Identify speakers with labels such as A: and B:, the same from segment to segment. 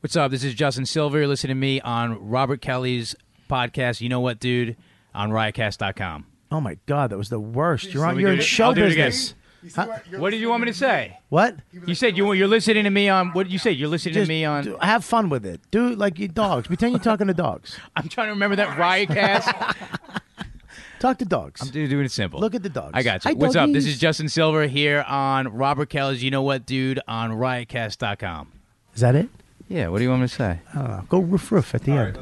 A: What's up? This is Justin Silver. You're listening to me on Robert Kelly's podcast. You know what, dude? On riotcast.com.
B: Oh my God, that was the worst. You're
A: Let
B: on.
A: me
B: You're
A: do
B: in
A: it-
B: show
A: I'll do it again.
B: business.
A: What did you want me to say?
B: What?
A: You said you you're listening to me on what did you say? You're listening to me on.
B: do- have fun with it. Do like you dogs. Pretend you're talking to dogs.
A: I'm trying to remember that Riotcast.
B: Talk to dogs.
A: Dude, doing it simple.
B: Look at the dogs.
A: I got you.
B: Hi,
A: What's up? This
B: doggies.
A: is Justin Silver here on Robert Kelly's. You know what, dude? On riotcast.com.
B: Is that it?
A: Yeah. What do you want me to say?
B: Uh, go roof roof at the end.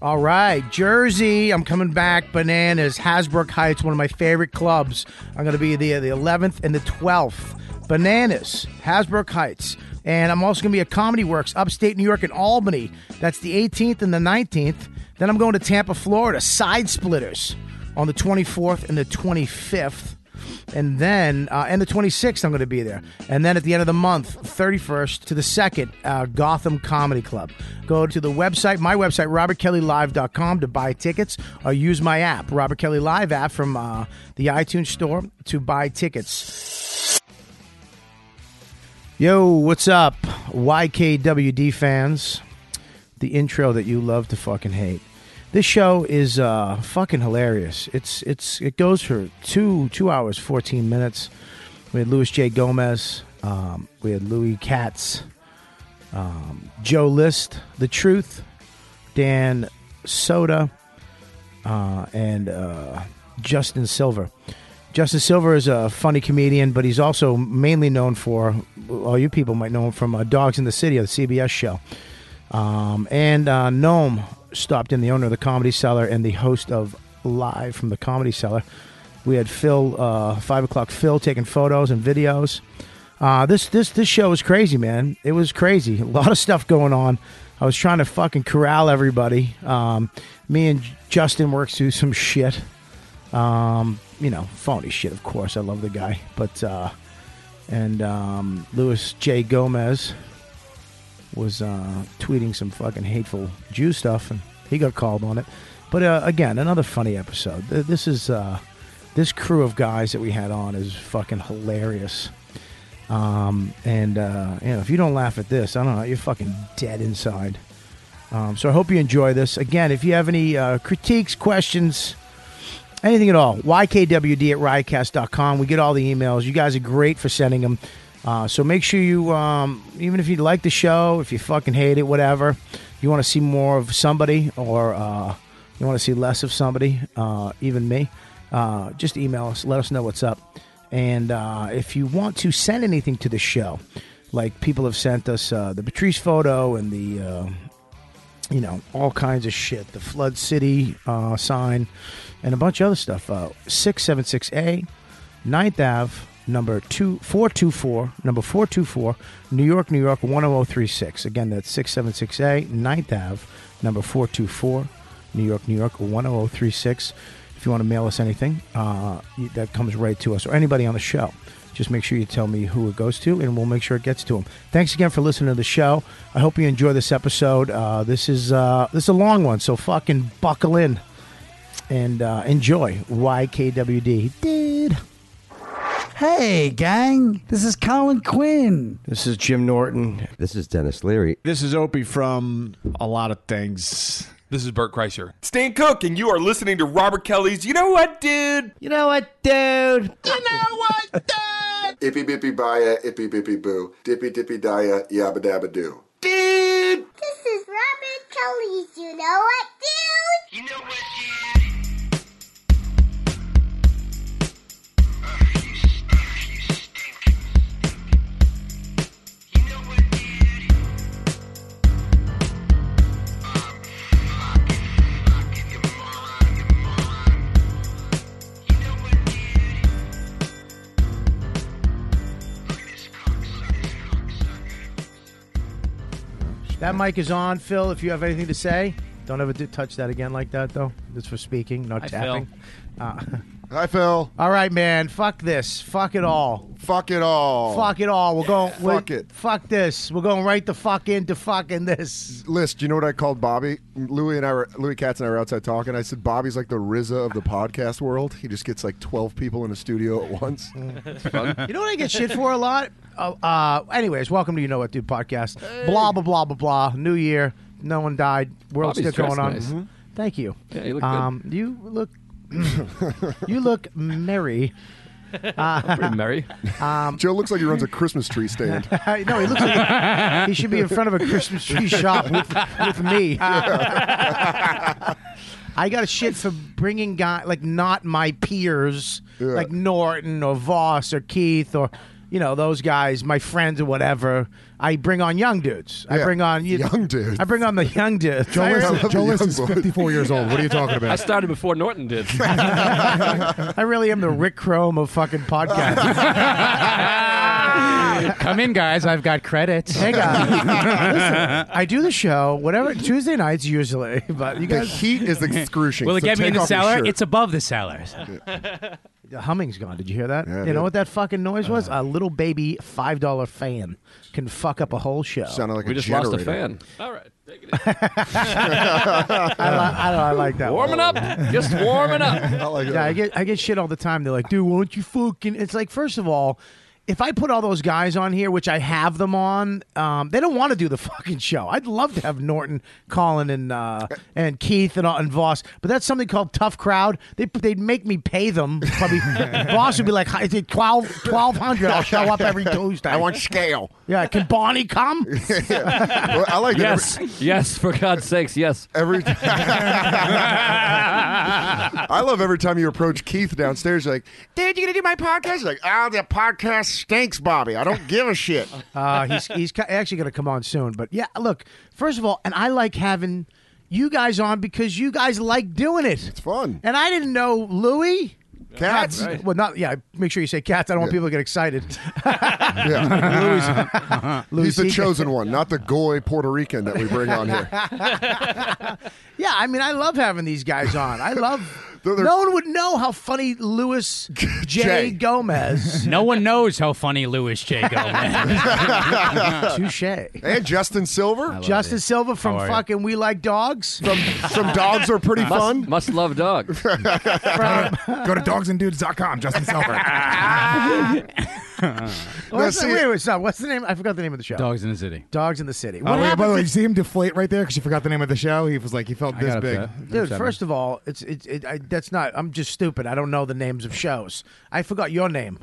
B: All right, Jersey. I'm coming back. Bananas, Hasbrook Heights, one of my favorite clubs. I'm going to be the the 11th and the 12th. Bananas, Hasbrook Heights, and I'm also going to be at Comedy Works, upstate New York in Albany. That's the 18th and the 19th. Then I'm going to Tampa, Florida, Side Splitters, on the 24th and the 25th. And then, uh, and the 26th, I'm going to be there. And then at the end of the month, 31st to the 2nd, uh, Gotham Comedy Club. Go to the website, my website, robertkellylive.com to buy tickets or use my app, Robert Kelly Live app from uh, the iTunes store to buy tickets. Yo, what's up, YKWD fans? the intro that you love to fucking hate. This show is uh, fucking hilarious. It's it's it goes for two two hours fourteen minutes. We had Louis J. Gomez. Um, we had Louis Katz, um, Joe List, The Truth, Dan Soda, uh, and uh, Justin Silver. Justin Silver is a funny comedian, but he's also mainly known for all you people might know him from uh, Dogs in the City, the CBS show. Um, and uh, Gnome stopped in, the owner of the Comedy Cellar and the host of Live from the Comedy Cellar. We had Phil, uh, five o'clock Phil, taking photos and videos. Uh, this this this show was crazy, man. It was crazy. A lot of stuff going on. I was trying to fucking corral everybody. Um, me and Justin worked through some shit. Um, you know, phony shit. Of course, I love the guy, but uh, and um, Louis J. Gomez was uh, tweeting some fucking hateful Jew stuff, and he got called on it. But uh, again, another funny episode. Th- This is uh, this crew of guys that we had on is fucking hilarious. Um, and uh, you know, if you don't laugh at this, I don't know, you're fucking dead inside. Um, so I hope you enjoy this. Again, if you have any uh, critiques, questions, anything at all, ykwd at riotcast.com. We get all the emails. You guys are great for sending them. Uh, so make sure you, um, even if you like the show, if you fucking hate it, whatever, you want to see more of somebody or uh, you want to see less of somebody, uh, even me, uh, just email us. Let us know what's up. And uh, if you want to send anything to the show, like people have sent us uh, the Patrice photo and the. Uh, you know, all kinds of shit. The Flood City uh, sign and a bunch of other stuff. Uh, 676A, 9th Ave, number two, 424, number 424, New York, New York, 10036. Again, that's 676A, 9th Ave, number 424, New York, New York, 10036. If you want to mail us anything, uh, you- that comes right to us or anybody on the show. Just make sure you tell me who it goes to, and we'll make sure it gets to them. Thanks again for listening to the show. I hope you enjoy this episode. Uh, this is uh, this is a long one, so fucking buckle in and uh, enjoy YKWd. Dude,
C: Hey, gang, this is Colin Quinn.
D: This is Jim Norton.
E: This is Dennis Leary.
F: This is Opie from a lot of things.
G: This is Bert Kreischer.
H: Stan Cook, and you are listening to Robert Kelly's You Know What, Dude?
E: You know what, dude?
I: Ippy bippy baya, ippy bippy boo, dippy dippy dia, yabba dabba doo.
J: This is Robert Kelly's You Know What Dude? You know what, dude?
B: that mic is on, Phil. If you have anything to say, don't ever do, touch that again like that, though. It's for speaking, not
A: Hi, Phil.
B: tapping. Uh,
D: Hi, Phil.
B: All right, man. Fuck this. Fuck it all.
D: Fuck it all.
B: Fuck it all. We're going. we're-
D: Fuck it.
B: Fuck this. We're going right the fuck into fucking this.
D: List. You know what I called Bobby? Louis and I were Louis Katz and I were outside talking. I said Bobby's like the RZA of the podcast world. He just gets like twelve people in a studio at once.
B: You know what I get shit for a lot? Uh, uh, anyways, welcome to You Know What Dude podcast. Blah, blah, blah, blah, blah. New year. No one died. World's
G: Bobby's
B: still going
G: dressed
B: on. Mm-hmm.
G: nice. Mhm.
B: Thank you.
G: Yeah, you look
B: um, You look. you look merry. Uh,
G: Pretty merry.
D: Joe looks like he runs a Christmas tree stand.
B: no, he looks like he should be in front of a Christmas tree shop with, with me. I got a shit for bringing guy like not my peers,
D: Yeah.
B: like Norton or Voss or Keith or you know those guys, my friends or whatever. I bring on young dudes. I
D: Yeah.
B: bring on you,
D: Young dudes.
B: I bring on the young dudes.
F: Joe
B: I,
F: List,
D: love the
F: Joe List
D: young
F: is
D: boy.
F: 54 years old. What are you talking
G: I
F: about?
G: started before Norton did.
B: I really am the Rick Chrome of fucking podcasts.
A: Come in, guys. I've got credits.
B: hey guys, listen, I do the show whatever Tuesday nights usually, but you
D: The
B: guys,
D: heat is excruciating.
A: Will it
D: so
A: get me
D: take
A: in the
D: off your
A: cellar?
D: shirt.
A: It's above the cellar.
B: The humming's gone. Did you hear that?
D: Yeah, Uh-huh. I
B: you
D: did.
B: know what that fucking noise was? a little baby five dollar fan can fuck up a whole show.
D: sounded like
G: we
D: a
G: just
D: generator.
G: lost a fan. All right. Take it easy.
B: I, li- I, don't, I like that.
G: warming
B: one.
G: up. Just warming up.
D: I like
B: Yeah, I
D: that.
B: get I get shit all the time. They're like, dude, won't you fucking? It's like, first of all. If I put all those guys on here, which I have them on, um, they don't want to do the fucking show. I'd love to have Norton, Colin, and uh, and Keith and, uh, and Voss, but that's something called tough crowd. They they'd make me pay them. Probably Voss would be like, "Hi, it's 12 1200 I'll show up every Tuesday.
D: I want scale.
B: Yeah, can Bonnie come?
D: Well, I like that.
G: Yes. Yes. For God's sakes. Yes.
D: Every I love every time you approach Keith downstairs. You're like, "Dude, you gonna do my podcast?" He's like, "Ah, the podcast stinks, Bobby. I don't give a shit."
B: Uh, he's he's ca- actually going to come on soon. But yeah, look, first of all, and I like having you guys on because you guys like doing it. It's
D: fun.
B: And I didn't know Louis.
D: Cats.
G: Right.
B: Well, not yeah. Make sure you say cats. I don't want people to get excited.
D: Yeah.
B: Louis
D: He's the
B: CK.
D: chosen one, not the goy Puerto Rican that we bring on here.
B: Yeah, I mean, I love having these guys on. I love.
D: They're- they're-
B: no one would know how funny Louis J.
D: Jay.
B: Gomez.
A: No one knows how funny Louis J. Gomez.
B: Touche.
D: And Justin Silver.
B: Justin Silva from
A: How are you?
B: fucking We Like Dogs.
D: Some some dogs are pretty fun.
G: Must love dog.
F: Go to dogsanddudes.com, Justin Silver. Uh,
B: What's the,
D: see-
B: wait, wait, stop. What's the name? I forgot the name of the show.
A: Dogs in the City.
B: Dogs in the City. What
F: Oh, wait,
B: happened
F: by the
B: to-
F: way, you see him deflate right there because you forgot the name of the show. He was like, he felt this big.
B: Dude, first of all, it's it's it, I, that's not. I'm just stupid. I don't know the names of shows. I forgot your name,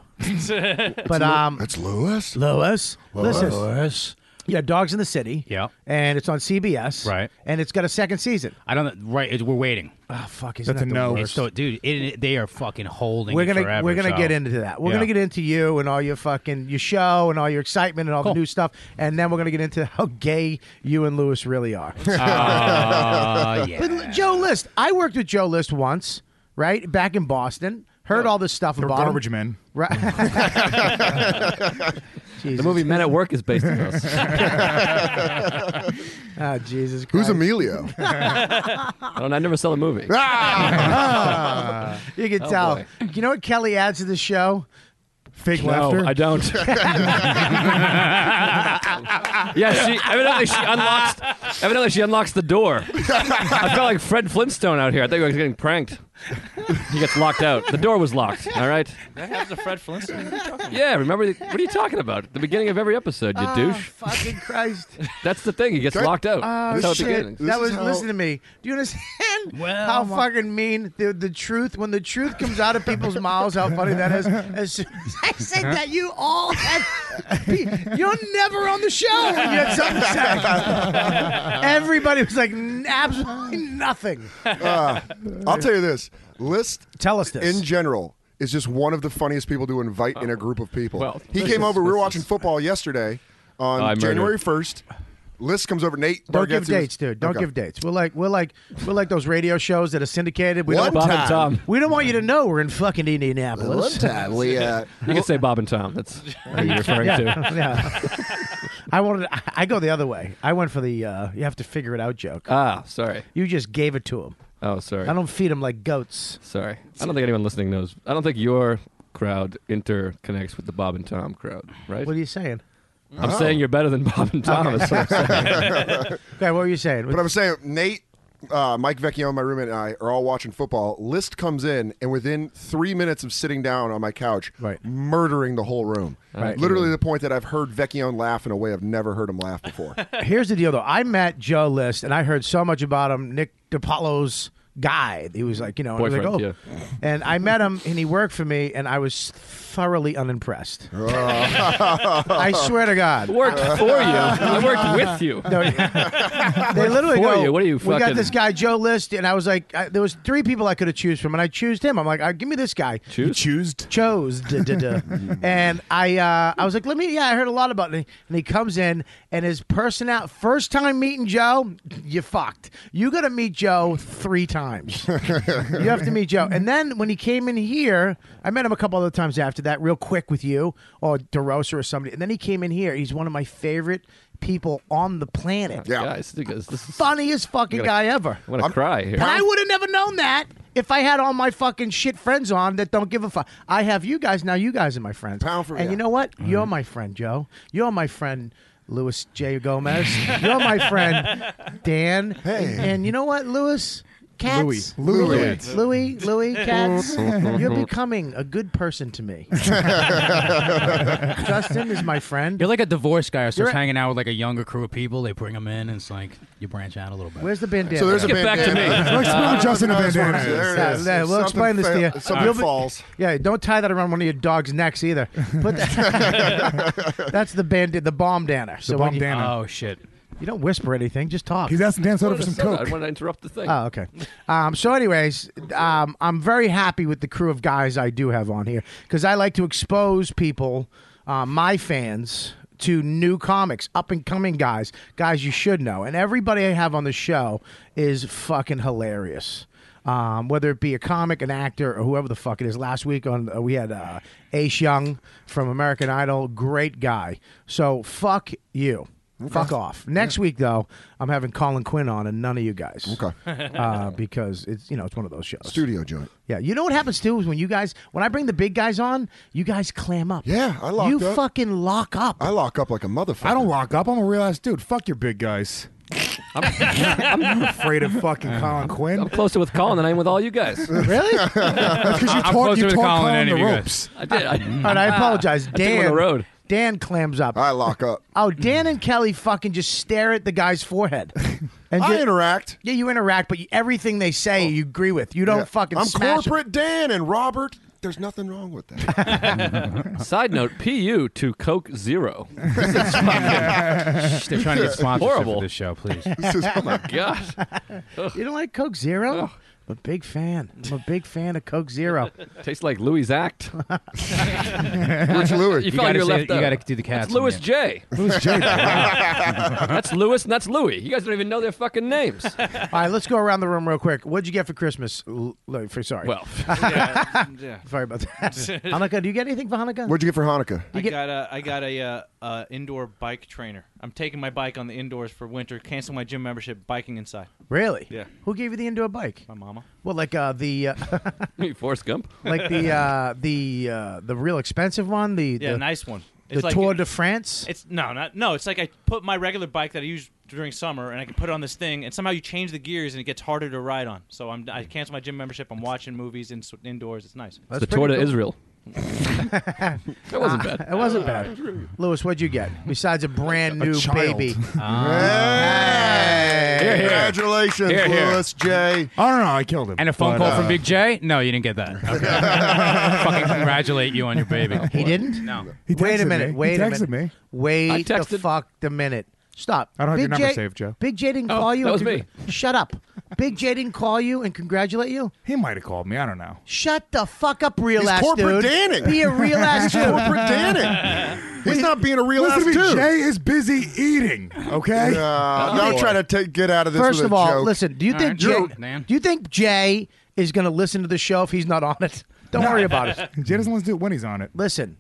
B: but um,
D: That's Lewis.
B: Lois. Listen,
A: Louis.
B: yeah, Dogs in the City.
A: Yeah.
B: and it's on CBS.
A: Right.
B: and it's got a second season.
A: I don't know. Right. It's, we're waiting.
B: Oh fuck, isn't
F: That's
B: that
F: a
B: the
F: no.
B: worst?
A: It's so, dude, it, it- they are fucking holding
B: We're
A: it
B: gonna
A: forever,
B: we're gonna
A: so.
B: get into that. We're
A: Yeah.
B: gonna get into you and all your fucking your show and all your excitement and all
A: Cool.
B: the new stuff, and then we're gonna get into how gay you and Lewis really are.
A: Uh, yeah.
B: But l- Joe List, I worked with Joe List once, right back in Boston.
A: Oh.
B: Heard all this stuff
F: They're
B: about him.
F: garbage men.
B: Right. Jesus.
G: The movie Men at Work is based on us.
B: Oh, Jesus Christ.
D: Who's Emilio?
G: I, don't, I never saw the movie.
F: Ah!
G: Oh,
B: You
A: Oh,
B: can tell.
G: boy.
B: You know what Kelly adds to the show?
F: Fake
G: No,
F: laughter.
G: I don't. yeah, she evidently she unlocks. Evidently she unlocks the door. I felt like Fred Flintstone out here. I think I was getting pranked. He gets locked out. The door was locked. All right.
E: That happens to Fred Flintstone. What are you talking about?
G: Yeah. Remember? The, what are you talking about? The beginning of every episode, you
B: Oh,
G: douche.
B: fucking Christ.
G: That's the thing. He gets locked out.
B: Oh,
G: That's how it
B: shit.
G: begins.
B: That
D: This
B: was,
D: is how-
B: listen to me. Do you understand
A: Well,
B: how
A: my-
B: fucking mean the, the truth, when the truth comes out of people's mouths, how funny that is? As soon as I said that, you all had, you're never on the show when you had something to
D: Uh-huh.
B: say. Everybody was like, "N- absolutely nothing.
D: Uh, I'll tell you this. List
B: Tell us this. Uh,
D: in general is just one of the funniest people to invite in a group of people.
G: Well,
D: he
G: this
D: came
G: is-
D: over. We were
G: this
D: watching football yesterday on
G: I murdered.
D: January first. List comes over. Nate,
B: Don't
D: Bargatze
B: give
D: was-
B: dates, dude. Don't
D: Okay.
B: give dates. We're like we're like we're like those radio shows that are syndicated. We
D: One
B: don't
G: Bob
D: time.
G: and Tom.
B: we don't want you to know we're in fucking Indianapolis.
D: time we uh,
G: You can say Bob and Tom. That's who you're referring to.
B: yeah. I wanted. I, I go the other way. I went for the uh, you have to figure it out joke.
G: Ah, sorry.
B: You just gave it to him.
G: Oh, sorry.
B: I don't feed them like goats.
G: Sorry. I don't think anyone listening knows. I don't think your crowd interconnects with the Bob and Tom crowd, right?
B: What are you saying?
G: I'm
B: Oh.
G: saying you're better than Bob and Tom.
B: Okay.
G: is what I'm saying.
B: Okay, what were you saying?
D: But I'm saying Nate, uh, Mike Vecchio, my roommate, and I are all watching football. List comes in, and within three minutes of sitting down on my couch,
B: Right.
D: murdering the whole room.
G: Right.
D: Literally the point that I've heard Vecchione laugh in a way I've never heard him laugh before.
B: Here's the deal, though. I met Joe List, and I heard so much about him. Nick DiPaolo's guy. He was like, you know, and I was like,
G: Boyfriend,
B: oh. And I met him, and he worked for me, and I was thoroughly unimpressed. I swear to God.
G: worked for you. I worked with you.
B: No, they literally
G: for
B: go,
G: you. What are you,
B: We got
G: fucking-
B: this guy Joe List, and I was like, I, there was three people I could have choose from, and I chose him. I'm like, "Ah, give me this guy.
F: You choosed.
B: chose duh, duh, duh. and I uh, I was like let me yeah I heard a lot about it and he comes in and his personality first time meeting Joe you fucked you gotta meet Joe three times you have to meet Joe and then when he came in here I met him a couple other times after that real quick with you or DeRosa or somebody and then he came in here he's one of my favorite people on the planet
D: Yeah.
G: Guys, because this is, I'm
B: funniest fucking guy ever
G: going to cry here.
B: and I would have never known that if I had all my fucking shit friends on that don't give a fuck. I have you guys now. You guys are my friends.
D: Pound for-
B: and you
D: yeah.
B: know what? You're my friend, Joe. You're my friend. Louis J. Gomez. You're my friend, Dan.
D: Hey.
B: And you know what, Louis? Cats.
D: Louis.
B: Louis. Louis. Louis. Cats. You're becoming a good person to me. Justin is my friend.
A: You're like a divorced guy who starts
B: You're a-
A: hanging out with like a younger crew of people. They bring them in, and it's like you branch out a little bit.
B: Where's the bandana?
D: So there's a
G: Get back to
D: bandana.
G: me.
D: I
F: Let's
D: don't
F: move Justin to
D: recognize what it
F: bandana.
D: is. There it
B: Yeah,
D: is.
B: yeah,
D: If
B: we'll
D: something
B: explain this to
D: fail-
B: you.
D: if Something
B: You'll be-
D: falls.
B: Yeah, don't tie that around one of your dog's necks either. Put that, that's the bandit, the bomb danner. So when
F: bomb
B: you,
F: danner.
A: Oh shit!
B: you don't whisper anything, just talk.
F: He's asking Dan Soda for
G: Minnesota,
F: some
G: I
F: coke.
G: didn't want to interrupt the thing.
B: Oh, okay. Um, so, anyways, um, I'm very happy with the crew of guys I do have on here because I like to expose people, uh, my fans, to new comics, up and coming guys, guys you should know. And everybody I have on the show is fucking hilarious. Um, whether it be a comic, an actor, or whoever the fuck it is. Last week on uh, we had uh, Ace Young from American Idol, great guy. So fuck you, fuck off. Next week though, I'm having Colin Quinn on, and none of you guys
D: Okay.
B: uh, because it's you know it's one of those shows.
D: Studio joint.
B: Yeah, you know what happens too is when you guys when I bring the big guys on, you guys clam up.
D: Yeah, I locked
B: You
D: up.
B: fucking lock up.
D: I lock up like a motherfucker.
F: I don't lock up. I'm a real ass dude. Fuck your big guys. I'm, afraid of fucking Colin
G: Uh, I'm
F: Quinn.
G: closer with Colin than I am with all you guys.
B: really? All
F: Because you taught,
A: I'm
F: you
A: closer to
F: taught
A: Colin than
F: Colin
A: any
F: the
A: of you guys.
F: ropes.
G: I did. I,
B: right, I apologize.
G: took him
B: Dan
G: on the road.
B: Dan clams up.
D: I lock up.
B: Oh, Dan and Kelly fucking just stare at the guy's forehead. And
D: I
B: ju-
D: interact. Oh.
B: Yeah, you interact, but you, everything they say you agree with. You don't
D: Yeah.
B: fucking.
D: I'm
B: smash 'em.
D: corporate Dan and Robert. There's nothing wrong with that.
G: Side note: PU to Coke Zero.
A: Shh, They're trying to get sponsorship
G: Horrible. oh
A: for this show, please.
D: This is-
G: Gosh,
B: You don't like Coke Zero? I'm a big fan. I'm a big fan of Coke Zero.
G: tastes like Louis Act.
D: Rich Louis.
G: You,
A: You
G: felt like
A: gotta,
G: you were
A: say-
G: left
A: you
G: out.
A: gotta do the cats.
G: That's Louis
A: in there.
G: J. that's Louis and that's Louis. You guys don't even know their fucking names.
B: All right, let's go around the room real quick. What'd you get for Christmas? L- L- for, sorry.
G: Well,
E: yeah, yeah.
B: Sorry about that. Hanukkah, do you get anything for Hanukkah?
D: What'd you get for Hanukkah?
E: I
B: get-
E: got a I got a uh, uh, indoor bike trainer. I'm taking my bike on the indoors for winter. Cancel my gym membership. Biking inside.
B: really?
E: Yeah.
B: Who gave you the indoor bike?
E: My mama.
B: Well, like uh, the uh,
G: Forrest Gump.
B: like the uh, the uh, the real expensive one, the
E: Yeah,
B: the,
E: nice one.
B: the
E: It's like
B: Tour de France.
E: It's no, not no. It's like I put my regular bike that I use during summer, and I can put it on this thing, and somehow you change the gears, and it gets harder to ride on. So I'm I cancel my gym membership. I'm watching movies in, indoors. It's nice.
B: That's
G: the tour to
B: pretty cool.
G: Israel. that wasn't bad.
B: It Ah, wasn't bad. Lewis, what'd you get besides a brand new
F: child.
B: baby?
D: Hey! Congratulations,
A: Ah. Here, here.
D: Louis J.
F: I don't know. Oh, I killed him.
A: And a phone
F: But,
A: call
F: uh,
A: from Big J? No, you didn't get that. Okay. Fucking congratulate you on your baby.
B: He didn't.
A: No.
F: He
B: Wait a
F: texted
B: minute.
F: me.
B: Wait
F: he
B: a
F: texted me.
B: minute. Wait
G: I
B: the
G: texted-
B: fuck the minute. Stop.
F: I don't have
B: Big
F: your number
B: J-
F: saved, Joe.
B: Big J didn't
G: Oh,
B: call you.
G: that
B: and
G: was
B: congr- Shut up. Big J didn't call you and congratulate you.
F: He might have called me. I don't know.
B: Shut the fuck up, real
D: He's
B: ass
D: corporate
B: dude.
D: Danning.
B: Be a real ass dude.
D: Corporate Danning. He's not being a real ass
F: Listen to me.
D: dude.
F: Jay is busy eating. Okay.
D: Uh, don't try to take, get out of this.
B: First
D: with
B: of
D: a
B: all,
D: joke.
B: listen. Do you
A: All
B: think
A: right,
B: Jay?
A: joke, man.
B: Do you think Jay is going to listen to the show if he's not on it? Don't worry about it.
F: Jay doesn't listen to it when he's on it.
B: Listen,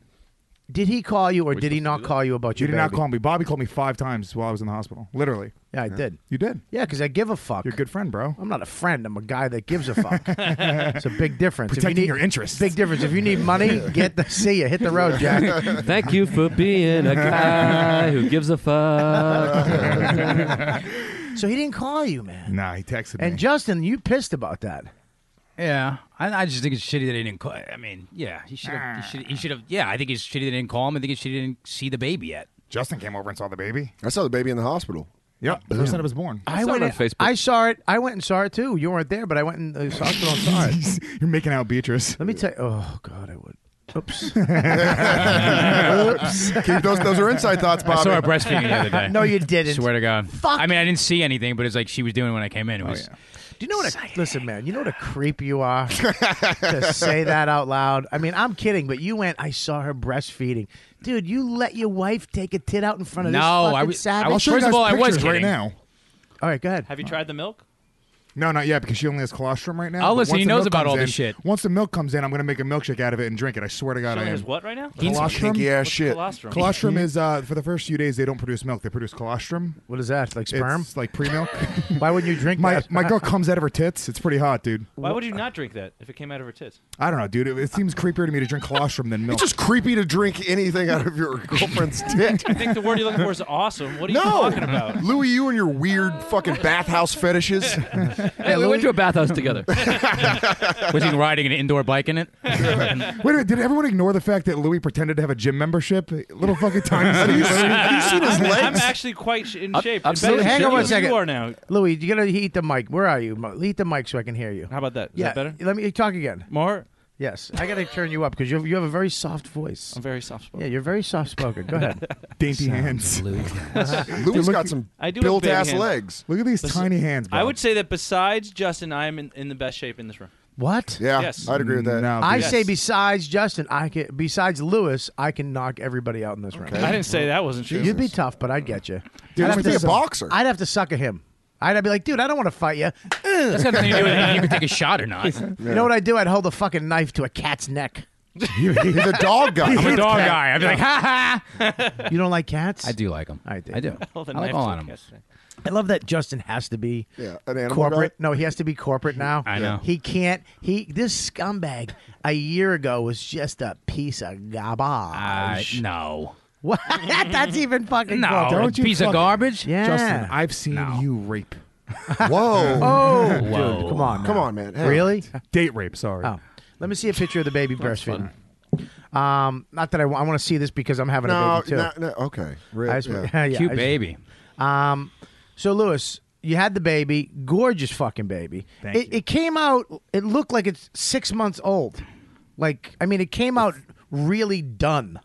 B: Did he call you, or did he not call you about
F: You
B: your?
F: did not
B: baby?
F: call me. Bobby called me five times while I was in the hospital. Literally.
B: Yeah, I did.
F: You did.
B: Yeah, because I give a fuck. You're a
F: good friend, bro.
B: I'm not a friend. I'm a guy that gives a fuck. it's a big difference. If you
F: Protecting
B: need-
F: your interests.
B: Big difference. If you need money, get the see ya. Hit the road, Jack.
G: Thank you for being a guy who gives a fuck.
B: so he didn't call you, man.
F: Nah, he texted
B: And Justin, you pissed about that.
A: Yeah, I, I just think it's shitty that he didn't call. I mean, yeah, he should
B: Ah.
A: have. He should. He should have. Yeah, I think it's shitty that he didn't call him. I think it's shitty he didn't see the baby yet.
F: Justin came over and saw the baby.
D: I saw the baby in the hospital.
F: Yep, the first night I was born.
B: I went. and- I saw it. I went and saw it too. You weren't there, but I went and uh, saw it and saw it.
F: You're making out Beatrice.
B: Let me tell you. Oh God, I would. Oops.
D: Keep those. Those are inside thoughts, Bobby.
A: I saw her breastfeeding the other day.
B: No, you didn't.
A: Swear to God. I mean, I didn't see anything, but it's like she was doing when I came in. It was.
B: Do you know what? A, listen, man. You know what a creep you are to say that out loud. I mean, I'm kidding, but you went. I saw her breastfeeding, dude. You let your wife take a tit out in front of this
A: No,
B: fucking
A: I was-
B: savage.
A: I was- first of all, I was
F: right
A: kidding.
F: now.
B: All right, go ahead.
E: Have you tried the milk?
F: No, not yet, because she only has colostrum right now.
A: Oh,
F: but
A: listen,
F: once
A: he
F: the
A: knows
F: milk
A: about
F: comes
A: all
F: in-
A: this shit.
F: Once the milk comes in, I'm going to make a milkshake out of it and drink it. I swear to God,
E: She
F: I
E: only
F: am.
E: has what right now?
F: Colostrum.
D: kinky ass
E: What's
D: shit.
E: Colostrum.
F: Colostrum is uh, for the first few days they don't produce milk; they produce colostrum.
B: What is that? Like sperm?
F: It's like pre milk.
B: Why wouldn't you drink
F: my
B: that?
F: my girl comes out of her tits. It's pretty hot, dude.
E: Why would you not drink that if it came out of her tits?
F: I don't know, dude. It, it seems creepier to me to drink colostrum than milk.
D: It's just creepy to drink anything out of your girlfriend's tit.
E: I think the word you're looking for is awesome. What are you
D: No,
E: talking about?
D: Louis, you and your weird fucking bathhouse fetishes.
G: Hey, we went to a bathhouse together.
A: Was he riding an indoor bike in it?
F: Wait a minute, did everyone ignore the fact that Louis pretended to have a gym membership? Little fucking tiny.
D: Have you seen his
E: I'm,
D: legs?
E: I'm actually quite sh- in shape.
G: I'm
E: In
G: so-
E: better
B: hang
E: shape
B: on one
E: than
B: second.
E: You are now.
B: Louis, you gotta heat the mic. Where are you? Mo- Heat the mic so I can hear you.
E: How about that? Is
B: yeah,
E: that better?
B: Let me talk again.
E: More?
B: Yes, I gotta turn you up because you have- you have a very soft voice.
E: I'm very soft spoken.
B: Yeah, you're very soft spoken. Go ahead.
F: dainty hands.
D: Louis got some
E: I do have
D: built
E: big
D: ass
E: hands.
D: legs.
F: Look at these tiny hands. Bro.
E: I would say that besides Justin, I am in, in the best shape in this room.
B: What?
D: Yeah,
E: Yes.
D: I'd agree with that.
F: No,
B: I
F: dude.
B: say
E: Yes.
B: besides Justin, I can besides Lewis, I can knock everybody out in this round.
E: I didn't say that wasn't true.
B: You'd be tough, but I'd get you.
D: Dude,
B: I'd
D: you should be a
B: suck-
D: boxer.
B: I'd have to suck at him. I'd, I'd be like, dude, I don't want to fight you.
A: That's got nothing to do with it. You can take a shot or not.
B: You know what I do? I'd hold a fucking knife to a cat's neck.
D: He's a dog guy.
A: I'm a dog guy. I'd be like, ha ha.
B: You don't like cats?
A: I do like him.
B: I do.
A: I do. I
E: Well, then
A: like
E: have
A: all
E: to
A: animals.
E: guess.
B: I love that Justin has to be
D: Yeah, an animal
B: corporate.
D: guy?
B: No, he has to be corporate now.
A: I know.
B: He can't. He this scumbag a year ago was just a piece of
A: Uh,
B: garbage.
A: no.
B: what? That's even fucking
A: No.
B: corporate.
F: Don't you
A: piece of
F: fucking-
A: garbage.
B: Yeah.
F: Justin, I've seen you rape.
D: Whoa.
B: Oh,
A: Whoa.
B: dude, come on,
D: Come
B: now.
D: on, man. Hey.
B: Really?
F: Date rape, sorry.
B: Oh, let me see a picture of the baby breastfeeding. Um, not that I want to see this because I'm having a
D: No,
B: baby too.
D: no, no. Okay. Re-
B: I just-
D: yeah.
B: yeah, I
A: Cute
B: just-
A: baby.
B: Um, so Lewis, you had the baby, gorgeous fucking baby.
F: Thank
B: it,
F: you.
B: it came out. It looked like it's six months old. Like I mean, it came out really done.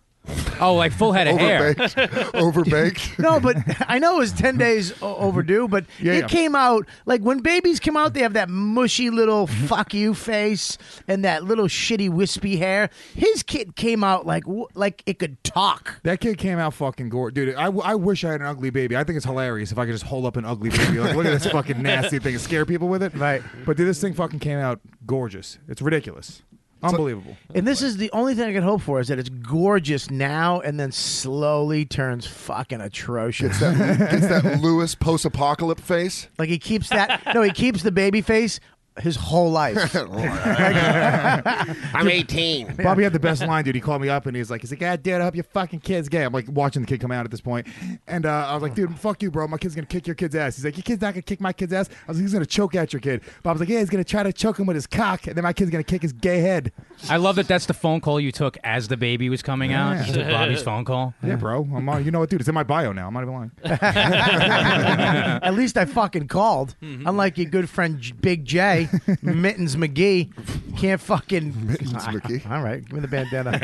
A: Oh, like full head of hair.
D: Overbaked. Overbaked.
B: No, but I know it was ten days o- overdue. But
F: Yeah,
B: it
F: yeah.
B: came out like when babies come out, they have that mushy little fuck you face and that little shitty wispy hair. His kid came out like w- like it could talk.
F: That kid came out fucking gore. Dude, I, I wish I had an ugly baby. I think it's hilarious if I could just hold up an ugly baby. Like, look at this fucking nasty thing and scare people with it.
B: Right.
F: But dude, this thing fucking came out gorgeous. It's ridiculous. Unbelievable.
B: And this is the only thing I can hope for is that it's gorgeous now and then slowly turns fucking atrocious.
D: Gets that Lewis post apocalypse face.
B: Like he keeps that. no, he keeps the baby face his whole life.
D: I'm 18.
F: Bobby had the best line, dude. He called me up and he's like, he's like, God, dude, I hope your fucking kid's gay. I'm like watching the kid come out at this point. And uh, I was like, dude, fuck you, bro. My kid's going to kick your kid's ass. He's like, your kid's not going to kick my kid's ass. I was like, he's going to choke at your kid. Bob's like, yeah, he's going to try to choke him with his cock. And then my kid's going to kick his gay head.
A: I love that. That's the phone call you took as the baby was coming out. You took Bobby's phone call.
F: Yeah, bro. I'm on. You know what, dude? It's in my bio now. I'm not even lying.
B: At least I fucking called.
A: Mm-hmm.
B: Unlike your good friend J- Big J, Mittens McGee, can't fucking. Ah,
D: Mittens McGee.
B: All right, give me the bandana.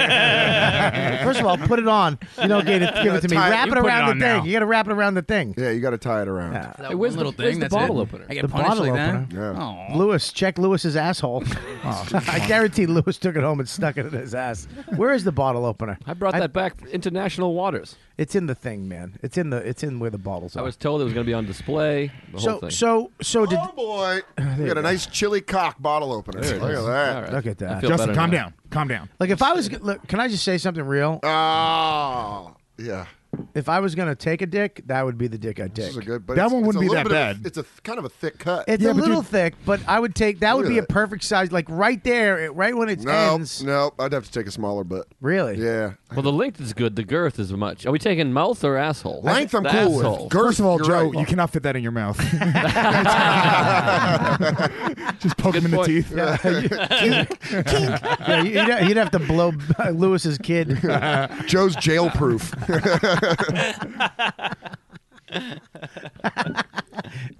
B: First of all, put it on. You don't get it, give it to me.
D: Tie it-
B: Wrap
A: you
B: it
A: put it
B: around
A: on
B: the thing.
A: now.
B: You got to wrap it around the thing.
D: Yeah, you got to tie it around.
A: That
G: where's
A: one little
G: the- where's
A: thing.
G: the
A: that's
G: bottle
A: it.
G: opener?
A: I get
B: The
A: punished
B: bottle
A: like
B: opener.
A: that. Oh. Aw.
B: Lewis, check Lewis's asshole. I guarantee Lewis took it home and stuck it in his ass. Where is the bottle opener?
G: I brought that back for international waters.
B: It's in the thing, man. It's in the. It's in where the bottles are.
G: I was told it was going to be on display. The
B: so
G: whole thing.
B: so so did
D: Oh boy! You got a nice chili cock bottle opener. Look at that. right.
B: Look at that.
F: Justin, calm down. Calm down.
B: Like if I was, look, can I just say something real?
D: Oh, yeah.
B: If I was gonna take a dick, that would be the dick I'd
D: This
B: take.
D: is a good, but
F: That
D: it's-
F: one
D: it's
F: wouldn't
D: a
F: be
D: little
F: that
D: bit of-
F: bad.
D: it's a th- kind of a thick cut.
B: It's
F: Yeah,
B: a
F: but
B: little
F: you-
B: thick, but I would take that would
D: Look at
B: be a
D: that.
B: perfect size. Like right there, it- right when it
D: no,
B: ends.
D: no, I'd have to take a smaller butt.
B: Really?
D: Yeah,
G: Well, the length is good. The girth is much. Are we taking mouth or asshole?
D: length I'm
G: The
D: cool
G: asshole.
D: with. Girth,
F: First of all,
D: you're
F: Joe,
D: right.
F: you cannot fit that in your mouth. Just poke
G: Good
F: him in
G: point.
F: the teeth.
B: Yeah, you, yeah, you- you'd, ha- you'd have to blow Lewis's kid.
D: Joe's jail proof.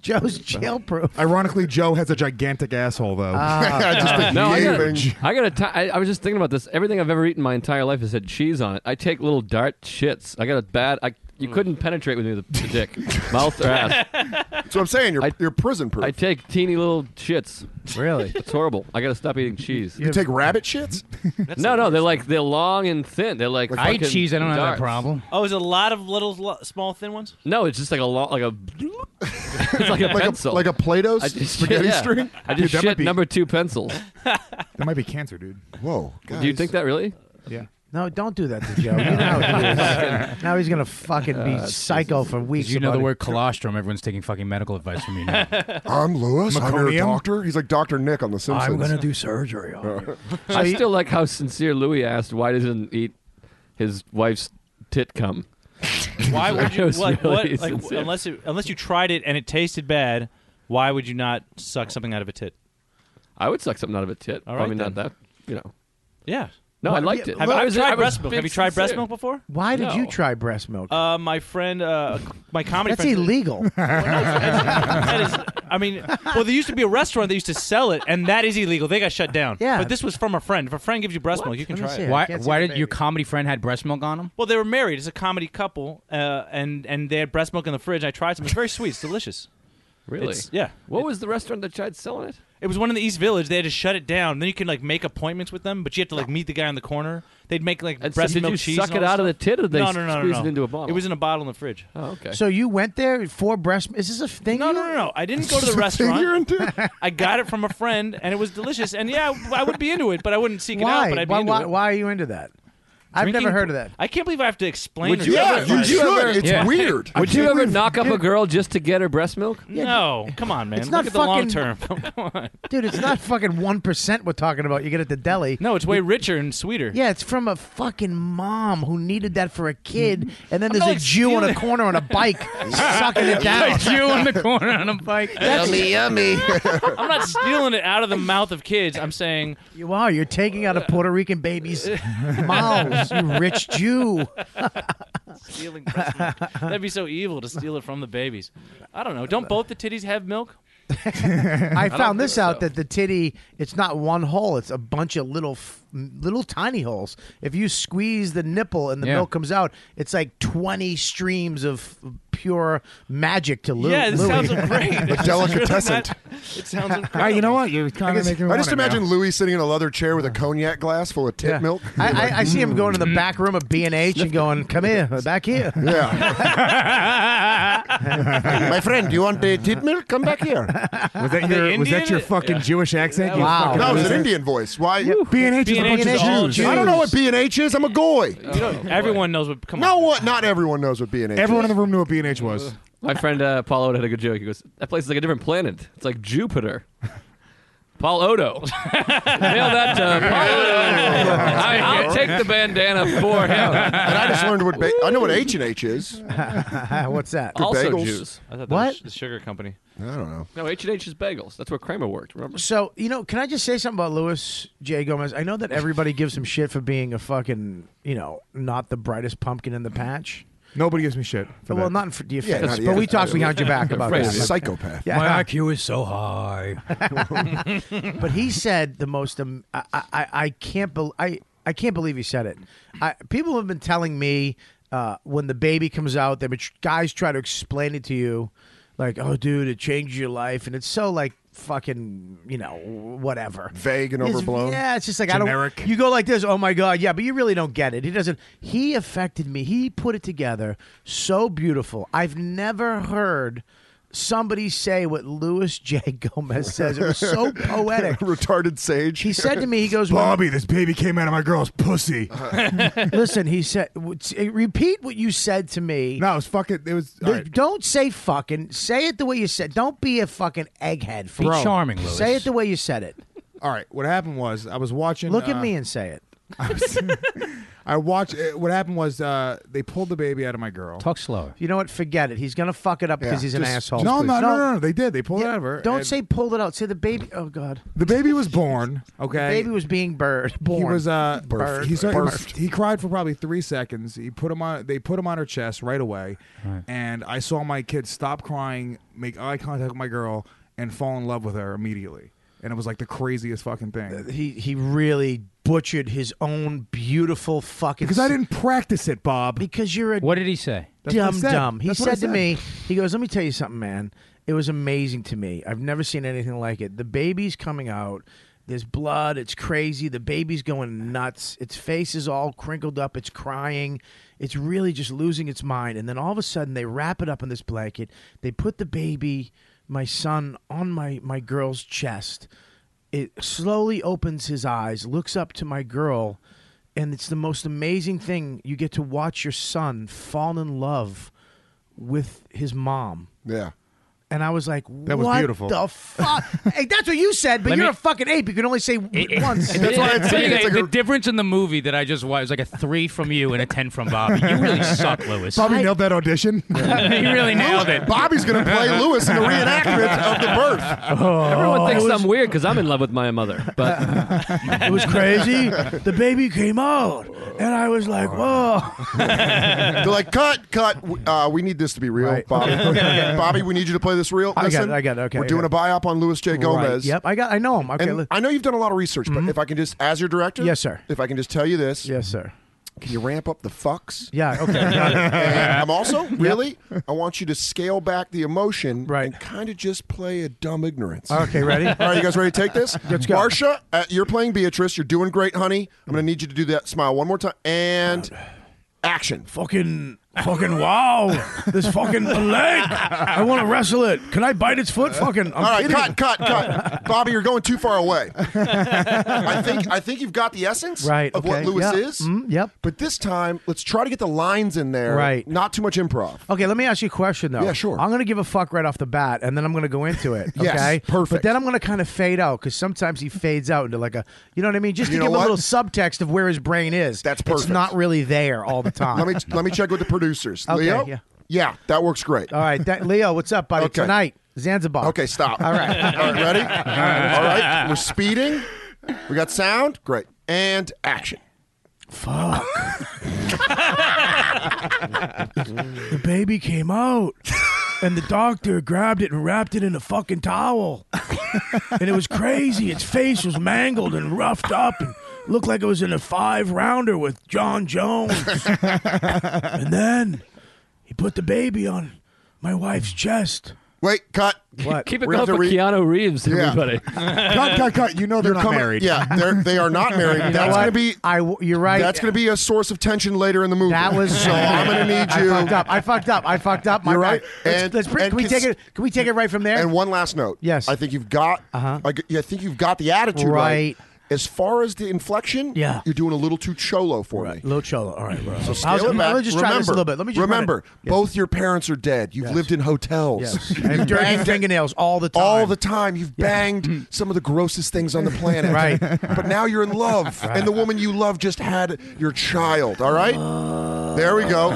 B: Joe's jailproof. Ah.
F: Ironically, Joe has a gigantic asshole, though.
D: Just a
G: No, I
D: huge-
G: got, I got a ti- I I was just thinking about this. Everything I've ever eaten my entire life has had cheese on it. I take little dart shits. I got a bad. I,
A: Mm.
G: you couldn't penetrate with me the, the dick, mouth or ass.
D: That's what I'm saying. You're,
G: I-
D: you're prison proof.
G: I take teeny little shits.
B: Really?
G: It's horrible. I got to stop eating cheese.
D: you take rabbit shits?
G: No, no, they're like they're long and thin. They're like
A: I eat
G: fucking
A: cheese. I don't have that
G: darts.
A: problem.
E: Oh, is it a lot of little, lo- small, thin ones?
G: No, it's just like a long, like a, it's like a
D: Like a,
G: pencil,
D: like a Play-Doh
G: I just-
D: spaghetti
G: yeah.
D: string?
G: I just
F: Dude, that might
G: shit
F: be-
G: number two pencils.
F: That might be cancer, dude.
D: Whoa.
G: Do you think that really?
F: Yeah.
B: No, don't do that to Joe. You know how it is. now he's gonna
A: Uh,
B: fucking be psycho for weeks.
A: Because you know
B: about
A: the
B: it.
A: word colostrum, everyone's taking fucking medical advice from you now.
D: I'm Lewis. I'm your
F: Meconium?
D: doctor. He's like Dr. Nick on The Simpsons.
B: do surgery. on you.
G: I still like how sincere Louis asked why doesn't he eat his wife's tit cum.
E: Why would you?
G: was
E: Like,
G: really
E: what, like,
G: sincere.
E: unless it, unless you tried it and it tasted bad, why would you not suck something out of a tit?
G: I would suck something out of a tit.
E: All
G: I
E: right,
G: mean, not
E: then.
G: that you know.
E: Yeah.
G: No, I liked it.
E: Have,
G: I
E: I
G: was- I
E: tried
G: was
E: breast milk.
G: being
E: Have you tried breast
G: sincere.
E: milk before?
B: Why did you
G: No.
B: try breast milk?
E: Uh, my friend, uh, my comedy
B: That's
E: friend.
B: illegal.
E: that is, I mean, well, there used to be a restaurant that used to sell it, and that is illegal. They got shut down.
B: Yeah.
E: But this was from a friend. If a friend gives you breast
G: What?
E: milk, you can
B: Let me
E: try
B: see
E: it.
B: it.
A: why?
B: can't see
A: Why
B: the
A: did your
B: baby.
A: comedy friend had breast milk on him?
E: Well, they were married. It's a comedy couple, uh, and and they had breast milk in the fridge. I tried some. It's very sweet. It's delicious.
G: Really?
E: It's- yeah.
G: What was the restaurant that tried selling it?
E: It was one in the East Village. They had to shut it down. Then you can like make appointments with them, but you have to like meet the guy on the corner. They'd make like
G: And so
E: breast
G: did
E: milk
G: you
E: cheese.
G: suck
E: and
G: it
E: all
G: out of
E: that
G: the tit, or did they
E: stuff. no, no, no,
G: squeeze
E: no.
G: it into a bottle?
E: It was in a bottle in the fridge.
G: Oh, okay.
B: so you went there for breast? Is this a thing?
E: No,
B: you-
E: no, no, no. I didn't go to the
D: You're
E: restaurant.
D: into?
E: I got it from a friend, and it was delicious. And yeah, I would be into it, but I wouldn't seek it
B: Why?
E: out. But I'd be
B: why,
E: into
B: why,
E: it.
B: why are you into that? I've
E: Drinking-
B: never heard of that.
E: I can't believe I have to explain.
G: Would
E: or
G: you
E: tell
D: Yeah,
G: ever-
E: everybody.
D: you
G: I've
D: should. It's
A: Yeah.
D: weird.
G: Would you ever knock up a girl just to get her breast milk?
E: No, come on, man.
B: It's
E: Look
B: not
E: at the
B: fucking-
E: long term. Come on.
B: Dude, it's not fucking one percent we're talking about. You get at the deli.
E: No, it's way richer and sweeter.
B: Yeah, it's from a fucking mom who needed that for a kid, and then there's
E: not,
B: a
E: like,
B: Jew on a
E: stealing-
B: corner on a bike sucking it down.
A: you in the corner on a bike.
D: Yummy, yummy.
E: I'm not stealing it out of the mouth of kids. I'm saying
B: You are. You're taking out a Puerto Rican baby's mouths. You rich Jew.
E: stealing breast milk. That'd be so evil to steal it from the babies. I don't know. Don't both the titties have milk?
B: I found this
G: think
B: out
G: so.
B: that the titty, it's not one hole. It's a bunch of little, f- little tiny holes. If you squeeze the nipple and the
A: Yeah.
B: milk comes out, it's like twenty streams of pure magic to Lou.
E: yeah, this
B: Louis.
E: sounds great. This is really
D: delicatessen.
E: not- It sounds incredible.
F: Hey, you know what? You're kind of making me
D: I just
F: want it now.
D: imagine Louis sitting in a leather chair with a cognac glass full of tit
B: Yeah.
D: milk.
B: I, I, I see him going to the back room of B and H and going, "Come here, back here."
D: Yeah. My friend, do you want the tit milk? Come back here.
F: Was that your, was that
E: Indian?
F: your fucking Jewish accent? you
B: Wow.
F: fucking
D: No, it's
F: loser?
D: an Indian voice. Why?
F: B&H is a
E: B&H
F: bunch
E: is
F: of
E: all
F: Jews.
E: Jews.
D: I don't know what B&H is. I'm a goy.
E: Everyone knows what. Come
D: No
E: on.
D: one, not everyone knows what B&H
F: Everyone in
D: is.
F: the room knew what B&H was.
G: My friend uh, Paul Odo had a good joke. He goes, "That place is like a different planet. It's like Jupiter." Paul Odo, nail that to Paul Odo. I, I'll take the bandana for him.
D: And I just learned what, ba- I know what H&H is.
B: What's that?
G: Also
D: bagels.
G: Jews.
E: I thought that
B: What?
E: was the sugar company.
D: I don't know.
G: No, H and H is bagels. That's where Kramer worked. Remember?
B: So you know, can I just say something about Louis J. Gomez? I know that everybody gives him shit for being a fucking, you know, not the brightest pumpkin in the patch.
F: Nobody gives me shit for
B: Well,
F: that.
B: not in front of your
D: Yeah,
B: face,
D: not
B: but
D: yet.
B: we talk behind your back about
G: Right.
B: that.
D: Psychopath.
B: Yeah.
A: My IQ is so high.
B: But he said the most. Um, I, I I can't bel I I can't believe he said it. I, people have been telling me uh, when the baby comes out, they guys try to explain it to you, like, "Oh, dude, it changed your life," and it's so like fucking, you know, whatever,
D: Vague and
B: It's-
D: overblown.
B: Yeah, it's just like I
F: Generic.
B: don't. You go like this. Oh my god, yeah, but you really don't get it. He doesn't. He affected me. He put it together so beautiful. I've never heard somebody say what Louis J. Gomez says. It was so poetic.
D: Retarded sage.
B: He said to me, he goes,
F: Bobby, this baby came out of my girl's pussy.
D: Uh-huh.
B: Listen, he said, w- t- repeat what you said to me.
F: No, it was fucking. It was. all
B: Th-
F: right.
B: Don't say fucking. Say it the way you said. Don't be a fucking egghead.
A: Be
B: Bro.
A: charming, Louis.
B: Say it the way you said it.
F: All right. What happened was I was watching.
B: Look at
F: uh,
B: me and say it.
F: I watched. uh, What happened was uh, they pulled the baby out of my girl.
A: Talk slower.
B: You know what? Forget it. He's gonna fuck it up because
D: Yeah,
B: he's an
D: just-
B: asshole.
F: No, no, no,
B: Please.
F: no, no. They did. They pulled it
B: Yeah,
F: out of her.
B: Don't
F: and
B: say pulled it out. Say the baby. Oh God,
F: the baby was born. Okay.
B: the baby was being bird born.
F: He was uh,
D: Birthed.
F: He, started-
D: Birthed.
F: he cried for probably three seconds. He put him on. They put him on her chest right away, and I saw my kid stop crying, make eye contact with my girl, and fall in love with her immediately. And it was like the craziest fucking thing
B: he he really butchered his own beautiful fucking.
F: because I didn't practice it, Bob.
B: Because you're a
A: What did he say?
F: That's what
B: dumb
F: he said.
B: dumb. He
F: That's
B: said,
F: what I
B: to
F: said.
B: me, he goes, "Let me tell you something, man. It was amazing to me. I've never seen anything like it. The baby's coming out. There's blood. It's crazy. The baby's going nuts. Its face is all crinkled up. It's crying. It's really just losing its mind. And then all of a sudden, they wrap it up in this blanket. They put the baby, my son, on my my girl's chest. It slowly opens his eyes, looks up to my girl, and it's the most amazing thing. You get to watch your son fall in love with his mom.
D: Yeah.
B: And I was like,
F: was
B: what
F: beautiful."
B: the fuck? hey, that's what you said, but
A: Let
B: you're
A: me-
B: a fucking ape. You can only say once.
D: That's why it's- it's like
A: the
D: a-
A: difference in the movie that I just watched was like a three from you and a ten from Bobby. You really suck, Louis.
F: Bobby nailed that audition.
A: you really nailed it.
D: Bobby's going to play Lewis in a reenactment of the birth.
G: Everyone thinks I'm weird because I'm in love with my mother. But
B: it was crazy. The baby came out, and I was like, whoa.
D: They're like, cut, cut. W- Uh, we need this to be real,
B: Right.
D: Bobby. Bobby, we need you to play this real.
B: I got it,
D: Listen,
B: I got it, okay,
D: We're
B: I
D: doing a
B: got
D: biop on Louis J. Gomez.
B: Right, Yep, I got. I know him. Okay,
D: And
B: let-
D: I know you've done a lot of research, but if I can just, as your director,
B: Yes, sir.
D: If I can just tell you this,
B: yes, sir.
D: can you ramp up the fucks?
B: Yeah. Okay. got it.
D: And I'm also really. I want you to scale back the emotion
B: Right.
D: and kind of just play a dumb ignorance.
B: Okay. Ready?
D: All right, you guys ready to take this?
B: Let's go.
D: Marsha, uh, you're playing Beatrice. You're doing great, honey. I'm going to need you to do that smile one more time. And action.
B: fucking fucking wow this fucking leg i want to wrestle it can i bite its foot fucking i'm
D: All right,
B: kidding
D: cut, cut, cut. Bobby, you're going too far away. I think I think you've got the essence
B: right
D: of
B: okay.
D: what Lewis
B: yeah.
D: is.
B: mm, yep
D: But this time, let's try to get the lines in there.
B: Right.
D: Not too much improv.
B: Okay, let me ask you a question though.
D: Yeah, sure.
B: I'm gonna give a fuck right off the bat, and then I'm gonna go into it.
D: Yes,
B: okay, But
D: perfect.
B: then I'm gonna kind of fade out because sometimes he fades out into like a, you know what I mean, just
D: You
B: to
D: know
B: give a
D: what?
B: little subtext of where his brain is.
D: That's
B: It's
D: perfect.
B: not really there all the time.
D: Let me let me check with the producers.
B: Okay,
D: Leo?
B: yeah.
D: that works great.
B: all right, that, Leo, what's up, buddy?
D: Okay.
B: Tonight, Zanzibar.
D: Okay, stop.
B: All right.
D: All right, ready? All right, we're speeding. We got sound. Great. And action.
B: Fuck. the baby came out, and the doctor grabbed it and wrapped it in a fucking towel. And it was crazy. Its face was mangled and roughed up and looked like it was in a five rounder with John Jones. And then he put the baby on my wife's chest.
D: Wait, cut.
G: keep it
D: We
G: going
D: have to
G: for
D: re-
G: Keanu Reeves,
D: Yeah.
G: everybody.
F: cut, cut, cut. You know they're not
D: Come on.
F: married.
D: Yeah, they're, they are not married. that's gonna be
B: I, you're right.
D: that's gonna be a source of tension later in the movie.
B: That was
D: so. I'm gonna need you.
B: I fucked up. I fucked up. I fucked up. My
D: You're
B: bad.
D: right.
B: Let's,
D: And-
B: let's bring,
D: and
B: can we
D: cons-
B: take it? Can we take it right from there?
D: And one last note.
B: Yes.
D: I think you've got.
B: Uh-huh.
D: I, g- yeah, I think you've got the attitude right.
B: Right.
D: As far as the inflection,
B: Yeah.
D: you're doing a little too cholo for me.
B: Low cholo. All right, bro. So
D: Scale it back.
B: Let me just
D: remember,
B: try this a little bit. Let me just run
D: remember.
B: it.
D: Both your parents are dead. You've lived in hotels.
B: Yes.
D: You've
B: I have dirty
D: banged-
B: fingernails all the time. Mm.
D: All the time, you've banged some of the grossest things on the planet.
B: Right.
D: But now you're in love, and the woman you love just had your child. All right. there we go.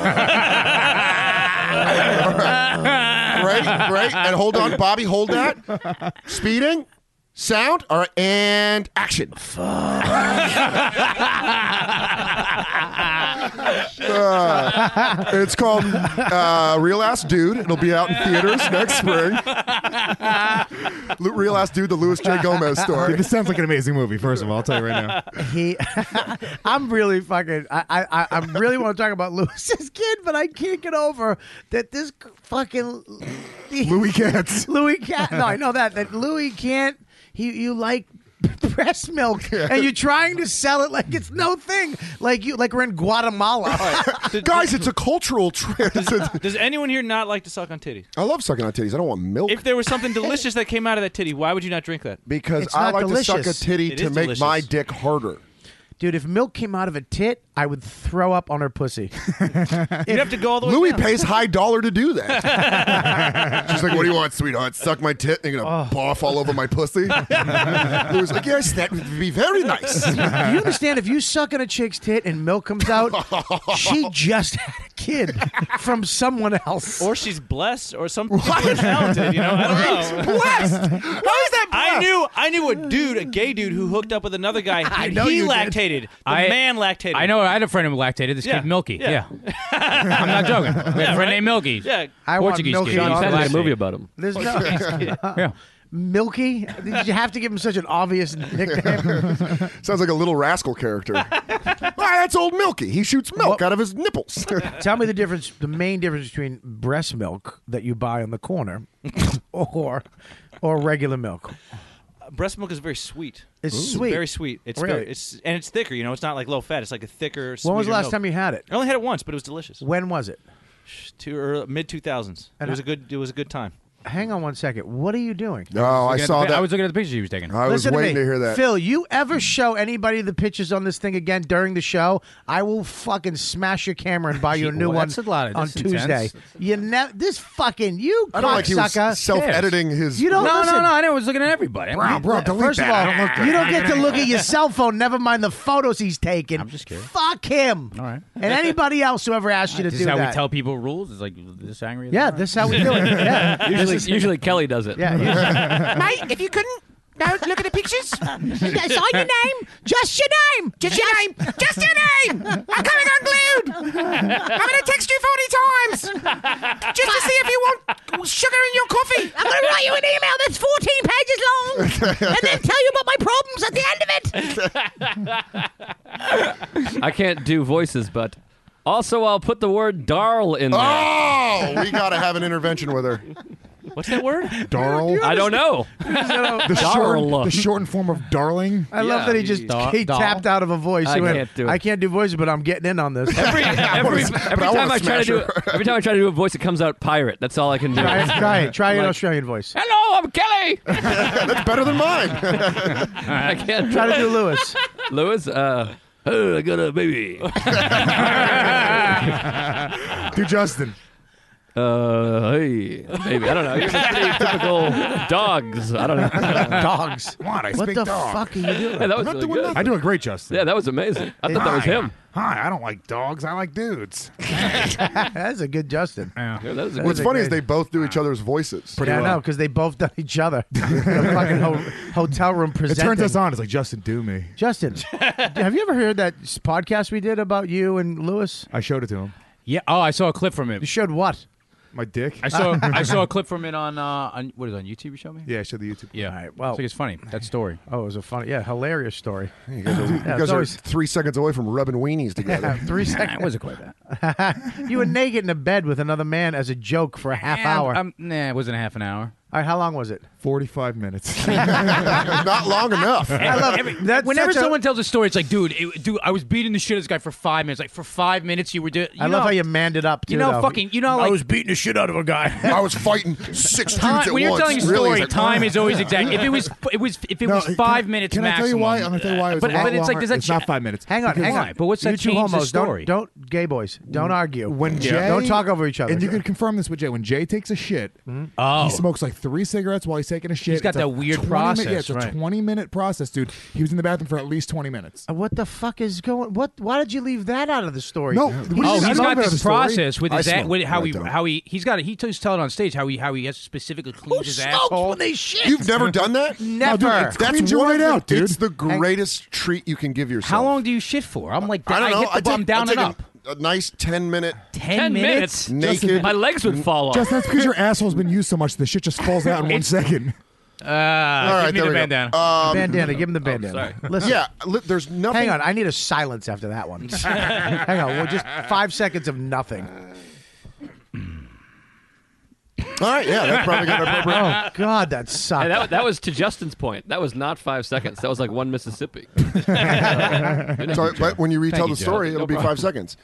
D: Great, great. And hold on, Bobby, hold that. Speeding, sound, all right, and action. Uh, it's called uh, Real Ass Dude. It'll be out in theaters next spring. Lu- Real Ass Dude, the Louis J. Gomez
F: Dude,
D: story.
F: this sounds like an amazing movie. First of all, I'll tell you right now.
B: He, I'm really fucking. I, I, I I'm really want to talk about Lewis's kid, but I can't get over that this fucking
F: Louis Katz.
B: Louis can't. No, I know that that Louis can't. He you like breast milk, and you're trying to sell it like it's no thing, like you like we're in Guatemala.
D: Guys, it's a cultural trend.
E: Does anyone here not like to suck on titties?
D: I love sucking on titties. I don't want milk.
E: If there was something delicious that came out of that titty, why would you not drink that?
D: because
B: It's
D: I
B: not
D: like to
B: delicious.
D: suck a titty
E: It
D: to
E: is
D: make my
E: delicious.
D: dick harder.
B: Dude, if milk came out of a tit, I would throw up on her pussy.
E: You'd have to go all the way
D: Louis
E: down.
D: pays high dollar to do that. She's like, "What do you want, sweetheart? Suck my tit and you're gonna barf all over my pussy." Louis like, "Yes, that would be very nice."
B: Do you understand if you suck on a chick's tit and milk comes out, she just had a kid from someone else.
E: Or she's blessed, or some people are talented. You know, I don't know.
D: Blessed. Why is that?
E: I knew, I knew a dude, a gay dude, who hooked up with another guy. I
B: know
E: he
B: you did.
E: lactated. The
A: I-
E: man lactated.
A: I know. I had a friend who lactated. This
E: Yeah.
A: kid Milky.
E: Yeah.
A: Yeah, I'm not joking. We had a friend
E: right?
A: named Milky.
E: Yeah.
B: I want
A: Portuguese
B: Milky
A: kid.
B: on
A: He used to
G: Penn made a
A: lactate.
G: movie about him.
B: There's no
A: Yeah.
B: Milky. Did you have to give him such an obvious nickname?
D: Sounds like a little rascal character. Why, that's old Milky. He shoots milk
B: Well-
D: out of his nipples.
B: Tell me the difference, the main difference between breast milk that you buy on the corner, or or regular milk.
E: Breast milk is very sweet.
B: It's sweet.
E: Very sweet. It's
B: Really?
E: very, it's and it's thicker. You know, it's not like low fat. It's like a thicker.
B: When was the last time you had it?
E: I only had it once, but it was delicious.
B: When was it?
E: Two or mid two thousands. It
B: And
E: was
B: I-
E: a good. It was a good time.
B: Hang on one second. What are you doing?
D: no, Oh, I
A: Looking at
D: saw
A: the, pi-
D: that.
A: I was looking at the pictures he was taking.
D: I was
B: Listen
D: waiting
B: me.
D: to hear that.
B: Phil, you ever show anybody the pictures on this thing again during the show, I will fucking smash your camera and buy you a
A: Gee,
B: new
A: well,
B: one
A: that's a lot of-
B: on
A: that's
B: Tuesday.
A: intense.
B: You never this fucking you
D: I don't like he was
B: cocksucker.
D: self-editing his.
B: You don't
A: no,
B: listen.
A: no, no. I know. I was looking at everybody.
D: Bro, bro, delete
B: First
D: that.
B: of all,
D: I don't look good.
B: you don't get to look at your cell phone. Never mind the photos he's taking.
A: I'm just kidding.
B: Fuck him. All
A: right.
B: And anybody else who ever asked you to
A: This
B: do
A: is how
B: that.
A: we tell people rules. It's like this angry.
B: yeah, this is how we do it. Yeah.
G: Usually, usually Kelly does it.
B: Yeah, you-
K: Mate, if you couldn't now look at the pictures, that's on your name. Just your name. Just your name. Just your name. I'm coming unglued. I'm gonna text you forty times just to see if you want sugar in your coffee. I'm gonna write you an email that's fourteen pages long and then tell you about my problems at the end of it.
G: I can't do voices, but also I'll put the word "darl" in there.
D: Oh, we gotta have an intervention with her.
E: What's that word?
F: Darl.
G: I don't know.
F: The,
G: Darl.
F: short, the shortened form of darling.
B: I love that he just
A: Doll-
B: he
A: doll.
B: tapped out of a voice.
G: I
B: He went,
G: can't do it.
B: I can't do voices, but I'm getting in on this.
G: Every, every, every
D: but I wanna
G: time I try to
D: smash
G: do
D: her.
G: every time I try to do a voice, it comes out pirate. That's all I can do.
B: try it. Try, it. try an
G: Like-
B: Australian voice.
G: Hello, I'm Kelly.
D: That's better than mine.
G: I can't try
B: Try to do Lewis.
G: to. Lewis, uh, oh, I got a baby.
F: Do Justin.
G: Uh, hey, baby. I don't know. You're just pretty typical dogs. I don't know.
B: Dogs.
F: What? I
B: What
F: speak
B: the
F: dog.
B: fuck are you doing?
G: Yeah, that was
F: I'm not
G: really
F: doing
G: good.
F: nothing. I do a great Justin.
G: Yeah, that was amazing. I thought that was
F: Hi.
G: him.
F: Hi, I don't like dogs. I like dudes.
B: That's a good Justin.
G: Yeah, that was a
D: What's
G: good-
D: funny is they both do each other's voices.
B: yeah, I know, because they both done each other. The fucking ho- hotel room
F: It
B: presenting.
F: turns us on. It's like Justin, do me.
B: Justin, have you ever heard that s- podcast we did about you and Lewis?
F: I showed it to him.
A: Yeah. Oh, I saw a clip from
B: You
A: it.
B: showed what?
F: My dick.
A: I saw. I saw a clip from it on. Uh, on what is it, on YouTube? You showed me.
F: yeah, I showed the YouTube.
A: Yeah.
B: All right, well-
A: I think it's funny that story.
B: Oh, it was a funny, yeah, hilarious story.
D: You guys are, you
B: it's
D: guys are
B: always-
D: three seconds away from rubbing weenies together.
B: Three
A: Nah, it
B: seconds.
A: wasn't quite that.
B: you were naked in a bed with another man as a joke for a half
A: Nah,
B: hour.
A: I'm- nah, it wasn't a half an hour.
B: All right, how long was it?
F: Forty-five minutes.
D: Not long enough.
B: I love that's
A: Whenever
B: such a-
A: someone tells a story, it's like, dude, it, dude, I was beating the shit out of this guy for five minutes. Like for five minutes, you were doing.
B: I love how you manned it up. Too,
A: You know,
B: though.
A: fucking. You know, like
B: beating the shit out of a guy.
D: I was fighting six dudes
A: time,
D: at
A: when you're
D: once.
A: telling a
D: Really,
A: story,
D: it's like,
A: time is always exact. If it was, it was, if it was
F: can-
A: five minutes
F: Can I tell you
A: maximum. uh,
F: why? I'm gonna tell you why. It was
A: but
F: a lot
A: but it's like
F: longer.
A: does that
F: it's
A: cha-
F: not five minutes.
B: Hang on,
F: Because
B: hang
A: Why?
B: on.
A: But what's that
B: you two
A: change the
B: homos, don't-
A: story? Mm.
B: Don't, gay boys, don't argue.
F: When Jay,
B: don't talk over each other.
F: And you can confirm this with Jay. When Jay takes a shit,
A: Oh.
F: he smokes like three cigarettes while he's taking a shit.
A: got
F: It's
A: that
F: a
A: weird
F: 20
A: process,
F: Minute, yeah, it's a
A: right.
F: 20 minute process, dude. He was in the bathroom for at least 20 minutes.
B: Uh, what the fuck is going? What? Why did you leave that out of the story?
F: No, what do you mean?
A: Oh,
F: I
A: he's
F: don't
A: got
F: remember the
A: this
F: story.
A: process with
D: I
A: his ass,
D: smoke.
A: with how
D: No, I
A: he
D: don't.
A: how he he's got it. He just tell it on stage how he how he has specifically cleaned his asshole.
B: when they shit?
D: You've never done that?
B: Never.
F: dude, it's
D: That's
F: Cleans you
D: one
F: right
D: of the-
F: out, dude.
D: It's the greatest treat you can give yourself.
A: How long do you shit for? I'm like,
D: I don't know.
A: hit the
D: I take,
A: bum down
D: I take
A: and up.
D: A, a nice ten minute
A: Ten,
G: Ten
A: minutes.
G: minutes.
D: naked.
G: My legs would fall off.
F: Just that's because your asshole's been used so much, the shit just falls out in one second.
A: Uh,
D: All right,
A: give me
D: there
A: the
D: we go.
A: bandana. Oh,
D: Um,
B: bandana. Give him the bandana. Listen,
D: yeah, li- there's nothing.
B: Hang on, I need a silence after that one. hang on, well, just five seconds of nothing.
D: All right, yeah, that's probably gonna
B: Oh God, that sucked.
G: And that, that was to Justin's point. That was not five seconds. That was like one Mississippi.
D: So, but when you retell
G: Thank you,
D: the story,
G: Joe.
D: it'll
G: No
D: be
G: problem.
D: five seconds.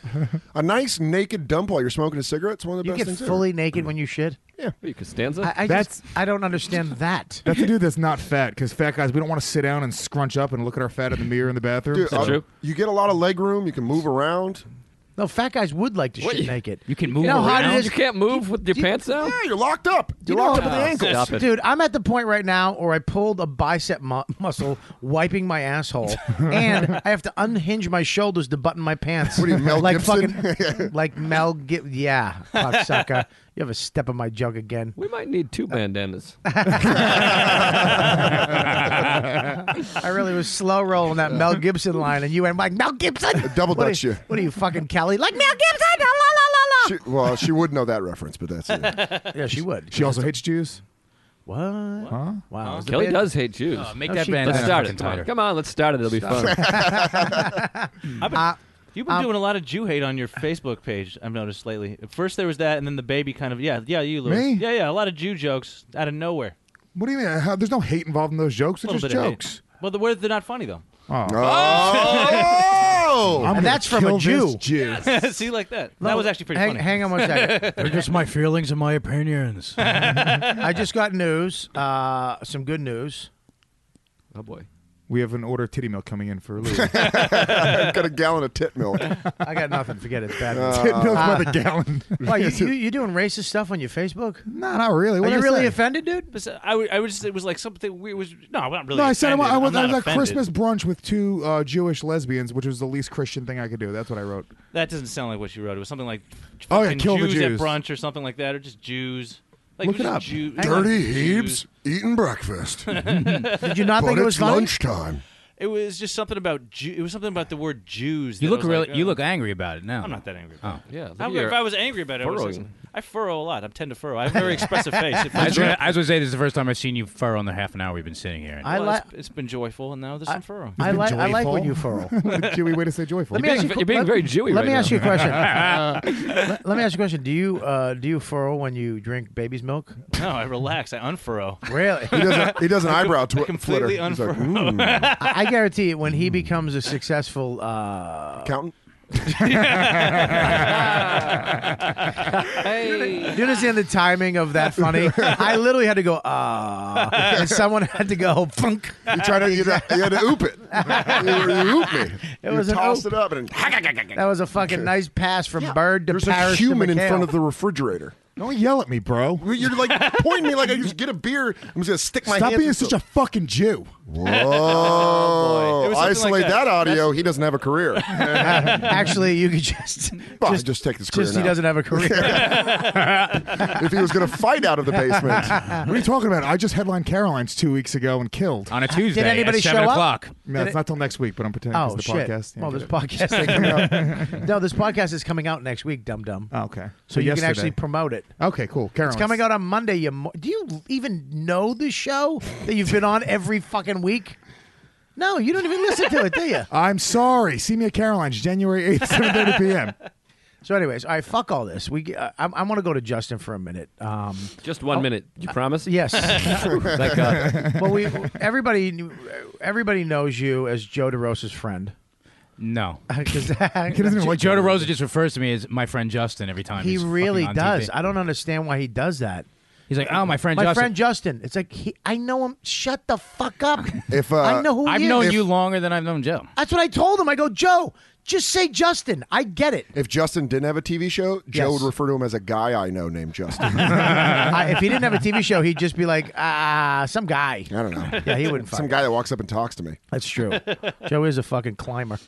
D: A nice naked dump while you're smoking a cigarette. It's one of the
B: You
D: best
B: get
D: things.
B: fully naked when you shit.
D: Yeah,
G: you Costanza.
B: I, I
F: That's-
B: just I don't understand that.
F: That's a dude that's not fat because fat guys we don't want to sit down and scrunch up and look at our fat in the mirror in the bathroom.
D: Dude, uh, You get a lot of leg room. You can move around.
B: No, fat guys would like to shit naked.
A: You can
B: move You know how it around? is-
G: You can't move with your pants down.
D: Yeah, you're locked up. You're
B: You know-
D: locked up at the ankles.
G: Stop it.
B: Dude, I'm at the point right now where I pulled a bicep mu- muscle wiping my asshole, and I have to unhinge my shoulders to button my pants.
D: What are you, Mel
B: like
D: Gibson?
B: fucking like Mel Gibson? Yeah, cocksucker. You have a step in my jug again.
G: We might need
B: Uh,
G: two bandanas.
B: I really was slow rolling that Mel Gibson line, and you went like Mel Gibson.
D: Double
B: what
D: dutch
B: are,
D: you.
B: What are you fucking Kelly? Like Mel Gibson? La la la la
D: She, well, she would know that reference, but that's it.
B: la. Yeah, she would.
F: She also hates Jews.
B: What?
F: Huh?
D: Oh,
B: Wow. is the
G: Kelly
B: band-
G: does hate Jews.
A: Oh, make
B: No,
A: that
B: she
A: band
G: let's
B: does.
G: start
A: fucking
G: it. Come on.
A: tighter.
G: Come on, let's start it. It'll be fun.
E: I've
B: Uh,
E: been, you've
B: um,
E: been doing a lot of Jew hate on your Facebook page. I've noticed lately. At First there was that, and then the baby kind of yeah, yeah, you
F: Me?
E: Louis. Yeah, yeah, a lot of Jew jokes out of nowhere.
F: What do you mean? How, there's no hate involved in those jokes.
E: A
F: They're
E: little
F: just
E: bit of
F: jokes.
E: hate. Well, the, where they're not funny though.
F: Oh.
D: Oh!
F: I'm
B: And
F: gonna
B: that's from a
F: kill this
B: Jew.
F: Jew.
E: See, like that. That was actually pretty
B: hang,
E: funny.
B: Hang on one second.
A: They're just my feelings and my opinions.
B: I just got news. Uh, some good news.
G: oh boy.
F: We have an order of titty milk coming in for Lou.
D: Got a gallon of tit milk. Uh,
B: I got nothing. Forget it. Bad news.
F: Tit milk by the gallon.
B: Why, you, you, you doing racist stuff on your Facebook?
F: no, not really.
B: Are
F: What
B: you really
F: I say?
B: offended, dude?
E: But so- I, would, I would just, it was like something weird. Was no, I'm not really.
F: No, I said I wa-
E: offended.
F: I was,
E: I'm
F: I
E: not
F: was at
E: offended.
F: Christmas brunch with two uh, Jewish lesbians, which was the least Christian thing I could do. That's what I wrote.
E: That doesn't sound like what you wrote. It was something like
F: Oh, yeah,
E: fucking
F: kill the
E: Jews at
F: Jews.
E: brunch or something like that, or just Jews. Like,
F: Look
E: just
F: it up.
E: Jew-
D: Dirty
E: Jews.
D: Hebes eating breakfast, but
B: Did you not think it was
D: it's
B: funny?
D: lunchtime.
E: It was just something about Jew. It was something about the word Jews.
A: You
E: that I
A: look
E: was
A: really,
E: like,
A: you
E: oh,
A: look angry about it now.
E: I'm not that angry.
A: Oh.
E: About it.
G: Yeah. look
E: I
G: at
E: would-
G: your-
E: if I was angry about it, I, would say
G: furrowing.
E: something. I furrow a lot. I tend to furrow. I have a very expressive face. It-
A: I was, gonna, I was gonna say this is the first time I've seen you fur on the half an hour we've been sitting here.
B: I
E: Well,
B: like
E: it's- it's been joyful, and now there's some furrow.
B: I like I like
F: joyful.
B: when you furl.
F: What a Jewy way to say joyful.
B: Let me
G: You're
B: ask
G: being,
B: you a
G: you're being
B: quick-
G: very Jewy
B: Let
G: right
B: me
G: now.
B: ask you a question. let, let me ask you a question. Do you uh, do you furl when you drink baby's milk?
E: No, I relax. I unfurrow.
B: Really?
D: He does, a, he does an eyebrow twi-
E: completely
D: flitter. He's like,
E: unfurrowed.
D: "Mm,
B: I, I guarantee you, when he becomes a successful, uh,
D: accountant.
B: do you understand the timing of that funny? I literally had to go ah, and someone had to go funk.
D: You try to, you, had to- you had to oop it. You, you oop me.
B: It
D: you
B: was an
D: tossed
B: oop.
D: it up and
B: That was a fucking nice pass from Bird to
D: there's a
B: Paris.
D: human
B: to
D: in
B: McHale.
D: front of the refrigerator.
F: Don't yell at me, bro.
D: You're like pointing me like I just get a beer. I'm just gonna stick my
F: Stop
D: hands
F: being
D: in
F: such
D: so-
F: a fucking Jew. Oh,
D: Whoa!
E: Oh, It was something
D: Isolate
E: like that.
D: that. audio. he doesn't have a career.
B: Actually, you could just
D: Well,
B: just,
D: just take this career
B: just he
D: now.
B: doesn't have a career.
D: if he was going to fight out of the basement,
F: What are you talking about? I just headlined Caroline's two weeks ago and killed.
A: on a Tuesday
B: anybody
A: at seven
B: show up?
A: o'clock.
F: No, it's not till next week, but I'm pretending
B: oh
F: it's the
B: shit!
F: podcast. Yeah,
B: well,
F: get
B: this
F: it.
B: podcast is coming out. No, this podcast is coming out next week. Dum dum.
F: Oh, okay.
B: so you
F: yesterday. Oh,
B: can actually promote it.
F: Okay, cool. Caroline's.
B: It's coming out on Monday. You mo- do you even know the show that you've been on every fucking week? No, you don't even listen to it, do you?
F: I'm sorry. See me at Caroline's January 8th, 7:30 p.m.
B: So, anyways, I fuck all this. We, uh, I, I want to go to Justin for a minute. Um,
G: Just one minute. You promise? uh,
B: yes,
G: Thank God.
B: well, we everybody knew- everybody knows you as Joe DeRosa's friend
A: No.
B: 'Cause-
F: doesn't even like
A: Joe DeRosa just refers to me as my friend Justin every time.
B: he
A: he's
B: really
A: fucking on
B: does.
A: TV.
B: I don't understand why he does that.
A: He's like, oh, my friend
B: My
A: Justin.
B: friend Justin. It's like he, I know him. Shut the fuck up.
D: If, uh,
B: I know who he
A: I've
B: is.
A: known
D: If-
A: you longer than I've known Joe.
B: That's what I told him. I go, Joe, just say Justin. I get it.
D: if Justin didn't have a TV show, Joe
B: Yes.
D: would refer to him as a guy I know named Justin. I
B: I, if he didn't have a TV show, he'd just be like, ah, some guy.
D: don't know.
B: Yeah, he wouldn't.
D: Some
B: fuck.
D: guy that walks up and talks to me.
B: That's true. Joe is a fucking climber.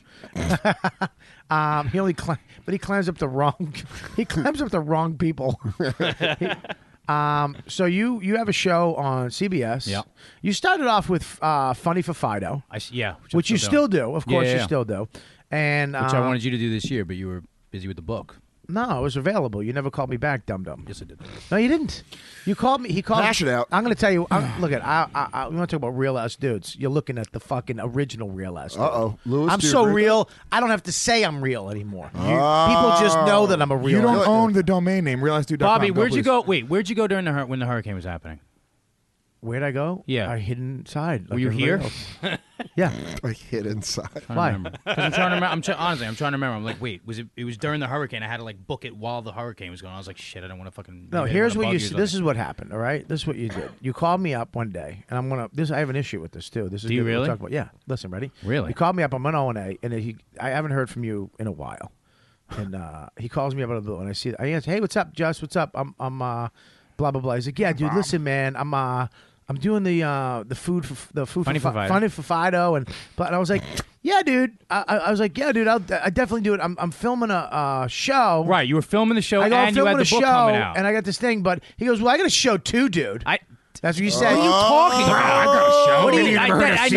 B: um, he only climb, but he climbs up the wrong. He climbs up the wrong people. um, so you you have a show on CBS.
A: Yeah.
B: You started off with uh, Funny for Fido,
A: I s- yeah,
B: which
A: I'm
B: you still
A: doing.
B: do. Of
A: Yeah,
B: course,
A: yeah,
B: you
A: yeah.
B: still do. And
A: Which I
B: um,
A: wanted you to do this year, but you were busy with the book.
B: No, it was available. You never called me back, dum dum. Yes, I did. No, you didn't. You called me. He called.
D: Hash it out.
B: I'm going to tell you. I'm, look at. I, I, I, we want to talk about real ass dudes. You're looking at the fucking original real ass. dude.
D: Uh-oh. Louis,
B: I'm
D: do you
B: so
D: agree with
B: real. I don't have to say I'm real anymore. You-
D: Ah.
B: people just know that I'm a real.
F: You don't
B: ass dude.
F: own the domain name, realizedude.com.
A: Bobby, where'd you
F: please.
A: go? Wait, where'd you go during the hur- when the hurricane was happening?
B: Where'd I go?
A: Yeah.
B: I hid inside.
A: Were
B: like
A: you here?
B: everybody else. yeah.
D: I hid inside.
A: I don't
B: Why?
A: remember. 'Cause I'm trying to remember. I'm try- honestly, I'm trying to remember. I'm like, wait, was it? It was during the hurricane. I had to like book it while the hurricane was going. on. I was like, shit, I don't want to fucking.
B: No,
A: maybe I
B: here's what
A: wanna bug
B: you.
A: or
B: See,
A: something.
B: this is what happened. All right, this is what you did. You called me up one day, and I'm gonna. This I have an issue with this too. This is
A: Do you
B: good that we'll
A: really?
B: Talk about. Yeah, listen, ready?
A: Really?
B: He called me up. I'm on O and A, and he. I haven't heard from you in a while, and uh, he calls me up out of the blue, and I see. I answer, hey, what's up, Just? What's up? I'm. I'm. Uh, blah blah blah. He's like, yeah, dude. Listen, man, I'm. Uh, I'm doing the uh, the food for the food
A: Funny
B: for,
A: for
B: Fi-
A: Fido.
B: Funny for Fido, and but and I was like. Yeah, dude. I, I I was like, yeah, dude. I'll, I definitely do it. I'm, I'm filming a uh, show.
A: Right, you were filming the show
B: I go, I'm
A: and you
B: filming
A: had the
B: a
A: book
B: show,
A: coming out.
B: and I got this thing. But he goes, "Well, I got a show too, dude."
A: I.
B: That's what you said.
A: What are you talking about?
B: I got a show.
A: What do you- I-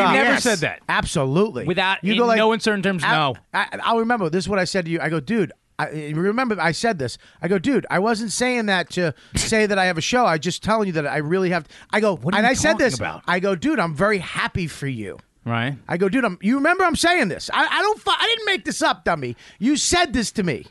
A: I- I never said that.
B: Absolutely.
A: Without-
B: you
A: in
B: go like
A: no uncertain terms,
B: I,
A: no.
B: I, I'll remember. This is what I said to you. I go, dude. I you remember I said this. I go, dude. I wasn't saying that to say that I have a show. I just telling you that I really have. I go,
A: are
B: and
A: you
B: I said
A: talking
B: this.
A: about?
B: I go, dude. I'm very happy for you.
A: right.
B: I go, dude. I'm, you remember I'm saying this. I, I don't. fu- I didn't make this up, dummy. You said this to me.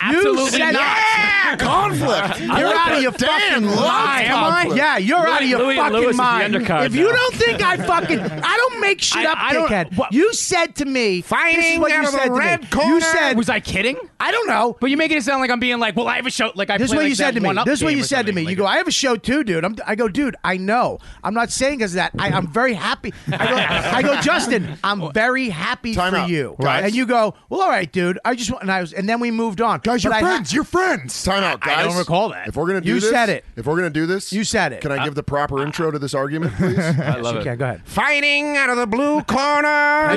A: Absolutely
B: said-
A: not.
B: Yeah!
D: Conflict.
B: You're out of your
D: Dan
B: fucking
D: loves
B: mind. Am I?
D: conflict.
B: Yeah, you're out of your
G: Louis
B: fucking
G: Lewis is the
B: mind.
G: undercard
B: if you
G: now.
B: don't think I fucking, I don't make shit
A: I-
B: up,
A: I don't-
B: dickhead.
A: what-
B: you said to me, this is what you said to me. You said,
A: was I kidding?
B: I don't know.
A: But you're making it sound like I'm being like, well, I have a show. Like I.
B: This is
A: play,
B: what
A: like,
B: you said
A: that
B: to me.
A: one-up
B: This is what
A: game
B: you
A: or
B: said to me.
A: something.
B: You
A: Like,
B: go, I have a show too, dude. I'm, I go, dude, I know. I'm not saying because of that. I, I'm very happy. I go, I go, Justin, I'm very happy
D: Time
B: for
D: out,
B: you.
D: guys.
B: And you go, well, all right, dude. I just want, and I was, and then we moved on.
F: Guys,
B: But
F: you're
B: I ha-
F: friends. you're friends.
D: Time out, guys.
A: I don't recall that.
D: If we're gonna do
B: You
D: this,
B: said it.
D: If we're gonna do this,
B: You said it.
D: Can I give the proper intro to this argument, please?
G: I love
B: Okay,
G: it.
B: go ahead.
K: Fighting out of the blue corner.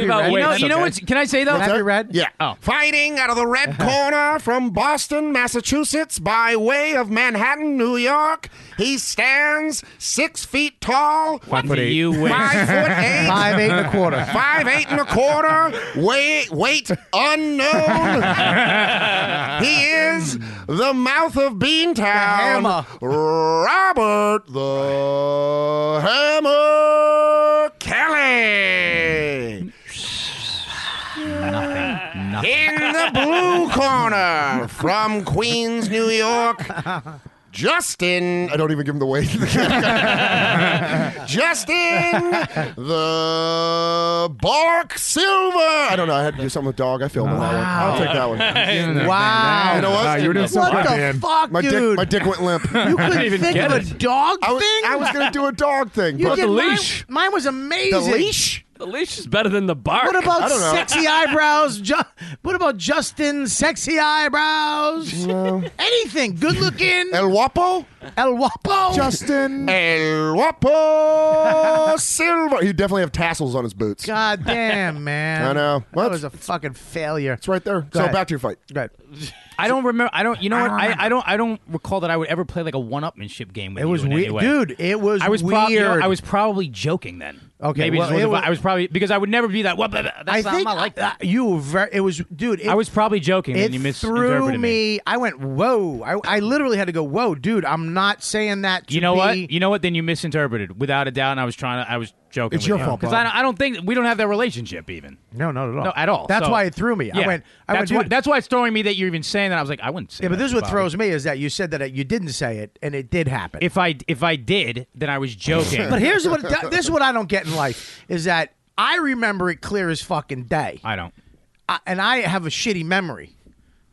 G: About
A: You
G: weight,
A: know,
G: that's
A: you know
G: okay.
A: what's? Can I say though?
B: Have you read?
D: yeah.
A: Oh.
K: Fighting out of the red corner from Boston, Massachusetts, by way of Manhattan, New York. He stands six feet tall,
A: What do you win?
K: five foot eight,
B: Five, eight and a quarter.
K: five eight and a quarter. Weight weight unknown. he is the mouth of Beantown.
B: hammer.
K: Robert the Hammer Kelly.
A: Nothing. Nothing.
K: In the blue corner from Queens, New York. Justin,
D: I don't even give him the weight.
K: Justin,
D: the Bark Silver. I don't know. I had to do something with dog. I failed on that one. I'll take that one.
B: Wow.
D: You know what?
F: Ah, you were doing so
B: What
F: good,
B: the
F: man.
B: fuck,
D: My
B: dude?
D: dick, my dick went limp.
B: you couldn't
G: even
B: think
G: get
B: of a
G: it.
B: dog
D: I was,
B: thing?
D: I was gonna do a dog thing,
B: you
D: but
B: did
G: the
B: mine-
G: leash.
B: Mine, was amazing.
D: the leash.
G: The leash is better than the bark.
B: What about
D: don't know.
B: sexy eyebrows? Ju- what about Justin's sexy eyebrows? Anything. Good looking.
D: El Guapo,
B: El Wapo.
D: Justin.
K: El Guapo.
D: Silver. He definitely have tassels on his boots.
B: God Ah, damn, man.
D: I know.
B: That
D: What?
B: was a fucking failure.
D: It's right there. so
B: ahead.
D: back to your fight.
B: Right.
A: I don't remember. I don't. You know what? I, I don't. I don't recall that I would ever play like a one-upmanship game with
B: It
A: you
B: was
A: in any
B: weird.
A: way.
B: Dude, it was,
A: I was
B: weird.
A: probably. you know, I was probably joking then.
B: Okay,
A: Maybe
B: well,
A: just
B: it
A: wasn't-
B: was-
A: I was probably because I would never be that. Well, blah, blah, that's
B: I
A: not-
B: think
A: I'm not like that.
B: uh, you were very, it was, dude. It,
A: I was probably joking,
B: It
A: and you
B: threw
A: misinterpreted
B: me. I went, whoa. I, I literally had to go, whoa, dude. I'm not saying that. To
A: You know what?
B: be-
A: You know what? Then you misinterpreted, without a doubt. And I was trying to. I was joking.
F: It's
A: with
F: your
A: you.
F: fault,
A: because
F: Bob.
A: I, don't- I don't think we don't have that relationship even.
B: No, not at all.
A: No, at all.
B: That's
A: So-
B: why it threw me. I
A: Yeah.
B: went. I
A: that's
B: went.
A: why.
B: dude-
A: That's why it's throwing me that you're even saying that. I was like, I wouldn't say.
B: yeah, but
A: that
B: this is
A: to
B: what
A: Bobby.
B: throws me is that you said that it, you didn't say it, and it did happen.
A: If I if I did, then I was joking.
B: but here's what it- this is what I don't get in life is that I remember it clear as fucking day,
A: I don't.
B: I, and I have a shitty memory,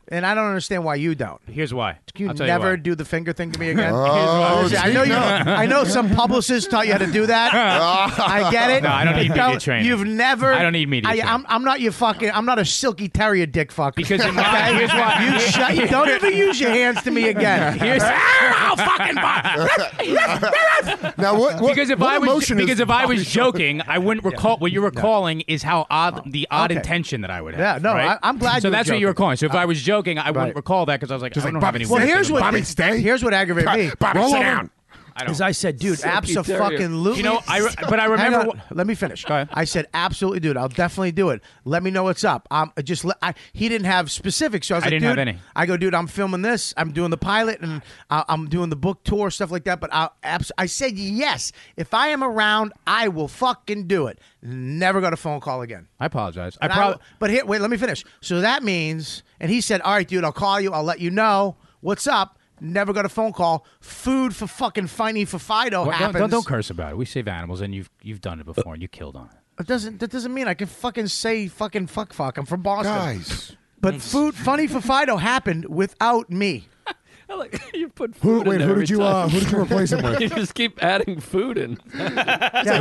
B: and I don't understand why you don't.
A: Here's why.
B: Can you
A: I'll tell
B: never
A: why.
B: do the finger thing to me again?
D: Oh,
B: Listen, I know you. I know some publicists taught you how to do that. I get it.
A: No, I don't need
B: But
A: media training.
B: You've never.
A: I don't need media
B: I,
A: training.
B: I'm, I'm not your fucking. I'm not a silky terrier dick fucker.
A: Because in my-
B: okay?
A: here's why-
B: You shut. You don't ever use your hands to me again.
A: Here's-
B: I'll fucking
D: Now what? what
A: because if
D: what
A: I was
D: emotion is
A: because if I was joking, I wouldn't recall. What you're recalling is how odd the odd
B: Oh, Okay.
A: intention that I would have.
B: Yeah, no,
A: right?
B: I- I'm glad
A: So
B: you were
A: that's what you were
B: joking. Uh,
A: calling. So if I was joking, I
B: Right.
A: wouldn't recall that because I was like, I don't have any.
B: Well,
A: words.
B: here's what.
F: Bobby, stay.
B: Here's what aggravated me.
F: Bobby,
K: Roll
F: sit
K: over.
F: down.
E: I don't.
B: Because I said, dude, absolutely. fucking
E: You know, I re- but I remember. wh-
B: let me finish. I said, absolutely, dude. I'll definitely do it. Let me know what's up. Um, I just let, I, he didn't have specifics, so I was
A: I
B: like,
A: didn't have
B: dude-
A: any.
B: I go, dude, I'm filming this. I'm doing the pilot, and I, I'm doing the book tour stuff like that. But I, abs- I said yes. If I am around, I will fucking do it. Never got a phone call again.
A: I apologize. I
B: And I
A: probably.
B: will- but here, wait, let me finish. So that means, and he said, "All right, dude, I'll call you. I'll let you know what's up." Never got a phone call. Food for fucking Finey for Fido
A: Well, don't,
B: happens.
A: don't, don't curse about it. We save animals, and you've you've done it before, and you killed on it.
B: It doesn't. That doesn't mean I can fucking say fucking fuck fuck. I'm from Boston, guys. But food funny for Fido happened without me.
G: you put
B: Who-
G: food in
B: wait,
G: there
B: who
G: every
B: did you, uh,
G: time.
B: who did you replace him with?
G: you just keep adding food in.
F: Yeah,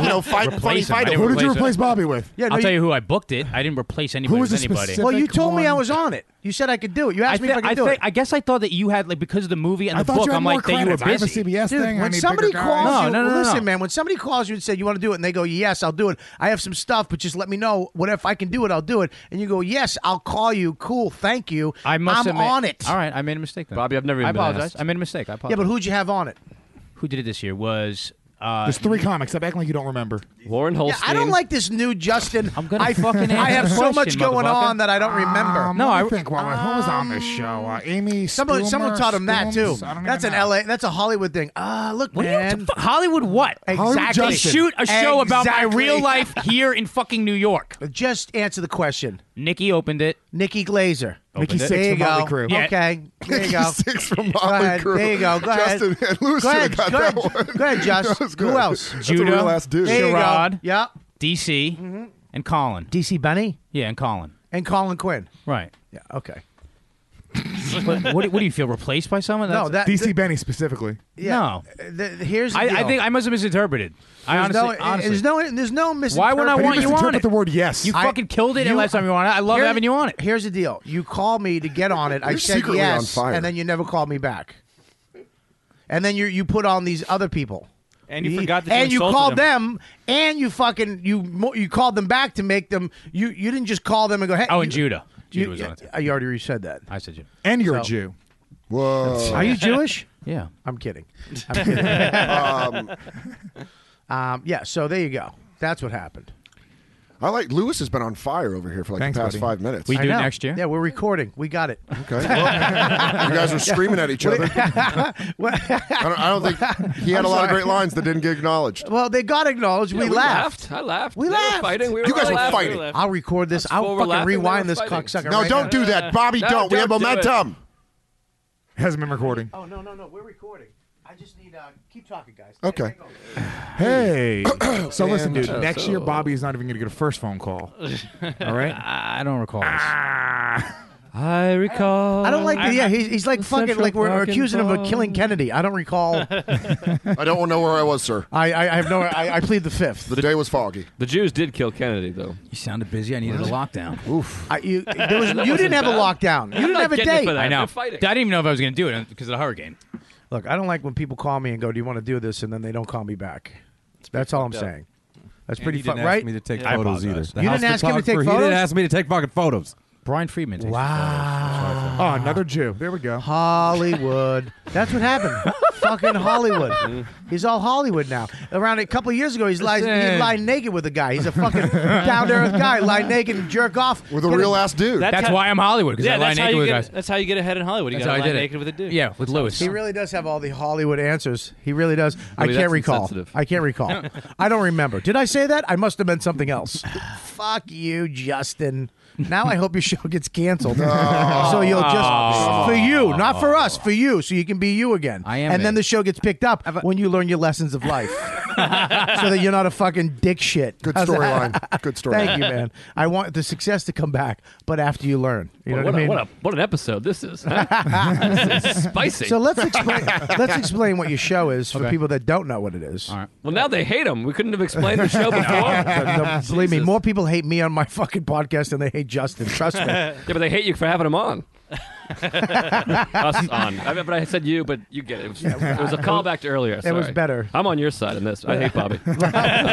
F: you know, fight- Replace funny him. fight I didn't him. Who did you replace Bobby with?
B: Yeah, no,
A: I'll tell
B: you-
A: you who I booked it. I didn't replace anybody with anybody.
B: Well, you told me I was on it. You said I could do it. You asked
A: I,
B: me if I
A: thi-
B: could
A: I,
B: do
A: thi-
B: it.
A: I guess I thought that you had like because of the movie and
B: I
A: the
B: thought
A: book.
B: you had
A: I'm
B: more
A: like that you were
B: credits. I have a
A: busy.
F: CBS
B: Dude, when somebody calls
A: no,
B: you,
A: no, no, no,
B: listen,
A: no.
B: man. When somebody calls you and said you want to do it, and they go, "Yes, I'll do it. I have some stuff, but just let me know. What if I can do it? I'll do it." And you go, "Yes, I'll call you. Cool, thank you.
A: I must
B: I'm
A: admit-
B: on it."
A: All right, I made a mistake then.
G: Bobby, I've never
A: I
G: even been
A: apologize.
G: asked.
A: I made a mistake. I
B: yeah,
A: apologize.
B: but who'd you have on it?
A: who did it this year was uh,
F: There's three comics. I act like you don't remember.
G: Warren
B: Yeah, I don't like this new Justin. I'm gonna I
F: fucking
B: I
F: answer
B: have
F: the
B: so much
F: question,
B: going
F: motherfucker.
B: on that I don't remember.
F: Um, no, I think while who was on this show? Uh, Amy.
B: Someone,
F: Schumer,
B: someone taught him that too.
F: Stooms? I don't
B: That's an
F: even know.
B: LA. That's a Hollywood thing. Ah, look,
A: What do you-
B: man.
A: what the fu- Hollywood what?
B: Hollywood
A: Exactly.
B: Justin.
A: Shoot a show about my
B: Exactly.
A: real life here in fucking New York.
B: Just answer the question.
A: Nikki opened it.
B: Nikki Glazer.
A: Opened it.
B: there you go. Okay, there you go.
D: Six from
B: Go
D: Motley
B: ahead.
D: Crue.
B: There you go. Go ahead.
D: Justin and Louis
B: go
D: shoulda
B: ahead.
D: got
B: go
D: that
B: ahead.
D: one.
B: Go ahead, Josh.
D: That was
B: Who
D: good.
B: else?
D: That's a
A: Judah,
D: real ass dude.
B: There you
A: Sherrod,
B: go. Yep.
A: DC, and Colin.
B: DC Mm-hmm. Benny
A: Yeah, and Colin.
B: and Colin Quinn.
A: Right.
B: Yeah. Okay.
A: what, what, do- what do you feel replaced by someone?
B: No, that-
F: DC Benny specifically.
B: Yeah.
A: No.
B: Uh, th- here's the
A: I, I
B: deal.
A: think I must have misinterpreted. I
B: There's
A: honestly,
B: no-
A: honestly.
B: there's no, there's no misinterpretation.
A: Why would I want you on it?
F: The word yes.
A: You
B: I-
A: fucking killed it
B: you-
A: and last time you were on it. I love
B: Here-
A: having you on it.
B: Here's the deal: you call me to get on it. I
D: You're
B: said
D: secretly on
B: yes,
D: fire.
B: and then you never called me back. And then you you put on these other people,
E: And you forgot that you
B: and you
E: insulted
B: called
E: them.
B: them. and you fucking you mo- you called them back to make them. You you didn't just call them and go, hey.
A: Oh,
B: you-
A: and Judah.
B: You,
A: Judah was on it.
B: you already re- said that.
A: I said Judah.
F: And you're a
B: So-
F: Jew.
D: Whoa.
B: Are you Jewish?
A: Yeah.
B: I'm kidding. I'm kidding.
D: um,
B: um, yeah. So there you go. That's what happened.
D: I like Lewis has been on fire over here for like
F: Thanks,
D: the past
F: buddy.
D: five minutes.
A: We
B: I
A: do
B: know.
A: next year.
B: Yeah, we're recording. We got it.
D: okay. Well, you guys were screaming at each other.
B: Well-
D: I don't, I don't think he had
B: I'm
D: a lot of
B: sorry.
D: great lines that didn't get acknowledged.
B: Well, they got acknowledged.
G: Yeah,
B: we, laughed.
G: I laughed.
B: We
G: They were
B: laughed.
G: fighting. We
D: You guys
G: all
D: were
G: laughing.
D: fighting.
G: We were laughing.
B: I'll record this.
G: That's
B: I'll
G: forward
B: fucking
G: laughing, they were
B: rewind this
G: fighting.
B: cocksucker.
D: No,
B: right
D: don't
B: now.
D: do that, Bobby.
G: No,
D: don't. We have
G: don't do it.
D: momentum.
F: Hasn't been recording.
B: Oh no, no, no. We're recording. I just need uh, keep talking, guys.
D: Okay.
B: Take over.
F: Hey. so listen, dude.
G: uh,
F: Next year,
G: so-
F: Bobby is not even going to get a first phone call. All right. Ah.
A: I don't recall. This.
K: Ah.
G: I recall.
B: I don't like. The, yeah, he's, he's like
G: Central
B: fucking like we're
G: Park
B: accusing him of
G: involved.
B: killing Kennedy. I don't recall. I,
D: I don't know where I was, sir.
B: I I have no. I, I plead the fifth.
D: The day was foggy.
G: The Jews did kill Kennedy, though.
A: You sounded busy. I needed a lockdown.
B: I, you there was, you
G: wasn't
B: didn't have a
G: bad.
B: lockdown. You
G: I'm
B: didn't
G: not
B: have a
G: getting it for
B: date.
G: that.
A: I know.
G: They're fighting.
A: I didn't even know if I was going to do it because of the hurricane.
B: Look, I don't like when people call me and go, "Do you want to do this?" and then they don't call me back. That's all I'm saying. That's pretty
L: He didn't ask
B: fun, right?
L: me to take
A: I
L: photos either.
A: apologize.
L: The
B: You
L: house
B: didn't ask him to take
L: photographer, He
B: photos?
L: didn't ask me to take fucking photos.
A: Brian Friedman. Takes
B: Wow.
F: Oh, another Jew. There we go.
B: Hollywood. That's what happened. Fucking Hollywood. He's all Hollywood now. Around a couple of years ago, he's lying, he
A: Listen.
B: lying naked with a guy. He's a fucking down to earth guy, lying naked and jerk off
D: With a
B: Get
D: real
B: him-
D: ass dude.
E: That-
A: That's
E: how-
A: why I'm Hollywood because
E: Yeah,
A: I lie
E: that's how
A: naked
E: you
A: with
E: get.
A: guys.
E: That's how you get ahead in Hollywood. You
A: That's
E: gotta
A: how I
E: lie
A: did it.
E: naked with a dude.
A: Yeah, with Lewis.
B: He really does have all the Hollywood answers. He really does. I
G: Maybe
B: can't
G: that's
B: recall.
G: insensitive.
B: I can't recall. I don't remember. Did I say that? I must have meant something else. Fuck you, Justin. Now I hope your show gets canceled. so you'll just for you, not for us, for you, so you can be you again.
A: I am
B: And then
A: it.
B: the show gets picked up when you learn your lessons of life, so that you're not a fucking dick shit.
D: Good
B: How's that?
D: storyline. Good storyline.
B: Thank you, man. I want the success to come back, but after you learn, you know
G: what,
B: what I
G: a,
B: mean.
G: what, a, what an episode this is. huh? This is spicy.
B: So let's explain. let's explain what your show is for people that don't know what it is.
A: All right.
G: well, now they hate him. We couldn't have explained the show before. yeah,
B: No, no, believe me, more people hate me on my fucking podcast than they hate Justin. Trust me.
G: but they hate you for having him on. Us on. I mean, but I said you, but you get it. It was, it was a callback to earlier.
B: It was
G: sorry.
B: better.
G: I'm on your side in this. I hate Bobby.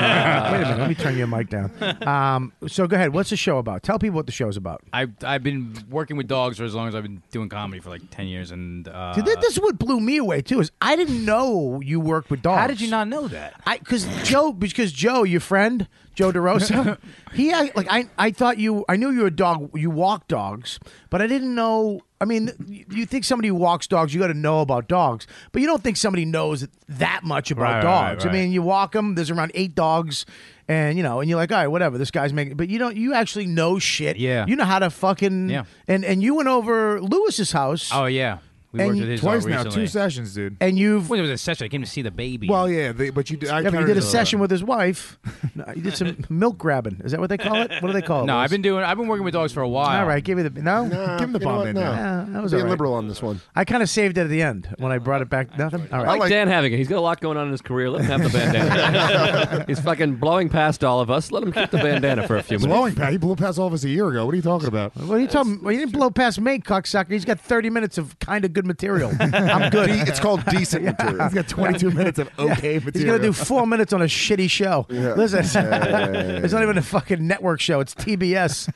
G: Uh,
B: Wait a minute. Let me turn your mic down. Um, so go ahead. What's the show about? Tell people what the show's about.
A: I I've been working with dogs for as long as I've been doing comedy for like ten years, and uh,
B: See, thi- this is what blew me away too. Is I didn't know you worked with dogs.
A: How did you not know that?
B: I because Joe because Joe, your friend Joe DeRosa, he I- like I I thought you I knew you were a dog. You walk dogs, but I didn't know. I mean, you- you think somebody who walks dogs, you got to know about dogs, but you don't think somebody knows that much about
A: Right, right,
B: dogs.
A: right,
B: I mean, you walk them. There's around eight dogs, and you know, and you're like, all right, whatever. This guy's making, but you don't. You actually know shit.
A: Yeah.
B: you know how to fucking.
A: Yeah.
B: and and you went over Lewis's house.
A: Oh yeah, we
B: And
A: worked
B: you-
A: with his
B: twice
A: dog
B: now, two
A: recently.
F: sessions, dude.
B: And you've
A: when it was a session, I came to see the baby.
F: Well, yeah, they, but you. d- I
B: Yeah, but you
F: counted
B: did a
F: it.
B: session with his wife. No, you did some milk grabbing. Is that what they call it? What do they call it?
A: no, I've
B: Louis?
A: been doing. I've been working with dogs for a while.
B: All right, give me the no. give him the
D: you know
B: bomb
D: what?
B: in
D: No.
B: there. Yeah, that was
D: Be
B: all right.
D: liberal on this one.
B: I kind of saved it at the end when I brought it back. Nothing. All
G: I
B: right.
G: like, Dan having it. He's got a lot going on in his career. Let him have the bandana. He's fucking blowing past all of us. Let him keep the bandana for a few minutes.
F: Blowing past. He blew past all of us a year ago. What are you talking about?
B: What are you talking? Well, you didn't blow past me, cocksucker. He's got 30 minutes of kind of good material. I'm good.
D: De- it's called decent material.
F: He's got 22 minutes of okay material.
B: He's gonna do four minutes on a shitty show.
D: Yeah.
B: Listen,
D: Hey.
B: it's not even a fucking network show. It's TBS.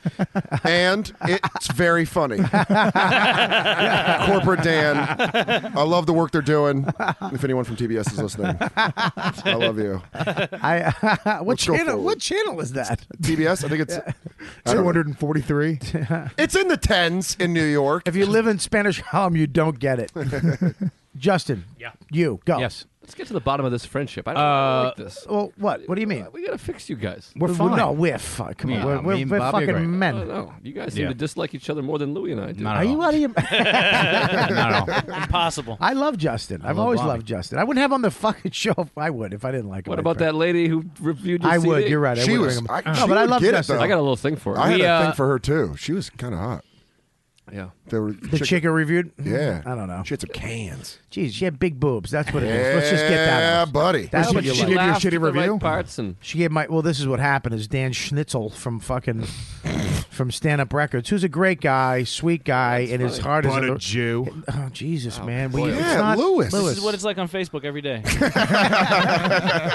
D: and it's very funny. Corporate Dan, I love the work they're doing. If anyone from TBS is listening, I love you.
B: I what
D: Let's go
B: channel?
D: forward.
B: What channel is that?
D: TBS, I think it's I don't know.
F: 243.
D: it's in the tens in New York.
B: If you live in Spanish Harlem, you don't get it. Justin. Yeah. You go.
A: Yes.
G: Let's get to the bottom of this friendship. I don't really like this.
B: Uh, Well, what? What do you mean?
G: We gotta fix you guys.
A: We're
B: Well,
A: fine.
B: No, we're fine. Come
A: Yeah,
B: on, we're,
A: me
B: we're,
A: and
B: we're
A: Bobby
B: fucking
A: are great.
G: I don't
B: men.
G: know. You guys seem
A: Yeah.
G: to dislike each other more than Louie and I do.
A: Not
B: Are
A: at
B: you
A: all.
B: out of your?
A: Not at all.
E: Impossible.
B: I love Justin. I've
A: love
B: always
A: Bobby.
B: loved Justin. I wouldn't have him on the fucking show if I would if I didn't like him.
G: What
B: I'd
G: about
B: bring-
G: that lady who reviewed your
B: I
G: CD?
B: would. You're right. I
D: She
B: would
D: was-
B: bring him.
D: I-
B: no,
D: she
B: but I
D: would
B: love
D: get it,
B: Justin.
D: though.
G: I got a little thing for her.
D: I had
A: We,
D: a
A: uh,
D: thing for her too. She was kind of hot.
G: yeah.
D: They were
B: The chick who reviewed.
D: Yeah,
B: Mm, I don't know.
D: She had some cans.
B: Jeez, she had big boobs. That's what it is.
D: yeah,
B: Let's just get that. out.
D: buddy.
B: That's
G: But
B: what you
G: she
B: like.
F: your
G: laughed
F: shitty
G: at the right
F: review?
G: parts and
B: She gave my well. This is what happened: is Dan Schnitzel from fucking from Stand Up Records, who's a great guy, sweet guy, and his heart is.
F: But
B: in
F: a
B: the-
F: Jew.
B: Oh Jesus, man! Well,
G: boy.
B: you- it's
D: Yeah,
B: not-
D: Lewis. This
E: This is what it's like on Facebook every day.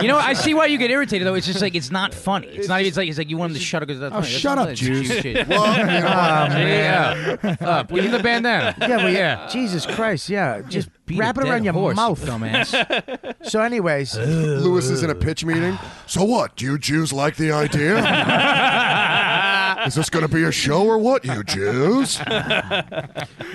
A: You know, I see why you get irritated though. It's just like it's not funny. It's, not even. It's like it's like you want him to shut up because that's oh, funny.
F: shut
A: that's
F: up,
A: not- it's
F: Jews.
A: Jew shit.
D: Well, you know,
A: yeah, up. Give him the bandana.
B: Yeah, well, yeah. Jesus Christ, yeah. Just
A: Beat
B: wrap
A: a
B: it
A: dead
B: around your
A: horse, you
B: mouth.
A: dumbass.
B: So, anyways,
D: Lewis is in a pitch meeting. So what? Do you Jews like the idea? is this going to be a show or what, you Jews?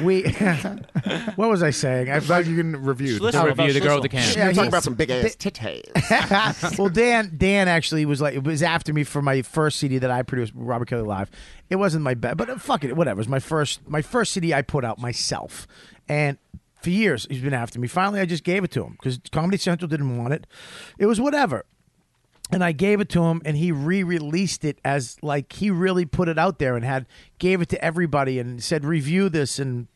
B: we. what was I saying? I,
F: I'm glad you can review.
E: Listen
A: I'll
E: about
A: review the girl with the
E: Schlissel.
A: can.
B: yeah, he-
D: some big ass titties.
B: well, Dan, Dan actually was like, it was after me for my first CD that I produced, Robert Kelly Live. It wasn't my best, but uh, fuck it, whatever. It was my first, my first CD I put out myself, and for years he's been after me. Finally, I just gave it to him because Comedy Central didn't want it. It was whatever. And I gave it to him, and he re-released it as like he really put it out there and had gave it to everybody and said review this and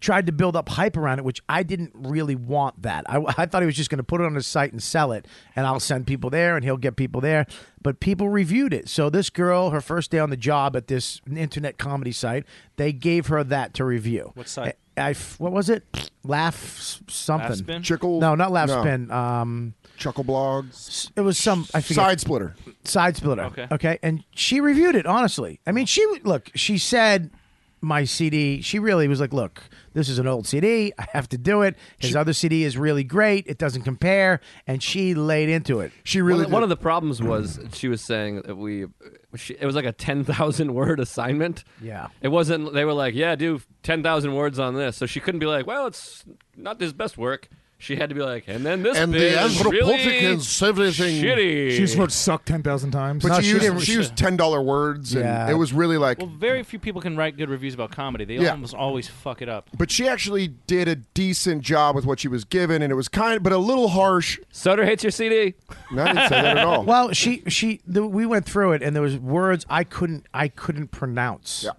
B: tried to build up hype around it, which I didn't really want that. I, I thought he was just going to put it on his site and sell it, and I'll send people there and he'll get people there. But people reviewed it. So this girl, her first day on the job at this internet comedy site, they gave her that to review. What
E: site?
B: I, I- what was it? Laugh s- something.
E: Laughspin?
D: Chickle.
B: No, not Laugh
D: No.
B: Spin. Um,
D: Chuckle blogs.
B: it was some. I forget
D: Side splitter.
B: side splitter.
E: Okay.
B: Okay. And she reviewed it honestly. I mean, she w- look. She said my CD. She really was like, look, this is an old CD. I have to do it. His other CD is really great. It doesn't compare. And she laid into it.
D: She really.
G: one, one of the problems was she was saying that we she, it was like a 10,000 word assignment.
B: Yeah.
G: It wasn't they were like, "Yeah, do 10,000 words on this." So she couldn't be like, "Well, it's not his best work." She had to be like, "And then this
D: And the
G: bit is really
D: anthropological civilization-
G: shitty."
F: She's heard suck 10,000 times.
D: but
B: No,
D: she,
B: she
D: used,
B: didn't-
D: she used ten dollar words, and
B: Yeah.
D: it was really like.
E: Well, very few people can write good reviews about comedy. They
D: Yeah.
E: almost always fuck it up.
D: but she actually did a decent job with what she was given, and it was kind, but a little harsh.
G: Soder hates your CD.
D: No, I didn't say that at all.
B: Well, she she the, we went through it, and there was words I couldn't I couldn't pronounce.
D: Yeah.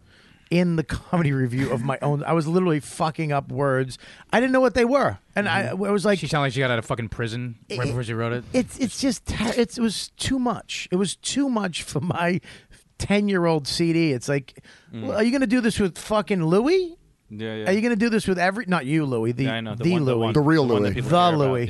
B: In the comedy review of my own, I was literally fucking up words. I didn't know what they were, and I, I was like,
A: She sounded like she got out of fucking prison right before she wrote it.
B: It's it's just ter- it's, it was too much. It was too much for my ten year old CD. It's like, well, are you going to do this with fucking Louis?
E: Hmm. Yeah, yeah.
B: Are you going to do this with every? Not you, Louis. The
E: Yeah, I know, the
B: the,
E: one- the
B: Louis,
E: one- The real the one that Louis. people care
B: the
E: about,
B: Louis.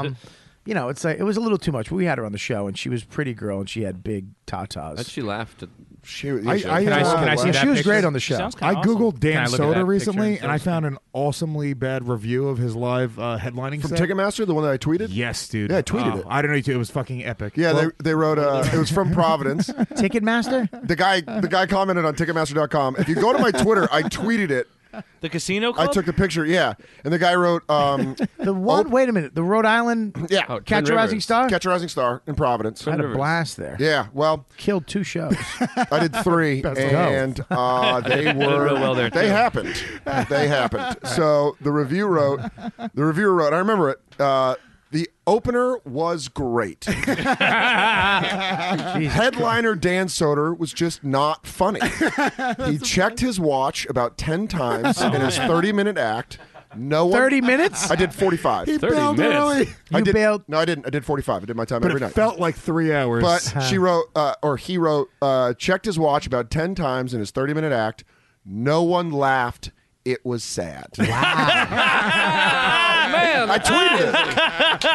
B: um, you know, it's like it was a little too much. We had her on the show, and she was a pretty girl, and she had big tatas.
G: But she laughed. At,
B: she,
F: I, I, uh,
B: she was great on the show.
F: I googled Dan Soder recently, and I found an awesomely bad review of his live uh, headlining
D: From
F: set.
D: Ticketmaster, the one that I tweeted.
F: Yes, dude.
D: Yeah, I tweeted
F: Oh,
D: it.
F: I don't know. It was fucking epic.
D: Yeah,
F: Well-
D: they, they wrote uh, it was from Providence.
B: Ticketmaster.
D: The guy the guy commented on Ticketmaster.com. If you go to my Twitter, I tweeted it.
E: The casino.
D: I took the picture. Yeah, and the guy wrote um,
B: the one. wait a minute. The Rhode Island.
D: Yeah,
B: Catch a Rising Star.
D: Catch a Rising Star in Providence.
B: Had a blast there.
D: Yeah, well,
B: killed two shows.
D: I did three,
B: Best of
D: and
B: both.
D: uh, they
B: Did
D: were
B: real well there,
D: they
B: too.
D: happened. They happened. So the review wrote, the reviewer wrote. I remember it. Uh, the opener was great. Headliner Dan Soder was just not funny. He checked his watch about ten times
B: Oh,
D: in his thirty-minute act. No one.
B: 30 minutes?
D: I did forty-five.
F: He 30 bailed minutes. early.
D: I
B: You
D: did,
B: bailed.
D: No, I didn't. I did forty-five. I did my time
F: but
D: every
F: it
D: night.
F: felt like three hours.
D: But she wrote, uh, or he wrote, uh, checked his watch about 10 times in his 30 minute act. No one laughed. It was sad.
G: man.
D: I tweeted it.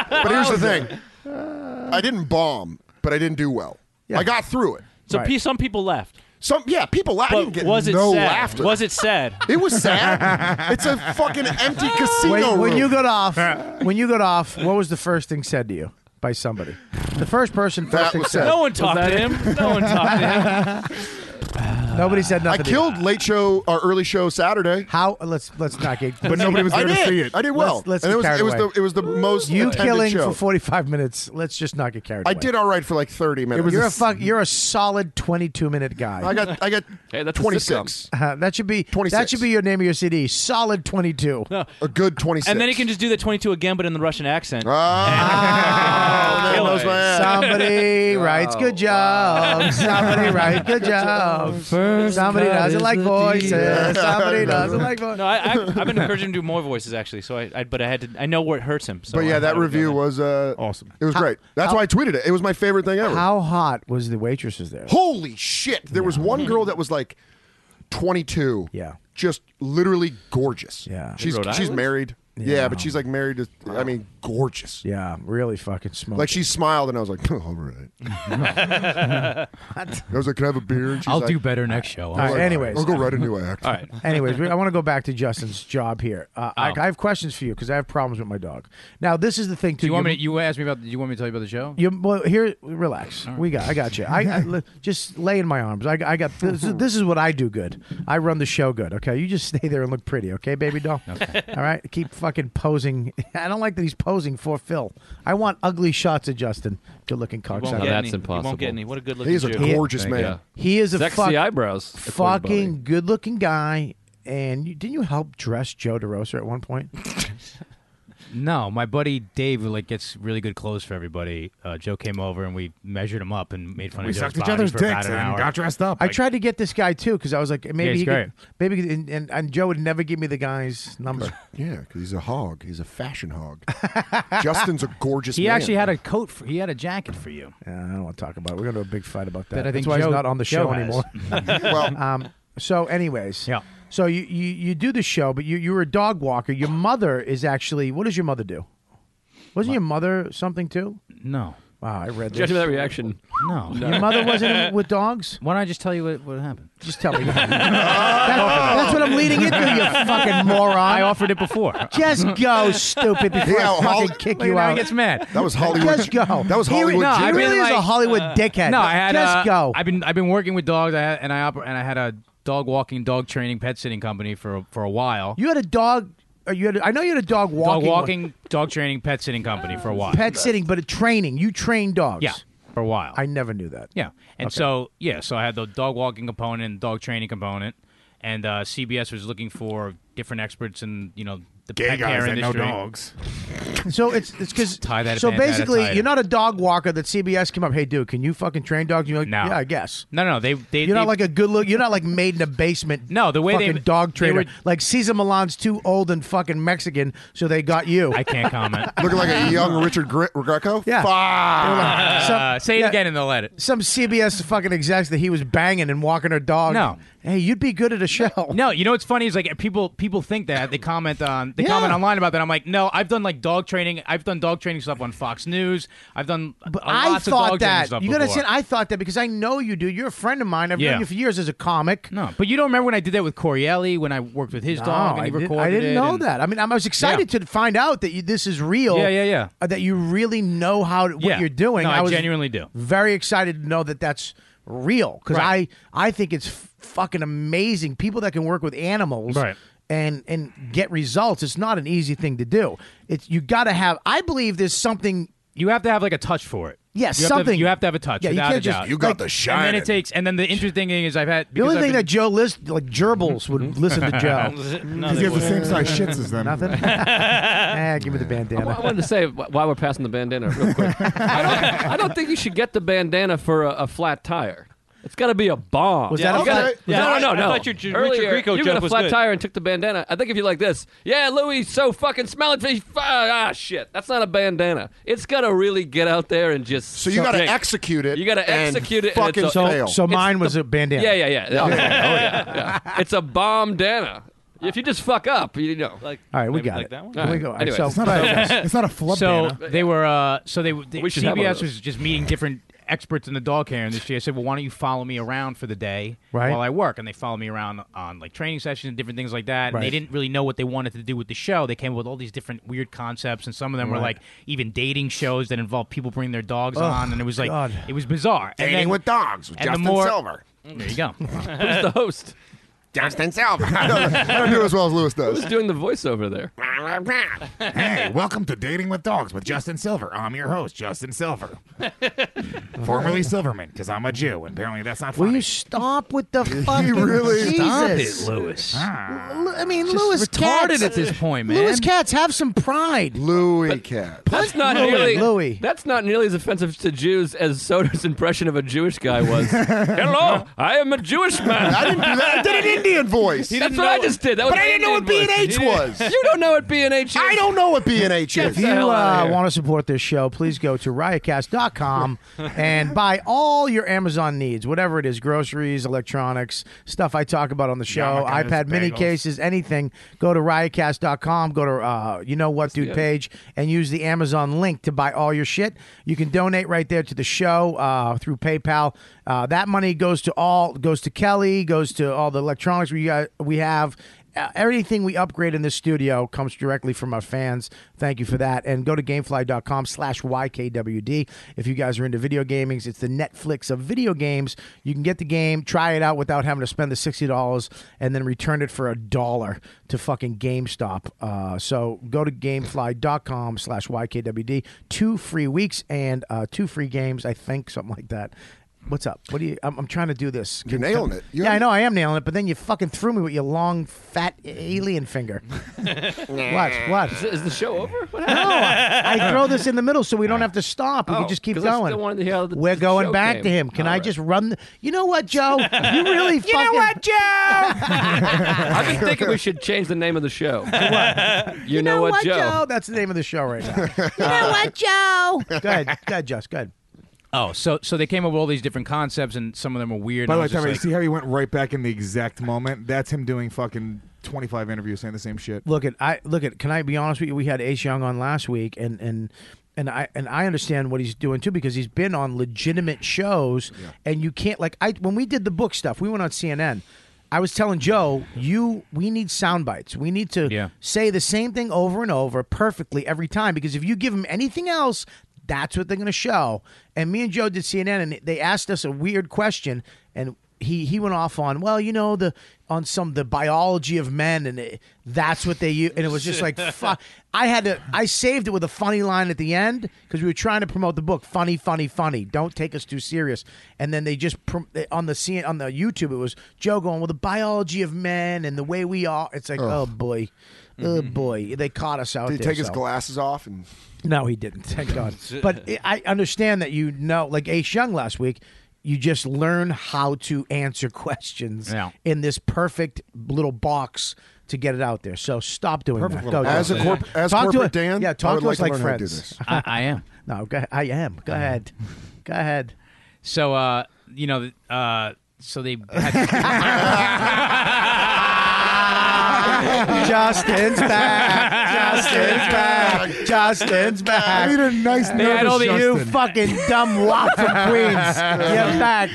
D: But here's the thing
B: Uh.
D: I didn't bomb, but I didn't do well. I got through it.
E: So pe- some people left.
D: Some yeah, people laughed. I didn't get
E: was it
D: no
E: sad?
D: laughter.
E: Was it sad?
D: It was sad. it's a fucking empty casino
B: when,
D: room.
B: when you got off, when you got off, what was the first thing said to you by somebody? The first person, first
D: That
B: thing
D: was
B: said.
E: No one talked to him. No one talked to him.
B: Nobody said
D: I
B: nothing. to you.
D: killed late show or early show Saturday.
B: How? uh, Let's let's not get.
F: But nobody was
D: I
F: there to
D: did.
F: see it.
D: I did well.
B: Let's, let's
D: and
B: get
D: it was
B: carried
D: it was
B: away.
D: the it was the most
B: you
D: attended
B: killing
D: show.
B: for forty five minutes. Let's just not get carried
D: I
B: away.
D: did all right for like 30 minutes.
B: you're a fuck. You're a solid twenty two minute guy.
D: I got I got
G: Hey, that's a
D: 26.
B: Uh, that should be
D: 26.
B: that should be your name of your CD. Solid twenty two.
D: A good 26.
E: And then he can just do the 22 again, but in the Russian accent.
D: Ah, that knows my ass.
B: Oh, Somebody writes good job. Somebody writes good job. Somebody
E: cut
B: doesn't
E: is
B: like
E: the
B: voices. Somebody doesn't like voices.
E: No, I, I, I've been encouraging him to do more voices actually. So I, I, but I had to. I know where it hurts him. So
D: But yeah,
E: I-
D: that
E: I-
D: review was uh,
F: awesome.
D: It was great. That's why I tweeted it. It was my favorite thing ever.
B: How hot was the waitresses there?
D: Holy shit! There was one girl that was like 22.
B: Yeah.
D: just literally gorgeous.
B: Yeah.
D: she's
G: Rhode
D: she's
G: Island?
D: married. Yeah. but she's like married to. I mean, gorgeous.
B: Yeah, really fucking smoke.
D: Like she smiled, and I was like, "All right." I was like, "Can I have a beer?" And she's
A: I'll
D: like,
A: do better next show.
B: All right, anyways,
D: I'll go write a new act.
G: All right.
B: Anyways, we- I want to go back to Justin's job here. Uh, I, I have questions for you because I have problems with my dog. Now, this is the thing too.
A: Do you want me? To, you asked me about. Do you want me to tell you about the show?
B: You, well, here, relax. We got, I got you. I, I li- just lay in my arms. I, I got this. is- This is what I do good. I run the show good. Okay, you just stay there and look pretty. Okay, baby doll. Okay. All right, keep fucking posing. I don't like that he's posing for Phil. I want ugly shots of Justin. Good looking
E: You won't
B: cocksucker.
E: get
G: that's
E: any. You
G: impossible.
E: won't get any. What a good looking
D: He's a
E: Jew.
D: gorgeous man.
G: Yeah.
B: He is a
G: Sexy
B: fuck-
G: eyebrows. according to Buddy.
B: fucking good looking guy. And you, didn't you help dress Joe DeRosa at one point?
A: No, my buddy Dave who, like gets really good clothes for everybody. Uh, Joe came over and we measured him up and made fun
F: we
A: of Joe's
F: sucked each
A: body
F: other's
A: for about
F: dicks
A: an
F: and
A: hour.
F: got dressed up.
B: I
F: Like,
B: tried to get this guy too because I was like, maybe
A: he's
B: he
A: great.
B: could, maybe, and, and, and Joe would never give me the guy's number.
D: Yeah, because he's a hog. He's a fashion hog. Justin's a gorgeous.
A: He
D: man.
A: actually had a coat. For, he had a jacket for you.
B: Yeah, I don't want to talk about. it. We're going to have a big fight about that.
A: That I think
B: That's why
A: Joe-
B: he's not on the
A: Joe
B: show
A: has.
B: anymore.
D: well,
B: um, so, anyways,
A: Yeah.
B: So you, you you do the show, but you you were a dog walker. Your mother is actually. What does your mother do? Wasn't your mother something too?
A: No,
B: Wow, ah, I read
G: Judging
B: this.
G: by that reaction,
A: no.
B: Your mother wasn't with dogs.
A: Why don't I just tell you what, what happened?
B: Just tell me. That- that's what I'm leading into, you fucking moron.
A: I offered it before.
B: Just go, stupid, before
D: Yeah,
B: I fucking
D: Holly-
B: kick
A: Look,
B: you
A: now he
B: out.
A: gets mad.
D: that was Hollywood.
B: Just go.
D: That was
B: He re-
D: Hollywood.
A: no, I
B: He
D: Jimmy.
B: really is a
A: like-
B: Hollywood dickhead.
A: No, I had.
B: just
A: uh,
B: go.
A: I've been I've been working with dogs. I had, and I oper- and I had a dog walking, dog training, pet sitting company for a- for a while.
B: you had a dog. Or you had. A, I know you had a dog
A: dog
B: walking.
A: walking, dog training, pet sitting company for a while.
B: pet sitting, but a training. You train dogs.
A: yeah, for a while.
B: I never knew that.
A: Yeah, and so yeah, so I had the dog walking component and dog training component, and uh, CBS was looking for different experts in you know the
F: gay
A: pet
F: guys
A: care
F: that know
A: industry.
F: dogs.
B: So it's it's because
A: Tie that
B: so
A: bandana
B: basically
A: tighter.
B: you're not a dog walker that CBS came up. Hey, dude, can you fucking train dogs? You're like,
A: No.
B: yeah, I guess.
A: No, no, they they
B: You're
A: they-
B: not like a good look. You're not like made in a basement.
A: No, the way they-
B: fucking dog
A: they
B: trainer.
A: were-
B: like Cesar Milan's too old and fucking Mexican, so they got you.
A: I can't comment.
D: looking like a young Richard Gre- Greco.
B: Yeah. They
D: Fuck.
B: were like, some-
A: Uh, say it
B: yeah,
A: again and they'll let it.
B: Some CBS fucking execs that he was banging and walking her dog.
A: No,
B: Hey, you'd be good at a show.
A: No, you know what's funny is like people people think that they comment on they
B: Yeah.
A: comment online about that. I'm like, no, I've done like dog training. I've done dog training stuff on Fox News. I've done but
B: I
A: lots of
B: thought
A: dog training
B: that.
A: stuff.
B: You gotta
A: before.
B: understand, I thought that because I know you, dude. You're a friend of mine. I've
A: Yeah.
B: known you for years as a comic.
A: No, but you don't remember when I did that with Corielli when I worked with his dog and
B: I,
A: he
B: did,
A: recorded.
B: I didn't
A: it
B: know
A: and-
B: that. I mean, I was excited to find out that you, this is real.
A: Yeah, yeah, yeah.
B: uh, that you really know how to- what
A: Yeah.
B: you're doing.
A: No, I
B: was
A: genuinely do.
B: Very excited to know that that's real because
A: Right.
B: I I think it's f- fucking amazing. People that can work with animals.
A: Right.
B: And, and get results. It's not an easy thing to do. It's you got to have. I believe there's something
A: you have to have like a touch for it.
B: Yeah,
A: You have to have-
B: something.
A: you have to have a touch.
B: Yeah, you
A: without
B: can't
A: a
B: just-
A: doubt.
B: You got
A: Like-
B: the
A: And then
B: shining.
A: it takes. And then the interesting thing is I've had.
B: The
A: because Mm-hmm.
B: only
A: I've
B: thing
A: been-
B: that Joe list like gerbils would listen to Joe. Mm.
A: No, He they gets the wouldn't. same size shits as them.
B: Nothing. eh, give me the bandana.
G: I wanted to say wh- while we're passing the bandana, real quick. I don't, I don't think you should get the bandana for a, a flat tire. It's got to be a bomb.
E: Was Yeah, that a
G: You gotta-
E: flat- was that-
G: No, no, no,
E: I
G: no.
E: thought your Ju- Richard
G: Earlier,
E: Grieco
G: you
E: joke
G: got a
E: was
G: flat
E: good.
G: tire and took the bandana. I think if you like this, yeah, Louis, so fucking smell it. f- Ah, shit. That's not a bandana. It's got to really get out there and just.
D: So you gotta execute it
G: You got to
D: and
G: execute it.
D: fucking
G: and it's a-
D: fail.
B: So
G: it's
B: mine
G: the-
B: was a bandana.
G: Yeah, yeah, yeah. Oh, yeah. oh, yeah, yeah. It's a bomb dana. If you just fuck up, you know. Like,
B: All right, we got it. Can we go? All right, so-
A: So they were. Uh, so they. they
G: We should have one of those.
A: CBS was just meeting different experts in the dog care industry. I said, well, why don't you follow me around for the day
B: Right.
A: while I work? And they followed me around on like training sessions and different things like that. And
B: Right.
A: they didn't really know what they wanted to do with the show. They came up with all these different weird concepts, and some of them were
B: Right.
A: like even dating shows that involved people bringing their dogs
B: Ugh,
A: on, and it was like
B: God.
A: it was bizarre. And
B: Dating
A: then-
B: with dogs with
A: and the
B: Justin
A: more-
B: Silver.
A: There you go.
G: Who's the host?
H: Justin Silver.
D: I don't do as well as Lewis does.
G: Who's doing the voiceover there?
F: hey, welcome to Dating with Dogs with Justin Silver. I'm your host, Justin Silver. Formerly Silverman, because I'm a Jew, and apparently that's not funny.
B: Will you stop with the fucking
F: really- Stop it, Ah.
B: Jesus.
A: Lewis.
B: L- I mean,
F: Just
B: Lewis
F: retarded
B: Katz.
F: at this
A: point,
B: Lewis
G: man.
B: Katz, have some pride.
D: Louis Cat.
G: That's not
B: Louis,
G: nearly
B: Louis.
G: That's not nearly as offensive to Jews as Soder's impression of a Jewish guy was. Hello, I am a Jewish man.
D: I didn't do that. I did an Indian voice.
G: That's what I just did. That was
D: but I didn't know what B
G: Indian
D: and H
G: voice.
D: was.
G: You don't know what B and H is.
D: I don't know what B and H
G: Get
D: is.
B: If you uh, want to support this show, please go to riotcast.com and buy all your Amazon needs, whatever it is groceries, electronics, stuff I talk about on the show,
K: Yarmulkes,
B: iPad mini
K: bagels.
B: cases, anything. Go to riotcast.com, go to uh, you know what, dude
K: the-
B: page, and use the Amazon link to buy all your shit. You can donate right there to the show uh, through PayPal. Uh, that money goes to all, goes to Kelly, goes to all the electronics we, got, we have. Uh, everything we upgrade in this studio comes directly from our fans. Thank you for that. And go to gamefly.com slash YKWD. If you guys are into video gamings, it's the Netflix of video games. You can get the game, try it out without having to spend the $60 and then return it for a dollar to fucking GameStop. Uh, so go to gamefly.com slash YKWD. Two free weeks and uh, two free games, I think, something like that. What's up? What do you? I'm, I'm trying to do this.
D: You're nailing it. You
B: yeah, I
D: haven't-
B: know I am nailing it, but then you fucking threw me with your long, fat alien finger. what? What?
G: Is, is the show over? What
B: No, I, I throw this in the middle so we don't have to stop. We
G: Oh,
B: can just keep
G: 'cause I still
B: going.
G: wanted to hear how the-
B: We're
G: the
B: going
G: show
B: back to
G: came.
B: him. Can
G: All
B: I
G: right.
B: just run? The, you know what, Joe? You really
K: You know
B: fucking.
K: what,
B: Joe?
G: I've been thinking we should change the name of the show. You, know, what, Joe?
B: That's the name of the show right now. you know what, Joe? Go ahead, go ahead, Jess. Go ahead.
A: Oh, so so they came up with all these different concepts, and some of them were weird.
F: By the
A: and I
F: way,
A: was just
F: Tommy,
A: like-
F: see how he went right back in the exact moment? That's him doing fucking 25 interviews saying the same shit.
B: Look at I look at. Can I be honest with you? We had Ace Young on last week, and and and I and I understand what he's doing too because he's been on legitimate shows, and you can't like I when we did the book stuff, we went on CNN. I was telling Joe, you we need sound bites. We need to say the same thing over and over perfectly every time because if you give them anything else, that's what they're going to show. And me and Joe did CNN, and they asked us a weird question, and he he went off on well, you know the on some the biology of men, and it, that's what they use. And it was just like fuck. I had to I saved it with a funny line at the end because we were trying to promote the book. Funny, funny, funny. Don't take us too serious. And then they just prom- they- on the scene on the YouTube, it was Joe going well the biology of men and the way we are. It's like oh boy. Oh boy! They caught us out
D: Did he
B: there.
D: take his
B: Oh, so.
D: glasses off and?
B: No, he didn't. Thank God. But I I understand that you know, like Ace Young last week, you just learn how to answer questions
A: Yeah.
B: in this perfect little box to get it out there. So stop doing
D: Perfect
B: that.
D: little
B: Go,
D: box.
B: Joe.
D: As a corp- as
B: talk
D: corporate
B: to,
D: Dan,
B: yeah,
D: I
B: talk
D: would
B: to us
D: like
B: like
D: to learn how to do
B: friends.
D: this.
A: I- I am.
B: No, go, I am. Go ahead. Go ahead. Go ahead.
A: So uh, you know, uh, so they. Had
B: Justin's back. Justin's back. Justin's back.
A: I need a nice
B: They had
A: nervous
B: all the you
A: Justin.
B: fucking dumb lot from Queens. Get back.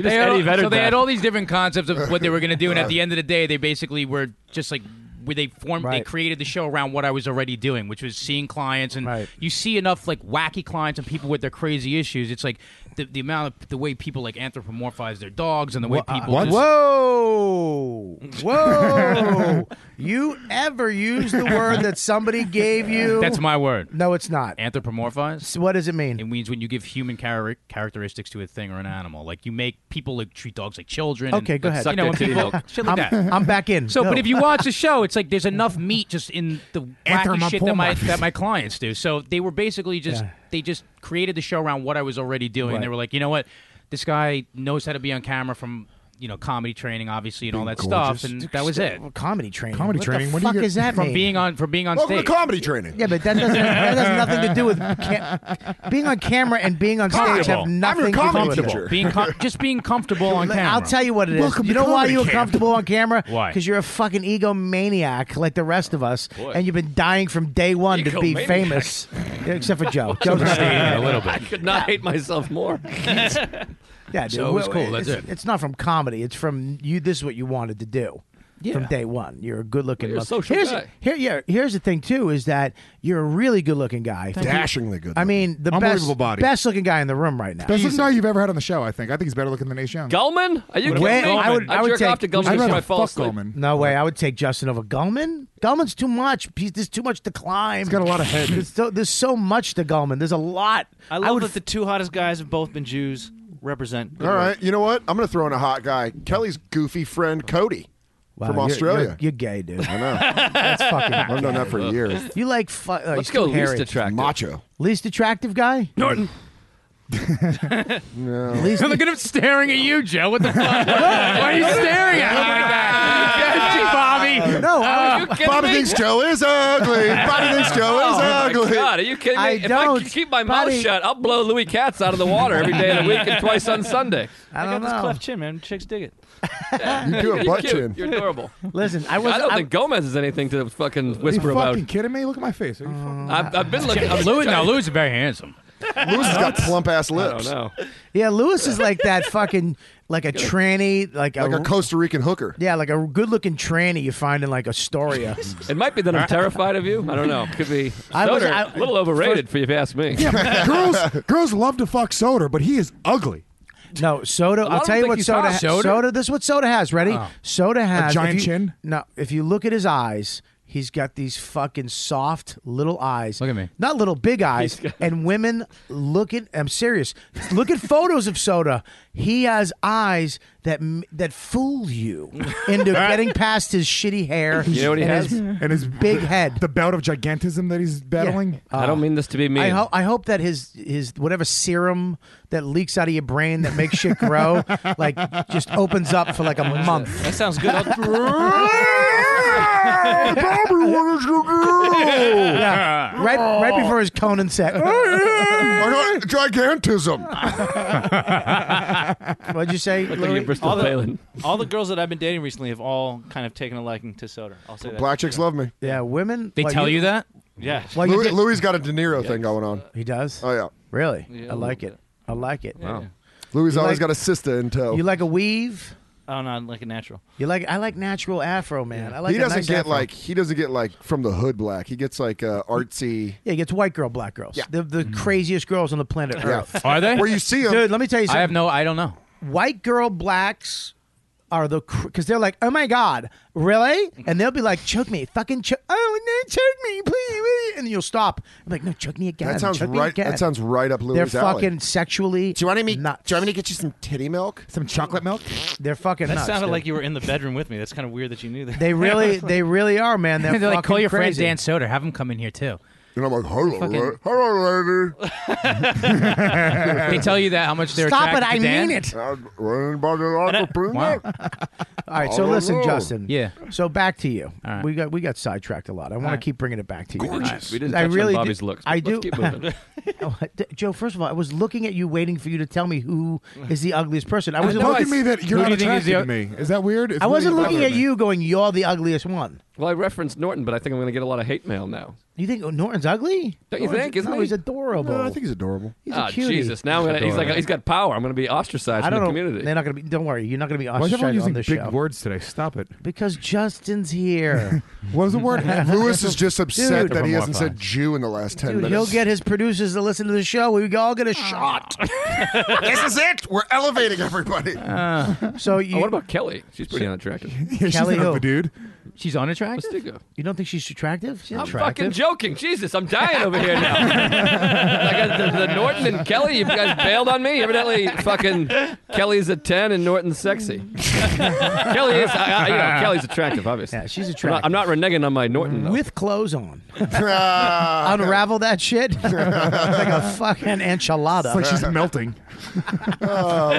A: They had all- so they had all these different concepts of what they were going to do, and at the end of the day, they basically were just like where they formed, they
B: Right.
A: created the show around what I was already doing, which was seeing clients, and you see enough like wacky clients and people with their crazy issues. It's like the, the amount of the way people like anthropomorphize their dogs and the way
B: Wha-
D: uh,
A: people.
B: what?
A: just-
B: Whoa! Whoa! you ever use the word that somebody gave you?
A: That's my word.
B: No, it's not.
A: Anthropomorphize.
B: What does it mean?
A: It means when you give human char- characteristics to a thing or an animal, like you make people like treat dogs like children. and-
B: Okay, go ahead.
A: You know, when people shit like
B: I'm,
A: that.
B: I'm back in.
A: So,
B: Go.
A: but if you watch the show, it's like there's enough meat just in the wacky shit that my that my clients do. So they were basically just they just created the show around what I was already doing.
B: Right.
A: They were like, you know what, this guy knows how to be on camera from you know comedy training, obviously, and all that
B: gorgeous.
A: stuff, and that was it.
B: Comedy training.
A: Comedy
B: what
A: training?
B: The
A: What do you
B: fuck
A: get-
B: is that
A: From
B: mean?
A: being on- from being on
D: Welcome to
A: stage.
D: comedy training.
B: Yeah, but that doesn't that has nothing to do with ca- being on camera and being on stage
A: Comfortable.
B: have nothing to do with
A: Comfortable.
B: it.
A: Being com- just being comfortable on camera.
B: I'll tell you what it is.
A: Welcome
B: you
A: to
B: know why
A: comedy
B: you were
A: camp.
B: comfortable on camera?
A: Why?
B: Because you're a fucking egomaniac like the rest of us,
A: Boy.
B: and you've been dying from day one to be
G: Egomaniac.
B: famous. Yeah, Except for Joe. Joe's
G: a
A: little
G: bit. I could not hate myself more.
B: Yeah, dude.
G: So it was
B: well,
G: cool, that's
B: it's,
G: it.
B: It's not from comedy. It's from you. This is what you wanted to do. From day one, you're a good-looking.
G: Well, you're a
B: mother-
G: social
B: here's,
G: guy.
B: Here, yeah. Here's the thing too: is that you're a really good-looking guy.
F: Thank you. Dashingly good
B: I mean, the
F: Unbelievable
B: best,
F: body.
B: best-looking guy in the room right now.
F: Best looking guy you've ever had on the show, I think. I think he's better looking than Nate Young.
G: Gullman? Are you
B: Way-
G: kidding me?
B: I would, I would
G: jerk
B: take,
G: off to Gullman
B: I'd
G: before
B: rather
G: I fall
B: fuck
G: asleep.
B: Gullman. No way. I would take Justin over Gullman. Gullman's too much. He's, there's too much to climb. He's got a lot of head. There's so, there's so much to Gullman. There's a lot.
E: I love that the two hottest guys have both been Jews. Represent.
D: All right, you know what? I'm going to throw in a hot guy. Kelly's goofy friend Cody
B: Wow,
D: from
B: you're-
D: Australia.
B: You're, you're gay, dude.
D: I know.
B: That's fucking.
D: I've known that for
B: gay.
D: years.
B: You like? Fu- uh,
D: Let's
B: he's
D: go
B: too
D: least
B: hairy.
D: attractive. Macho.
B: Least attractive guy.
G: Norton.
D: No.
B: Least
A: Look at him staring at you, Joe. What the fuck? Why are you staring at him like that? You judgy, Bobby.
B: No,
A: I
D: Bobby thinks Joe is ugly. Bobby thinks Joe is
G: Oh
D: ugly.
G: my God, are you kidding me?
D: I
G: if I
D: don't,
G: could keep my mouth
D: buddy.
G: shut, I'll blow Louis Katz out of the water every day of the week and twice on Sunday.
E: I, got
B: don't
E: this
B: know.
E: cleft chin, man. Chicks dig it.
D: You do a butt chin.
G: You're adorable.
B: Listen, I was.
G: I don't
B: I-
G: think Gomez is anything to fucking
F: Are you
G: whisper
F: fucking
G: about.
F: kidding me? Look at my face. Are you fucking-
G: I've, I've been looking. I've been
A: Louis, no,
G: trying-
A: Louis is very handsome.
D: Lewis has got plump ass lips.
G: I don't know.
B: Yeah, Lewis is like that fucking like a tranny, like a,
D: Like a Costa Rican hooker.
B: yeah, like a good-looking tranny you find in like Astoria.
G: It might be that I'm terrified of you. I don't know. Could be.
B: I was-
G: Soder,
B: I-
G: a little overrated for you, if you ask me.
F: Yeah, girls, girls love to fuck Soder, but he is ugly.
B: No, soda.
F: lot
B: I'll
F: of
B: tell
F: them
B: you
F: think
B: what
F: he's
B: soda.
F: hot.
B: Ha-
F: Soda?
B: soda. This is what soda has. Ready?
F: Oh.
B: Soda has
F: giant
B: if you-
F: chin?
B: No, if you look at his eyes, he's got these fucking soft little eyes. Look at me. Not little, big eyes. and women look at. I'm serious. Look at photos of soda. He has eyes that m- that fool you into getting past his shitty hair.
G: You know what he
B: and
G: has?
B: His,
F: And his
B: big head.
F: The bout of gigantism that he's battling.
G: I don't mean this to be mean.
B: I hope I hope that his his whatever serum that leaks out of your brain that makes shit grow like just opens up for like a month.
E: That sounds good.
D: Oh.
B: Yeah. Right right before his Conan set.
D: I got gigantism.
B: What'd you say?
G: Look like
B: Louis?
G: you're Bristol
E: all, the,
G: Palin.
E: all the girls that I've been dating recently have all kind of taken a liking to Soder. I'll say that.
D: Black chicks love me.
B: yeah, women.
A: They
B: like,
A: tell you that?
E: Yeah.
B: Well, you
D: Louis,
B: did-
D: Louis got a De Niro thing going on.
B: He does.
D: Oh yeah,
B: Really?
E: Yeah.
B: I like it. I like it. Wow.
D: Louis
B: You
D: always
B: like-
D: got a sister in tow.
B: You like a weave?
E: Oh no, like a natural.
B: You like I like natural afro, man. I like
D: he
B: a
D: doesn't
B: nice
D: get
B: afro.
D: like he doesn't get like from the hood black. He gets like uh, artsy.
B: Yeah, he gets white girl, black girls. The the craziest girls on the planet
D: Yeah.
B: Earth.
A: Mm. Are they?
D: Where you see him,
B: Dude, let me tell you
A: I
B: something.
A: have no. I don't know.
B: white girl blacks are the because they're like, oh my god, really? And they'll be like, choke me, fucking choke, oh no, choke me, please, please," and then you'll stop. I'm like, no, choke me again.
D: that sounds
B: choke me
D: right.
B: again."
D: That sounds right up Louis.
B: They're
D: alley.
B: fucking sexually.
D: Do you want me?
B: nuts.
D: Do you want me to get you some titty milk?
F: Some chocolate milk.
B: They're fucking.
E: That
B: nuts,
E: sounded
B: dude.
E: like you were in the bedroom with me. That's kind of weird that you knew that.
B: They really, they really are, man. They're,
A: They're like,
B: fucking
A: call your
B: crazy.
A: friend Dan Soder. Have him come in here too.
D: And I'm like, hello, la- Uh, hello, lady.
A: they tell you that how much they're
D: Stop it,
A: attracted to
D: I
A: Dan?
D: mean it. Anybody like a
A: Wow.
B: All right, so
A: All
B: listen,
A: alone.
B: Justin.
A: Yeah.
B: So back to you.
A: All right.
B: We got we got sidetracked a lot. I want
A: All
B: to
A: right.
B: keep bringing it back to you.
A: Gorgeous. All right. We didn't
B: I
A: touch on
B: really
A: Bobby's
B: do.
A: looks, but
B: I
A: let's
B: do.
A: keep moving.
B: Oh, d- Joe, first of all, I was looking at you, waiting for you to tell me who is the ugliest person. I was
F: You're telling me that you're not attracted to me. Is that weird? It's
B: I wasn't
F: really
B: looking at
F: bothering me.
B: you, going, "You're the ugliest one."
G: Well, I referenced Norton, but I think I'm going to get a lot of hate mail now.
B: You think oh, Norton's ugly?
G: Don't you
B: Norton's-
G: think? Isn't
B: no,
G: he?
B: he's adorable.
G: No, I
D: think he's adorable.
B: He's
G: Ah,
B: a cutie.
G: Jesus! Now I'm gonna, he's like he's got power. I'm going to be ostracized
B: I
G: from the
B: don't know.
G: community.
B: They're not going to be. Don't worry, you're not going to be
G: Why is
B: ostracized
G: everyone using
B: on this
G: big
B: show.
F: words today. Stop it.
B: Because Justin's here.
F: what was the word?
D: Lewis is just upset
B: Dude.
D: that he hasn't said Jew in the last 10
B: Dude,
D: minutes.
B: he'll get his producers to listen to the show. We all get a
D: Ah.
B: shot.
D: this is it. We're elevating everybody.
B: so you,
G: oh, what about Kelly? She's pretty unattractive.
B: Kelly who?
F: dude.
A: She's unattractive.
B: You don't think she's attractive? She's
G: I'm
B: attractive.
G: fucking joking. Jesus, I'm dying over here now. like uh, the, the Norton and Kelly, you guys bailed on me. Evidently, fucking Kelly's a ten and Norton's sexy. Kelly is, I, I, you know, Kelly's attractive, obviously. Yeah,
B: she's
G: attractive. I'm not, reneging on my Norton though.
B: With clothes on.
D: Ah,
B: Unravel that shit. it's like a fucking enchilada.
F: It's like she's melting.
D: Oh.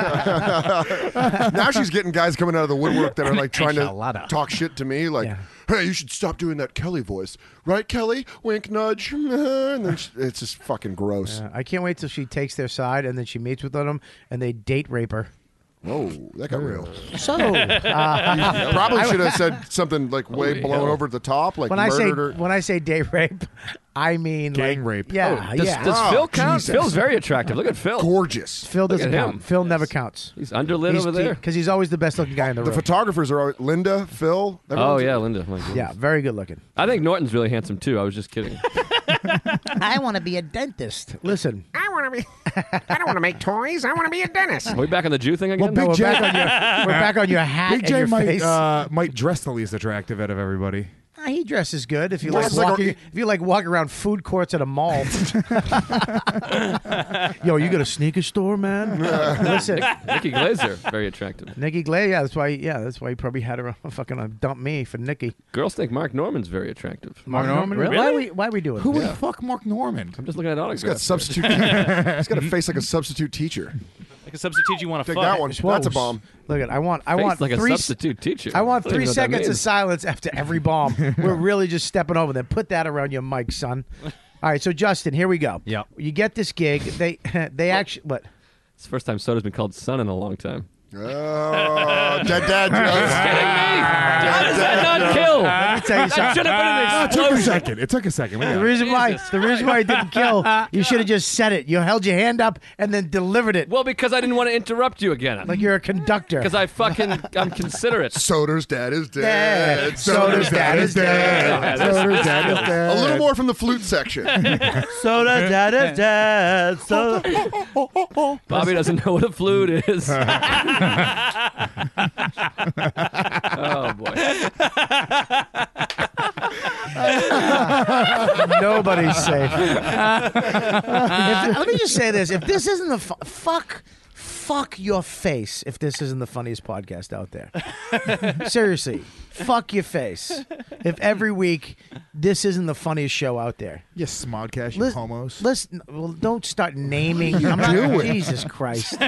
D: now she's getting guys coming out of the woodwork that are like trying to
B: Enchilada.
D: talk shit to me, like, "Hey, you should stop doing that Kelly voice, right, Kelly? Wink, nudge." And then she, it's just fucking gross.
B: I can't wait till she takes their side and then she meets with them and they date rape her.
D: Whoa, that got real.
B: So,
D: You
B: uh,
D: probably
B: I-
D: should have said something like way
B: Holy
D: blown
B: hell.
D: over the top, like
B: when I say
D: murdered her.
B: when I say date rape, I mean gang
F: rape.
B: Yeah,
G: Oh, does-
B: yeah.
G: does Phil count?
B: Jesus.
G: Phil's very attractive. Look at Phil.
D: Gorgeous.
B: Phil
G: Look
B: doesn't
G: at
B: count.
G: him.
B: Phil never counts.
G: He's underlit over there.
B: because he's always the best looking guy in the,
D: The
B: room.
D: photographers are always, Linda, Phil.
G: Oh
D: everyone's-
G: yeah, Linda. My goodness.
B: yeah, very good looking.
G: I think Norton's really handsome too. I was just kidding.
B: I want to be a dentist. Listen,
K: I want to be. I don't want to make toys. I want to be a dentist.
G: Are we back on the Jew thing again?
F: Well, Big
G: No, we're
F: J,
G: back on your-
B: we're back on your hat
F: Big
B: and
F: J
B: your
F: might
B: face.
F: Uh, might dress the least attractive out of everybody.
B: Ah, he dresses good. If you like
D: Dresses like a-
B: walking, if you like walking around food courts at a mall. Yo, you got a sneaker store, man? Listen,
G: Nikki Glaser, very attractive.
B: Nikki Glay. Yeah, that's why. Yeah, that's why he probably had her on fucking uh, dump me for Nikki.
G: Girls think Mark Norman's very attractive.
B: Mark Norman.
G: really?
B: Why are we? Why are we doing?
F: Who
B: this?
F: would fuck Mark Norman?
G: I'm just looking at autographs.
D: He's got substitute. he's got a face like a substitute teacher.
E: Like a substitute you want to
D: Take
E: fuck.
D: that one.
B: Whoa,
D: That's a bomb.
B: Look at. I want. I
G: Face
B: want
G: like a
B: three.
G: substitute teacher.
B: I want
G: don't even
B: three
G: know what that
B: seconds of
G: means.
B: silence after every bomb. We're really just stepping over them. Put that around your mic, son. All right, so Justin, here we go.
A: Yep.
B: You get this gig. They they actually what?
G: It's the first time soda's been called son in a long time.
D: Oh, dead, dead, Joe.
G: How does that not kill?
B: Let me tell you
G: That
B: something.
G: should have
F: It
G: been
F: took
G: an
F: a
G: explosion.
F: second. It took a second. We
B: The
F: got it.
B: reason why the reason why it didn't kill, you should have just said it. You held your hand up and then delivered it
G: Well, because I didn't want to interrupt you again.
B: like you're a conductor.
G: Because I fucking I'm considerate.
D: Soder's dad is dead.
B: Dead. Soda's dad is dead.
F: Soda's dad is
D: A
F: dead.
D: little more from the flute section.
B: Soda's dad is dead. So
G: Bobby doesn't know what a flute is. oh boy.
B: nobody's safe. If- let me just say this: if this isn't the fu- fuck, fuck your face. If this isn't the funniest podcast out there, seriously, fuck your face. If every week this isn't the funniest show out there.
F: You smodcast, you
B: Lis-
F: homos.
B: Listen, well, don't start naming. I'm not,
D: do it.
B: Jesus Christ,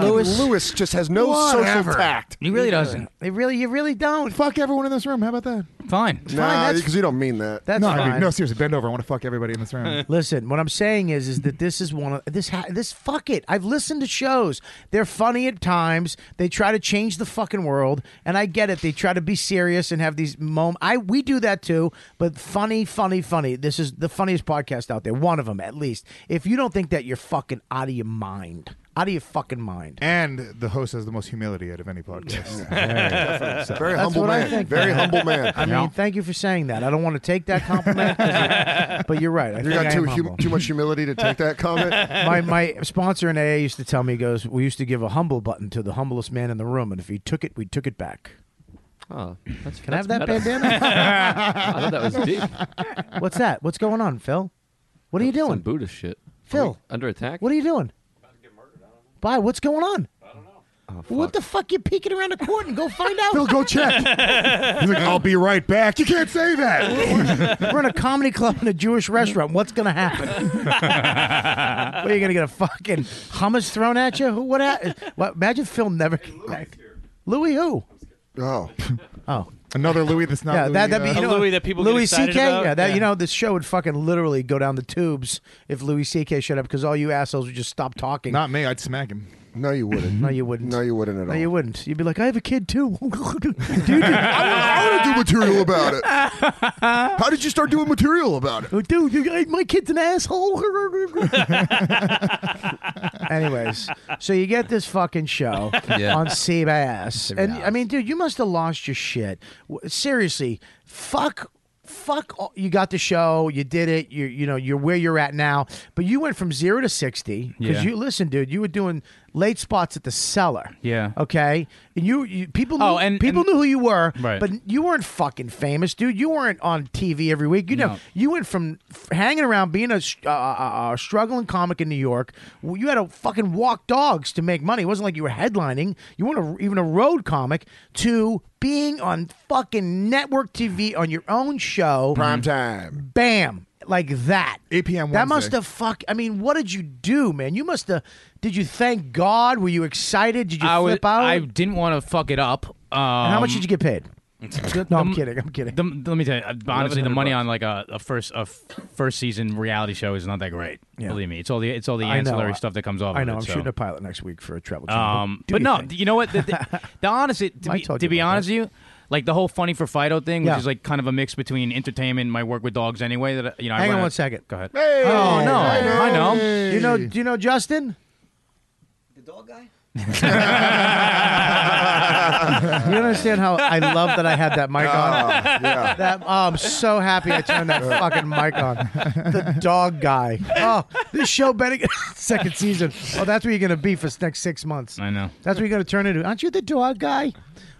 D: Lewis. just has no
B: Whatever.
D: social tact.
A: He really doesn't.
B: They really, you really don't.
F: Fuck everyone in this room. How about that?
A: Fine.
D: Nah,
B: that's-
D: because you don't mean that.
B: That's
F: no,
B: fine.
F: I mean, no, seriously, bend over. I want to fuck everybody in this room.
B: Listen, what I'm saying is, is that this is one of this. Ha- this fuck it. I've listened to shows. They're funny at times. They try to change the fucking world, and I get it. They try to be serious and have these mom. I we do that too, but funny, funny, funny. This is the funniest podcast out there. One of them, at least. If you don't think that, you're fucking out of your mind. Out of your fucking mind.
F: And the host has the most humility out of any podcast.
D: Very humble
B: what I
D: man.
B: think.
D: Very humble man.
B: I mean, thank you for saying that. I don't want to take that compliment, but you're right. I
D: you
B: think I
D: got
B: am
D: too
B: humble.
D: hum- too much humility to take that comment.
B: my my sponsor in AA used to tell me, he goes, we used to give a humble button to the humblest man in the room, and if he took it, we took it back.
G: Oh, that's,
B: Can I have that
G: meta.
B: bandana?
G: I thought that was deep.
B: What's that? What's going on, Phil? What are you
G: Some
B: doing,
G: Buddhist shit.
B: Phil?
G: Under attack.
B: What are you doing? Bye. What's going on? I don't know.
G: Oh,
K: Well, what the fuck? You're peeking around the court and go find out.
F: Phil, go check. He's like, I'll be right back. You can't say that.
B: We're in a comedy club in a Jewish restaurant. What's gonna happen? what are you gonna get a fucking hummus thrown at you? Who? What? ha- what imagine Phil never. came back. Louis who?
D: Oh,
B: oh,
F: another Louis that's not.
B: yeah,
F: Louis,
B: that that'd be
F: uh,
B: you know,
E: Louis that people get
B: Louis
E: excited
B: CK.
E: about?
B: Yeah, that
E: Yeah.
B: you know this show would fucking literally go down the tubes if Louis CK showed up because all you assholes would just stop talking.
F: Not me. I'd smack him.
D: No, you wouldn't.
B: no, you wouldn't.
D: No, you wouldn't at
B: no,
D: all.
B: you wouldn't. You'd be like, I have a kid too. Dude,
D: I want to do material about it. How did you start doing material about it?
B: Oh, dude, you, I- my kid's an asshole. Anyways, so you get this fucking show
K: Yeah.
B: on CBS, and I mean, dude, you must have lost your shit. W- Seriously, fuck. Fuck! all- You got the show. You did it. You you know you're where you're at now. But you went from zero to sixty because
A: Yeah.
B: you listen, dude. You were doing late spots at the cellar.
A: Yeah.
B: Okay. And you, you people. Knew,
A: Oh, and-
B: people
A: and-
B: knew who you were.
A: Right.
B: But you weren't fucking famous, dude. You weren't on TV every week. You know,
A: No.
B: you went from f- hanging around being a, s- uh, uh, uh, struggling comic in New York. w- You had to fucking walk dogs to make money. It wasn't like you were headlining. You weren't a, even a road comic to being on fucking network TV on your own show.
D: Prime
A: Mm-hmm.
D: time.
B: Bam. Like that.
F: 8 p.m.
B: That must
F: Wednesday.
B: have fuck. I mean, what did you do, man? You must have. Did you thank God? Were you excited? Did you
A: I, was,
B: flip out?
A: I didn't want to fuck it up. Um,
B: And how much did you get paid? no, I'm kidding. I'm kidding.
A: The, let me tell you, uh, honestly, the money on like a, a first a f- first season reality show is not that great.
B: Yeah.
A: Believe me, it's all the it's all the
B: I know.
A: ancillary stuff that comes off.
B: I
A: of
B: know.
A: it,
B: I'm
A: so.
B: shooting a pilot next week for a travel channel.
A: Um,
B: Do
A: but
B: your
A: no,
B: thing.
A: you know what? The, the, the honestly, to
B: I
A: be,
B: told
A: to
B: you
A: be
B: about
A: honest with you, like the whole funny for Fido thing, which
B: Yeah.
A: is like kind of a mix between entertainment, and my work with dogs anyway. That uh, you know, I
B: Hang
A: run
B: on
A: a-
B: one second.
A: Go ahead.
D: Hey,
A: oh no, I know.
B: You know, do you know Justin? The dog guy. you understand how I love that I had that mic on.
D: yeah.
B: That oh, I'm so happy I turned that fucking mic on. The dog guy. Oh, this show better get second season. Oh, that's where you're gonna be for the next six months.
A: I know.
B: That's what you're gonna turn into. Aren't you the dog guy?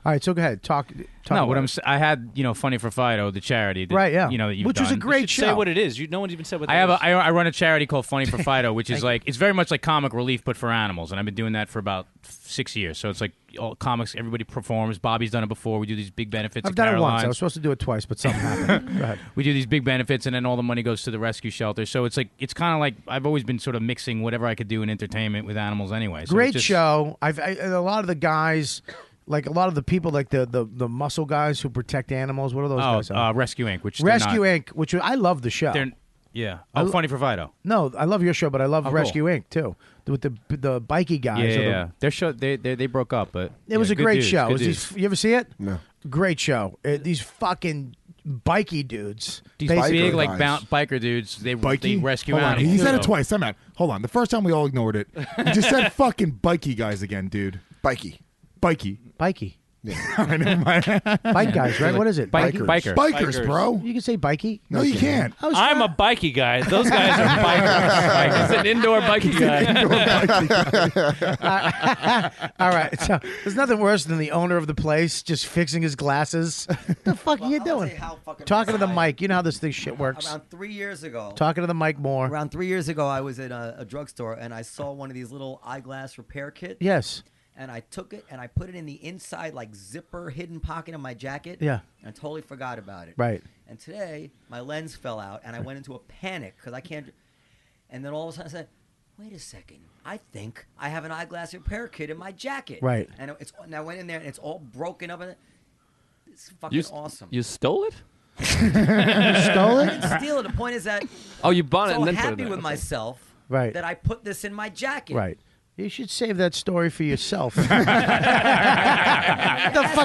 B: All right, so go ahead. Talk. talk
A: No,
B: about
A: what I'm
B: it.
A: s- I had you know funny for Fido, the charity, that,
B: Right, yeah.
A: you know, that you've
B: Which was a
A: done.
B: great
E: should
B: show.
E: Say what it is. You, no one's even said what.
A: I
E: that
A: have
E: is.
A: a I, I run a charity called Funny for Fido, which is like it's very much like comic relief, but for animals. And I've been doing that for about six years. So it's like all comics, everybody performs. Bobby's done it before. We do these big benefits.
B: I've
A: at
B: done it once.
A: Caroline's.
B: I was supposed to do it twice, but something happened. Go ahead.
A: we do these big benefits, and then all the money goes to the rescue shelter. So it's like it's kind of like I've always been sort of mixing whatever I could do in entertainment with animals anyway. So
B: Great
A: it's just-
B: show. I've I, and a lot of the guys, like a lot of the people, like the the, the muscle guys who protect animals. What are those
A: Oh,
B: guys?
A: uh, Rescue Inc. Which they're
B: Rescue
A: not-
B: Inc. Which I love the show.
A: They're, yeah. Oh,
B: lo-
A: Funny for Fido.
B: No, I love your show, but I love
A: Oh,
B: Rescue
A: cool.
B: Inc. too. With the the bikey guys.
A: Yeah,
B: or
A: yeah,
B: the-
A: yeah. Their show they, they they broke up, but
B: It was
A: yeah,
B: a
A: good
B: great
A: dudes,
B: show.
A: good
B: It was
A: dudes.
B: these, you ever see it?
D: No.
B: Great show. Uh, these fucking bikey dudes.
A: These
B: basically-
A: big like
D: guys.
A: bou- biker dudes. They they
F: Bikey?
A: rescue
F: Hold on.
A: animals.
F: He said it
A: so-
F: twice. I'm out. Hold on. The first time we all ignored it. You just said fucking bikey guys again, dude.
D: Bikey.
F: Bikey.
B: bikey.
F: I never mind.
B: Bike guys, right? What is it?
A: Bike-
B: Biker.
A: biker.
F: Bikers,
E: Bikers.
F: bro.
B: You can say bikey.
F: No, you can't.
B: I was
E: I'm
B: trying-
E: a bikey guy. Those guys are bikers.
G: It's an indoor biking guy.
B: Uh, All right. So there's nothing worse than the owner of the place just fixing his glasses. the fuck are you doing? Talking to the mic. You know how this thing shit works.
L: Around three years ago,
B: Talking to the mic more.
L: around three years ago, I was at a, a drugstore and I saw one of these little eyeglass repair kits.
B: Yes.
L: And I took it and I put it in the inside, like zipper, hidden pocket of my jacket.
B: Yeah.
L: And I totally forgot about it.
B: Right.
L: And today, my lens fell out and I went into a panic because I can't. And then all of a sudden, I said, wait a second. I think I have an eyeglass repair kit in my jacket.
B: Right.
L: And it's and I went in there and it's all broken up. And it's fucking
G: You, s-
L: awesome.
G: you stole it?
B: Stole
L: I
B: it?
L: didn't steal it. The point is that
G: Oh, you bought it
L: so
G: and then put it
L: happy
G: in.
L: with
G: Okay.
L: myself
B: Right.
L: that I put this in my jacket.
B: Right. You should save that story for yourself. what the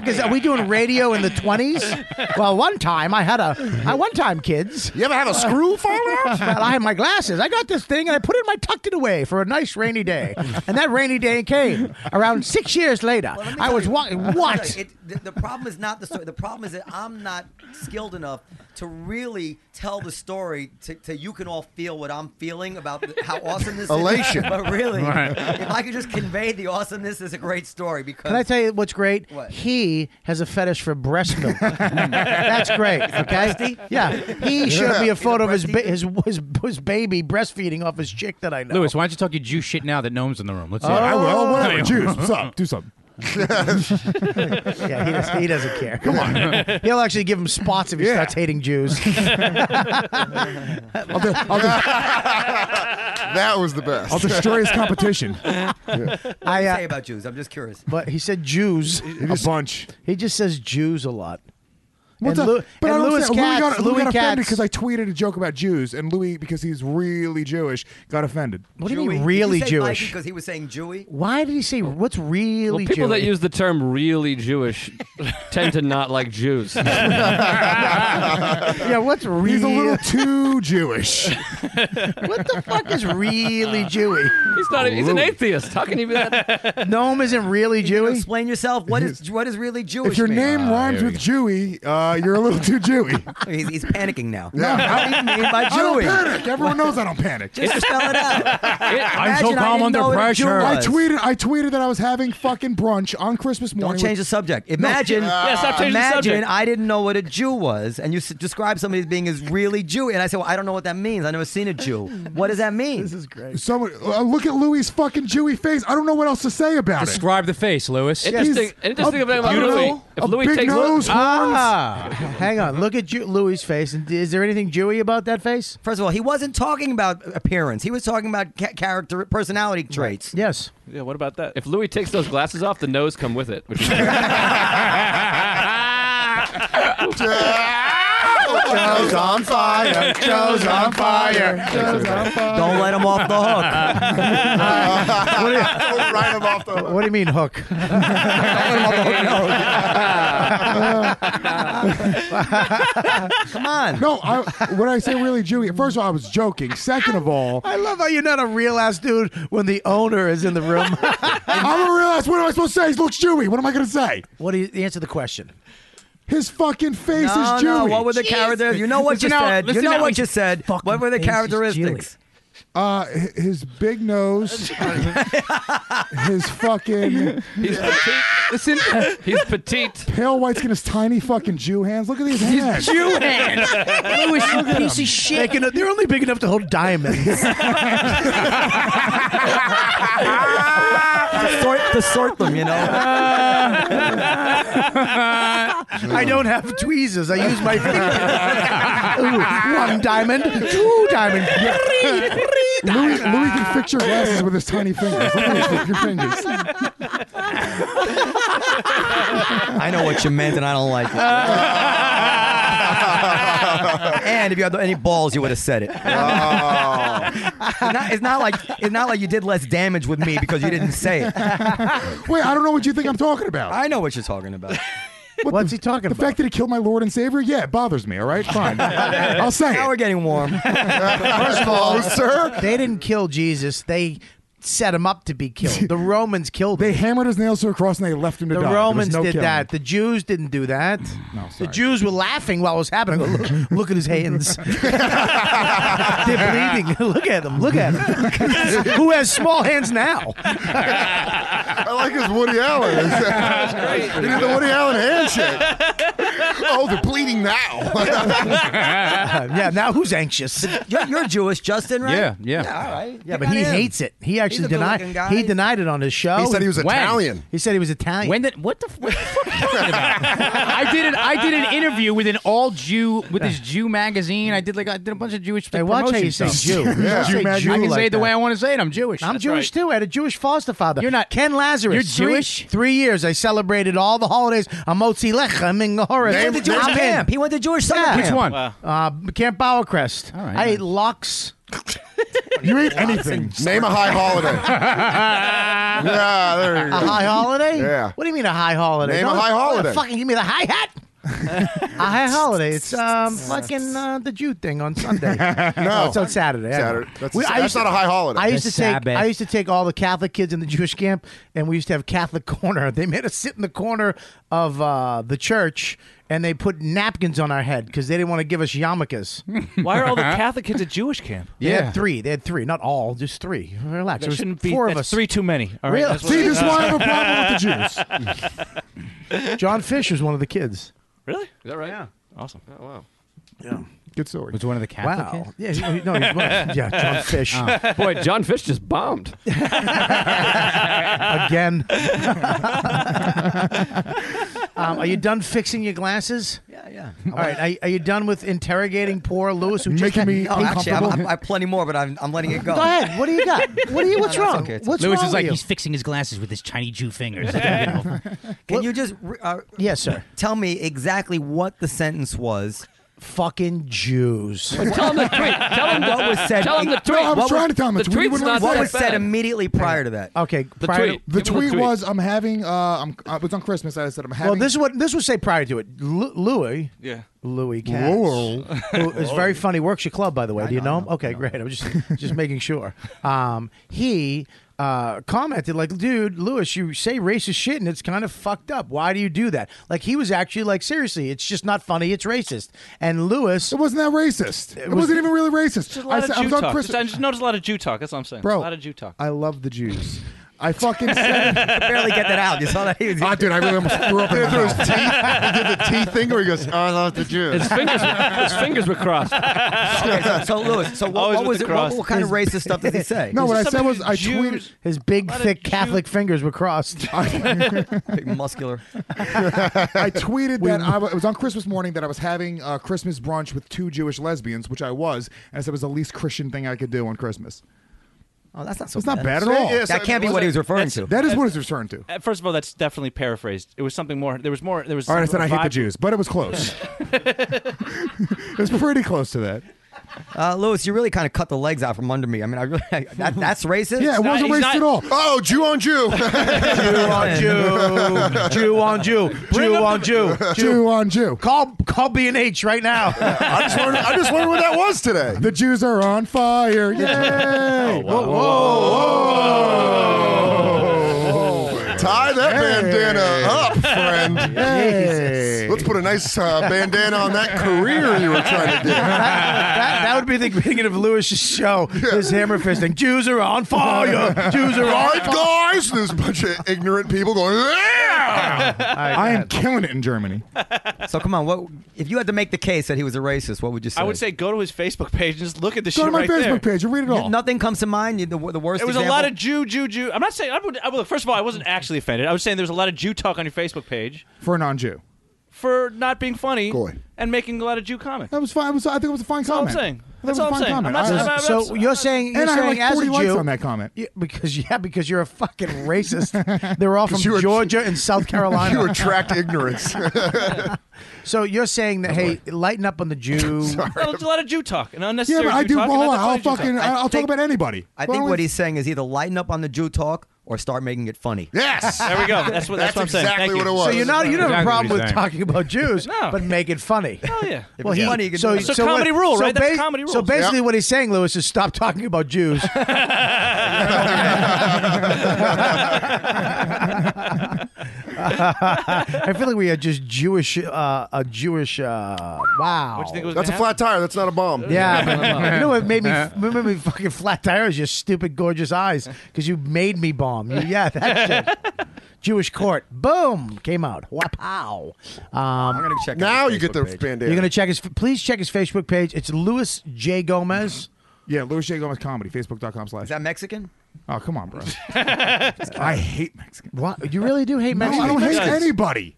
B: fuck is that? Are we doing radio in the 20s? Well, one time I had a. I one time, kids.
D: You ever had a screw fall out?
B: Well, I had my glasses. I got this thing and I put it in my tucked it away for a nice rainy day. And that rainy day came around six years later.
L: Well, let me
B: I
L: tell
B: was
L: you-
B: walking.
L: let me
B: What?
L: tell you, It, the, the problem is not the story. The problem is that I'm not skilled enough to really tell the story to, to you can all feel what I'm feeling about the, how awesome this
D: Elation.
L: is. But really, if I could just convey the awesomeness is a great story because
B: Can I tell you what's great?
L: What?
B: He has a fetish for breast milk. That's great.
L: Is he
B: Okay.
L: breasty?
B: Yeah. He showed me
L: He's
B: a
L: a
B: photo of his, ba- his his his baby breastfeeding off his chick that I know.
A: Lewis, why don't you talk your Jew shit now that Gnome's in the room? Let's see.
B: Oh. I will. Whatever,
F: Jews, what's up? Do something.
B: yeah, he, does, he doesn't care. Come on. He'll actually give him spots if he starts hating Jews.
D: I'll do- I'll do- that was the best.
B: I'll destroy his competition.
L: Yeah. What do
B: I,
L: you
B: uh,
L: say about Jews? I'm just curious.
B: But he said Jews.
F: a bunch.
B: He just says Jews a lot.
F: What's
B: and
F: up?
B: Lu-
F: but
B: and
F: I don't understand. Louis got,
B: Louis Katz,
F: Louis got offended
B: Katz-
F: because I tweeted a joke about Jews, and Louis, because he's really Jewish, got offended.
B: What do you mean Jewy? really Did you say Jewish? Mikey
L: Because he was saying Jewy.
B: Why did he say
F: Oh.
B: what's
G: Well,
B: really
G: people that
B: Jewish?
G: use the term "really Jewish" tend to not like Jews.
B: yeah, what's really?
G: He's a little
F: too Jewish.
B: what the fuck is really Jewy?
G: He's not. He's an atheist. How can he be that?
B: Gnome isn't really Jewish.
L: Explain yourself. What is what is really Jewish?
F: If your
L: mean?
F: name rhymes with Jewy, uh, you're a little too Jewy.
L: he's, he's panicking now.
F: No,
L: What do you mean by
F: I
L: Jewy?
F: don't panic. Everyone knows I don't panic.
L: Just spell it out.
A: I'm so
L: Imagine I
A: calm
L: didn't
A: under
L: know what a Jew
A: pressure.
F: I
L: was.
F: tweeted. I tweeted that I was having fucking brunch on Christmas morning.
L: Don't change the
F: with-
L: subject. Imagine,
F: No. Yeah, stop changing the
L: imagine
F: subject.
L: I didn't know what a Jew was, and you s- describe somebody as being as really Jew, and I say, well, I don't know what that means. I never seen a Jew. What does that mean? This
B: is great.
F: Someone uh, look at Louis' fucking Jewy face. I don't know what else to say about it.
A: Describe the face, Lewis.
G: Interesting. Interesting thing about
F: I don't
G: Louis.
F: know.
G: If
F: A
G: Louis
F: big
G: takes
F: nose,
B: Ah, hang on. Look at Ju- Louis' face. And is there anything Jewy about that face?
L: First of all, he wasn't talking about appearance. He was talking about ca- character, personality traits.
B: Yes.
G: Yeah, what about that? If Louis takes those glasses off, the nose come with it. Which is
D: Joe's on fire. Joe's on fire. Joe's on fire.
L: Don't let him off the hook.
B: Oh. what, do you,
D: Right him off the
B: what do you mean hook?
L: Come on.
F: No, I, when I say really Jewy, first of all, I was joking. Second of all,
B: I love how you're not a real ass dude when the owner is in the room.
F: I'm gonna realize what am I supposed to say? He looks Jewy. What am I gonna say?
B: what do you answer the question?
F: His fucking face is
L: no,
F: Jewy.
L: no. What were the characters? You know what
B: Listen
L: you
B: out,
L: said. You
B: listen
L: know
B: out.
L: what you said. What were the
B: face is Jewy.
L: characteristics?
F: Uh, hi- his big nose, his fucking
G: he's petite. Listen, he's petite.
F: pale white skin, his tiny fucking Jew hands. Look at these hands.
B: Jew hands. Louis, you piece of shit. They can- they're only big enough to hold diamonds.
L: To sort, to sort them, you know.
B: I don't have tweezers. I use my fingers. Ooh, one diamond, two diamond, three, three
F: Louis, Louis
B: diamond.
F: can fix your glasses with his tiny fingers. Look at his your fingers.
L: I know what you meant, and I don't like it. and if you had any balls, you would have said it. Oh. It's not- it's not like it's not like you did less damage with me because you didn't say it.
F: Wait, I don't know what you think I'm talking about.
L: I know what you're talking about.
B: What's he talking
F: the
B: about?
F: fact that he killed my Lord and Savior, yeah, it bothers me. All right, fine, I'll say
L: Now
F: it.
L: we're getting warm.
B: First of all,
D: sir.
B: they didn't kill Jesus. They set him up to be killed. The Romans killed
F: They
B: him.
F: hammered his nails to a cross and they left him to
B: The
F: die. There was
B: Romans
F: no
B: did
F: killing.
B: that. The Jews didn't do that.
F: No,
B: the
F: sorry.
B: Jews were laughing while it was happening. Look, look at his hands. They're bleeding. Look at them. Look at them. Who has small hands now?
D: I like his Woody Allen. he did the Woody Allen handshake. oh, they're bleeding now.
B: yeah, now who's anxious?
L: You're, you're Jewish, Justin, right?
A: Yeah, yeah.
L: all right.
B: Yeah, but he hates it. He actually
L: a good-looking guy.
B: denied. He denied it on his show.
D: he said he was
A: When?
D: Italian.
B: He said he was Italian.
A: When did what the, f- what the fuck are you talking about? I did an I did an interview with an all Jew with this Jew magazine. I did like I did a bunch of Jewish.
B: hey,
A: like,
B: watch how
A: promotion
B: you say
A: stuff.
B: Jew. You don't
D: Yeah.
B: say
D: Jew
A: I can
B: like
A: say it the
B: that.
A: way I want to say it. I'm Jewish.
B: I'm
A: That's
B: Jewish
A: right.
B: too. I had a Jewish foster father.
A: You're not-
B: Ken Lazarus.
A: You're
B: Three-
A: Jewish?
B: Three years. I celebrated all the holidays. I'm Motzi Lechem in Horus.
L: He went to Jewish
B: I'm in.
L: camp. He went to Jewish summer
B: Yeah.
L: camp.
A: Which one?
E: Wow.
B: Uh, Camp Bowercrest.
A: All right.
B: I ate lox.
F: You ate anything?
D: Name a high holiday. yeah, there you
B: A
D: go.
B: high holiday?
D: Yeah.
B: What do you mean a high holiday?
D: Name a high
B: what
D: holiday.
B: the Fucking give me the hi hat. I had holiday. It's um fucking uh, the Jew thing on Sunday. Oh,
D: No.
B: it's on Saturday.
D: Saturday. That's-
B: I
D: that's
B: used
D: not a high holiday.
B: I used
D: The
B: to take
D: Sabbath.
B: I used to take all the Catholic kids in the Jewish camp, and we used to have Catholic corner. They made us sit in the corner of uh, the church, and they put napkins on our head because they didn't want to give us yarmulkes.
E: Why are all the Catholic kids at Jewish camp?
B: They had three. They had three, not all, just three. Relax.
E: There
B: There was
E: shouldn't be-
B: four of
E: that's
B: us.
E: three too many. All right,
B: Really?
E: that's what- See, this is why I have a problem
B: with the Jews. John Fish was one of the kids.
E: Really? Is
G: that right? Yeah.
E: Awesome.
G: Oh, wow.
B: Yeah.
F: Good story.
A: Was one of the Catholic
B: Wow.
A: kids?
B: Yeah, he- he- no, he was one of- yeah, John Fish.
F: Ah.
G: Oh. Boy, John Fish just bombed.
B: Again. um, are you done fixing your glasses? Yeah,
L: yeah.
B: All right. Are, are you done with interrogating poor Lewis, who just
L: Making
B: had-
L: me No, actually, I'm- uncomfortable? I have plenty more, but I'm, I'm letting it go.
B: Go ahead. What do you got? What do you? What's
L: No, no, it's
B: wrong?
L: okay, it's
B: What's
A: Lewis
B: wrong
A: is like
B: with you?
A: he's fixing his glasses with his tiny Jew fingers.
L: Can you just re- uh,
B: yes, sir?
L: Tell me exactly what the sentence was.
B: Fucking Jews.
L: tell him the tweet. Tell him what was said.
G: Tell him the tweet.
L: What was-
F: trying to tell him the
L: the
F: tweet.
L: tweet's
F: What was
L: not what
F: said?
L: was said immediately prior to that.
B: Okay,
G: The
B: prior to-
G: tweet.
F: The
G: Give him the
F: tweet
G: tweet.
F: was,
B: um,
F: "I'm having." Uh, I'm. Uh, it was on Christmas. I said, "I'm having."
B: Well, this is what this would say prior to it. Lu Louis,
F: Yeah.
B: Louis Katz,
F: Whoa.
B: who is very funny. Works your club, by the way. Do you know him? Okay, great. I'm just just making sure. Um, he uh, commented like, "Dude, Louis, you say racist shit, and it's kind of fucked up. Why do you do that?" Like he was actually like, "Seriously, it's just not funny. It's racist." And Louis,
F: it wasn't that racist. It, was, not even really racist.
E: There's a lot
F: I, said-
E: of
F: I
E: Jew
F: was on
E: talk.
F: Christmas.
E: Just, I just noticed a lot of Jew talk. That's what I'm saying.
F: Bro,
E: a lot of Jew talk.
F: I love the Jews. I fucking said
L: barely get that out. You saw that? He was,
F: Ah, dude, I really almost threw up in my
D: Through his
F: mouth.
D: teeth, he did the teeth thing where he goes, "Oh, I love the Jews."
G: His fingers, his fingers were crossed.
L: okay, so, so Lewis, so what,
G: Always
L: what
G: with
L: was
G: the
L: it? What,
G: cross.
L: what kind of racist stuff did he say?
F: No, what I said
E: something
F: was I
E: Jews-
F: tweeted.
B: his big,
E: lot of
B: thick
E: Jew-
B: Catholic fingers were crossed.
L: Big muscular.
F: I tweeted that I wa- it was on Christmas morning that I was having uh, Christmas brunch with two Jewish lesbians, which I was, and I said it was the least Christian thing I could do on Christmas.
L: Oh, that's not so.
F: It's not bad at all.
L: That can't be what he was referring to.
F: That is what it's referring to.
E: Uh, First of all, that's definitely paraphrased. It was something more. There was more. There was.
F: All right, I said
E: some
F: I hate the
E: vibe-
F: Jews, but it was close. it was pretty close to that.
L: Uh, Lewis, you really kind of cut the legs out from under me. I mean, I really, that, that's racist.
F: Yeah, it wasn't racist at all.
D: Oh, Jew on Jew.
B: Jew on Jew, Jew on Jew, Jew on Jew,
F: Jew on Jew.
B: Call call B and H right now.
D: I just learned. I just learned what that was today.
F: The Jews are on fire.
B: Oh,
F: Yay!
B: Oh.
D: Tie that bandana up, friend.
F: Yay.
D: Let's put a nice uh, bandana on that career you were trying to do.
B: that, that would be the beginning of Lewis's show. His hammer fisting. Jews are on fire. Jews are
D: All
B: on
D: right,
B: fire.
D: guys. There's a bunch of ignorant people going. "Eh?" Yeah!
F: I am killing it in Germany.
L: So come on, what if you had to make the case that he was a racist? What would you say?
E: I would say go to his Facebook page and just look at the
F: Go
E: shit
F: to my
E: right there.
F: Facebook page and read it all.
L: nothing comes to mind. You- The, the worst.
E: It was a
L: example?
E: lot of Jew, Jew, Jew. I'm not saying. I would, I would, first of all, I wasn't actually offended. I was saying there was a lot of Jew talk on your Facebook page
F: for a non-Jew.
E: for not being funny
D: Goy.
E: and making a lot of Jew comments.
F: That was fine. It was, I think it was a fine
E: all I'm
F: comment.
E: saying.
F: I think it was
E: That's
F: a
E: all I'm
F: fine
E: saying.
F: comment.
E: I'm not
F: I-
E: saying- I'm-
B: So you're saying you're
F: and I had
B: saying
F: like
B: as
F: 40
B: a
F: likes
B: Jew
F: on that comment.
B: Yeah, because yeah, because you're a fucking racist. They're all from
D: you were-
B: Georgia and South Carolina.
D: You attract ignorance. Oh,
B: so you're saying that hey, lighten up on the Jew.
E: That was a lot of Jew talk and
F: Yeah,
E: unnecessary
F: but I
E: Jew
F: do.
E: talk. and
F: Hold on.
E: that's why
F: I'll
E: Jew talk.
F: fucking. I'll talk
L: think-
F: about anybody.
L: I
F: Why
L: think
F: don't
L: what
F: we-
L: he's saying is either lighten up on the Jew talk or start making it funny.
D: yes.
E: There we go. That's what. That's, what I'm saying.
D: exactly
E: Thank
D: what
E: you.
D: it was.
B: So you're not you don't have a
A: Exactly what
B: problem
A: he's
B: with
A: saying.
B: talking about Jews,
E: No.
B: but make it funny.
E: Hell yeah.
B: Well,
L: it's
B: he,
L: funny, you can
B: so,
L: do it.
E: So
B: what-
E: comedy rule, right? That's
B: bas-
E: comedy
B: So
E: rules.
B: basically,
D: Yep.
B: what he's saying, Lewis, is stop talking about Jews. I feel like we are just Jewish. Uh, a Jewish. Uh, wow.
E: What do you think it was?
D: That's a
E: gonna
D: flat tire. That's not a bomb.
B: Yeah, but you know what made me what made me fucking flat tire is your stupid gorgeous eyes because you made me bomb. You, yeah, that shit. Jewish court, boom, came out. Wow. Um,
L: I'm gonna check. out
D: Now
L: his
D: you get
L: Facebook
D: the
L: page.
D: bandana.
B: you're gonna check his. Please check his Facebook page. It's Louis J Gomez.
F: Mm-hmm. Yeah, Louis J. Gomez comedy. Facebook.com slash.
L: Is that Mexican?
F: Oh, come on, bro. I hate Mexicans.
B: What you really do hate
F: No,
B: Mexicans?
F: I don't hate anybody.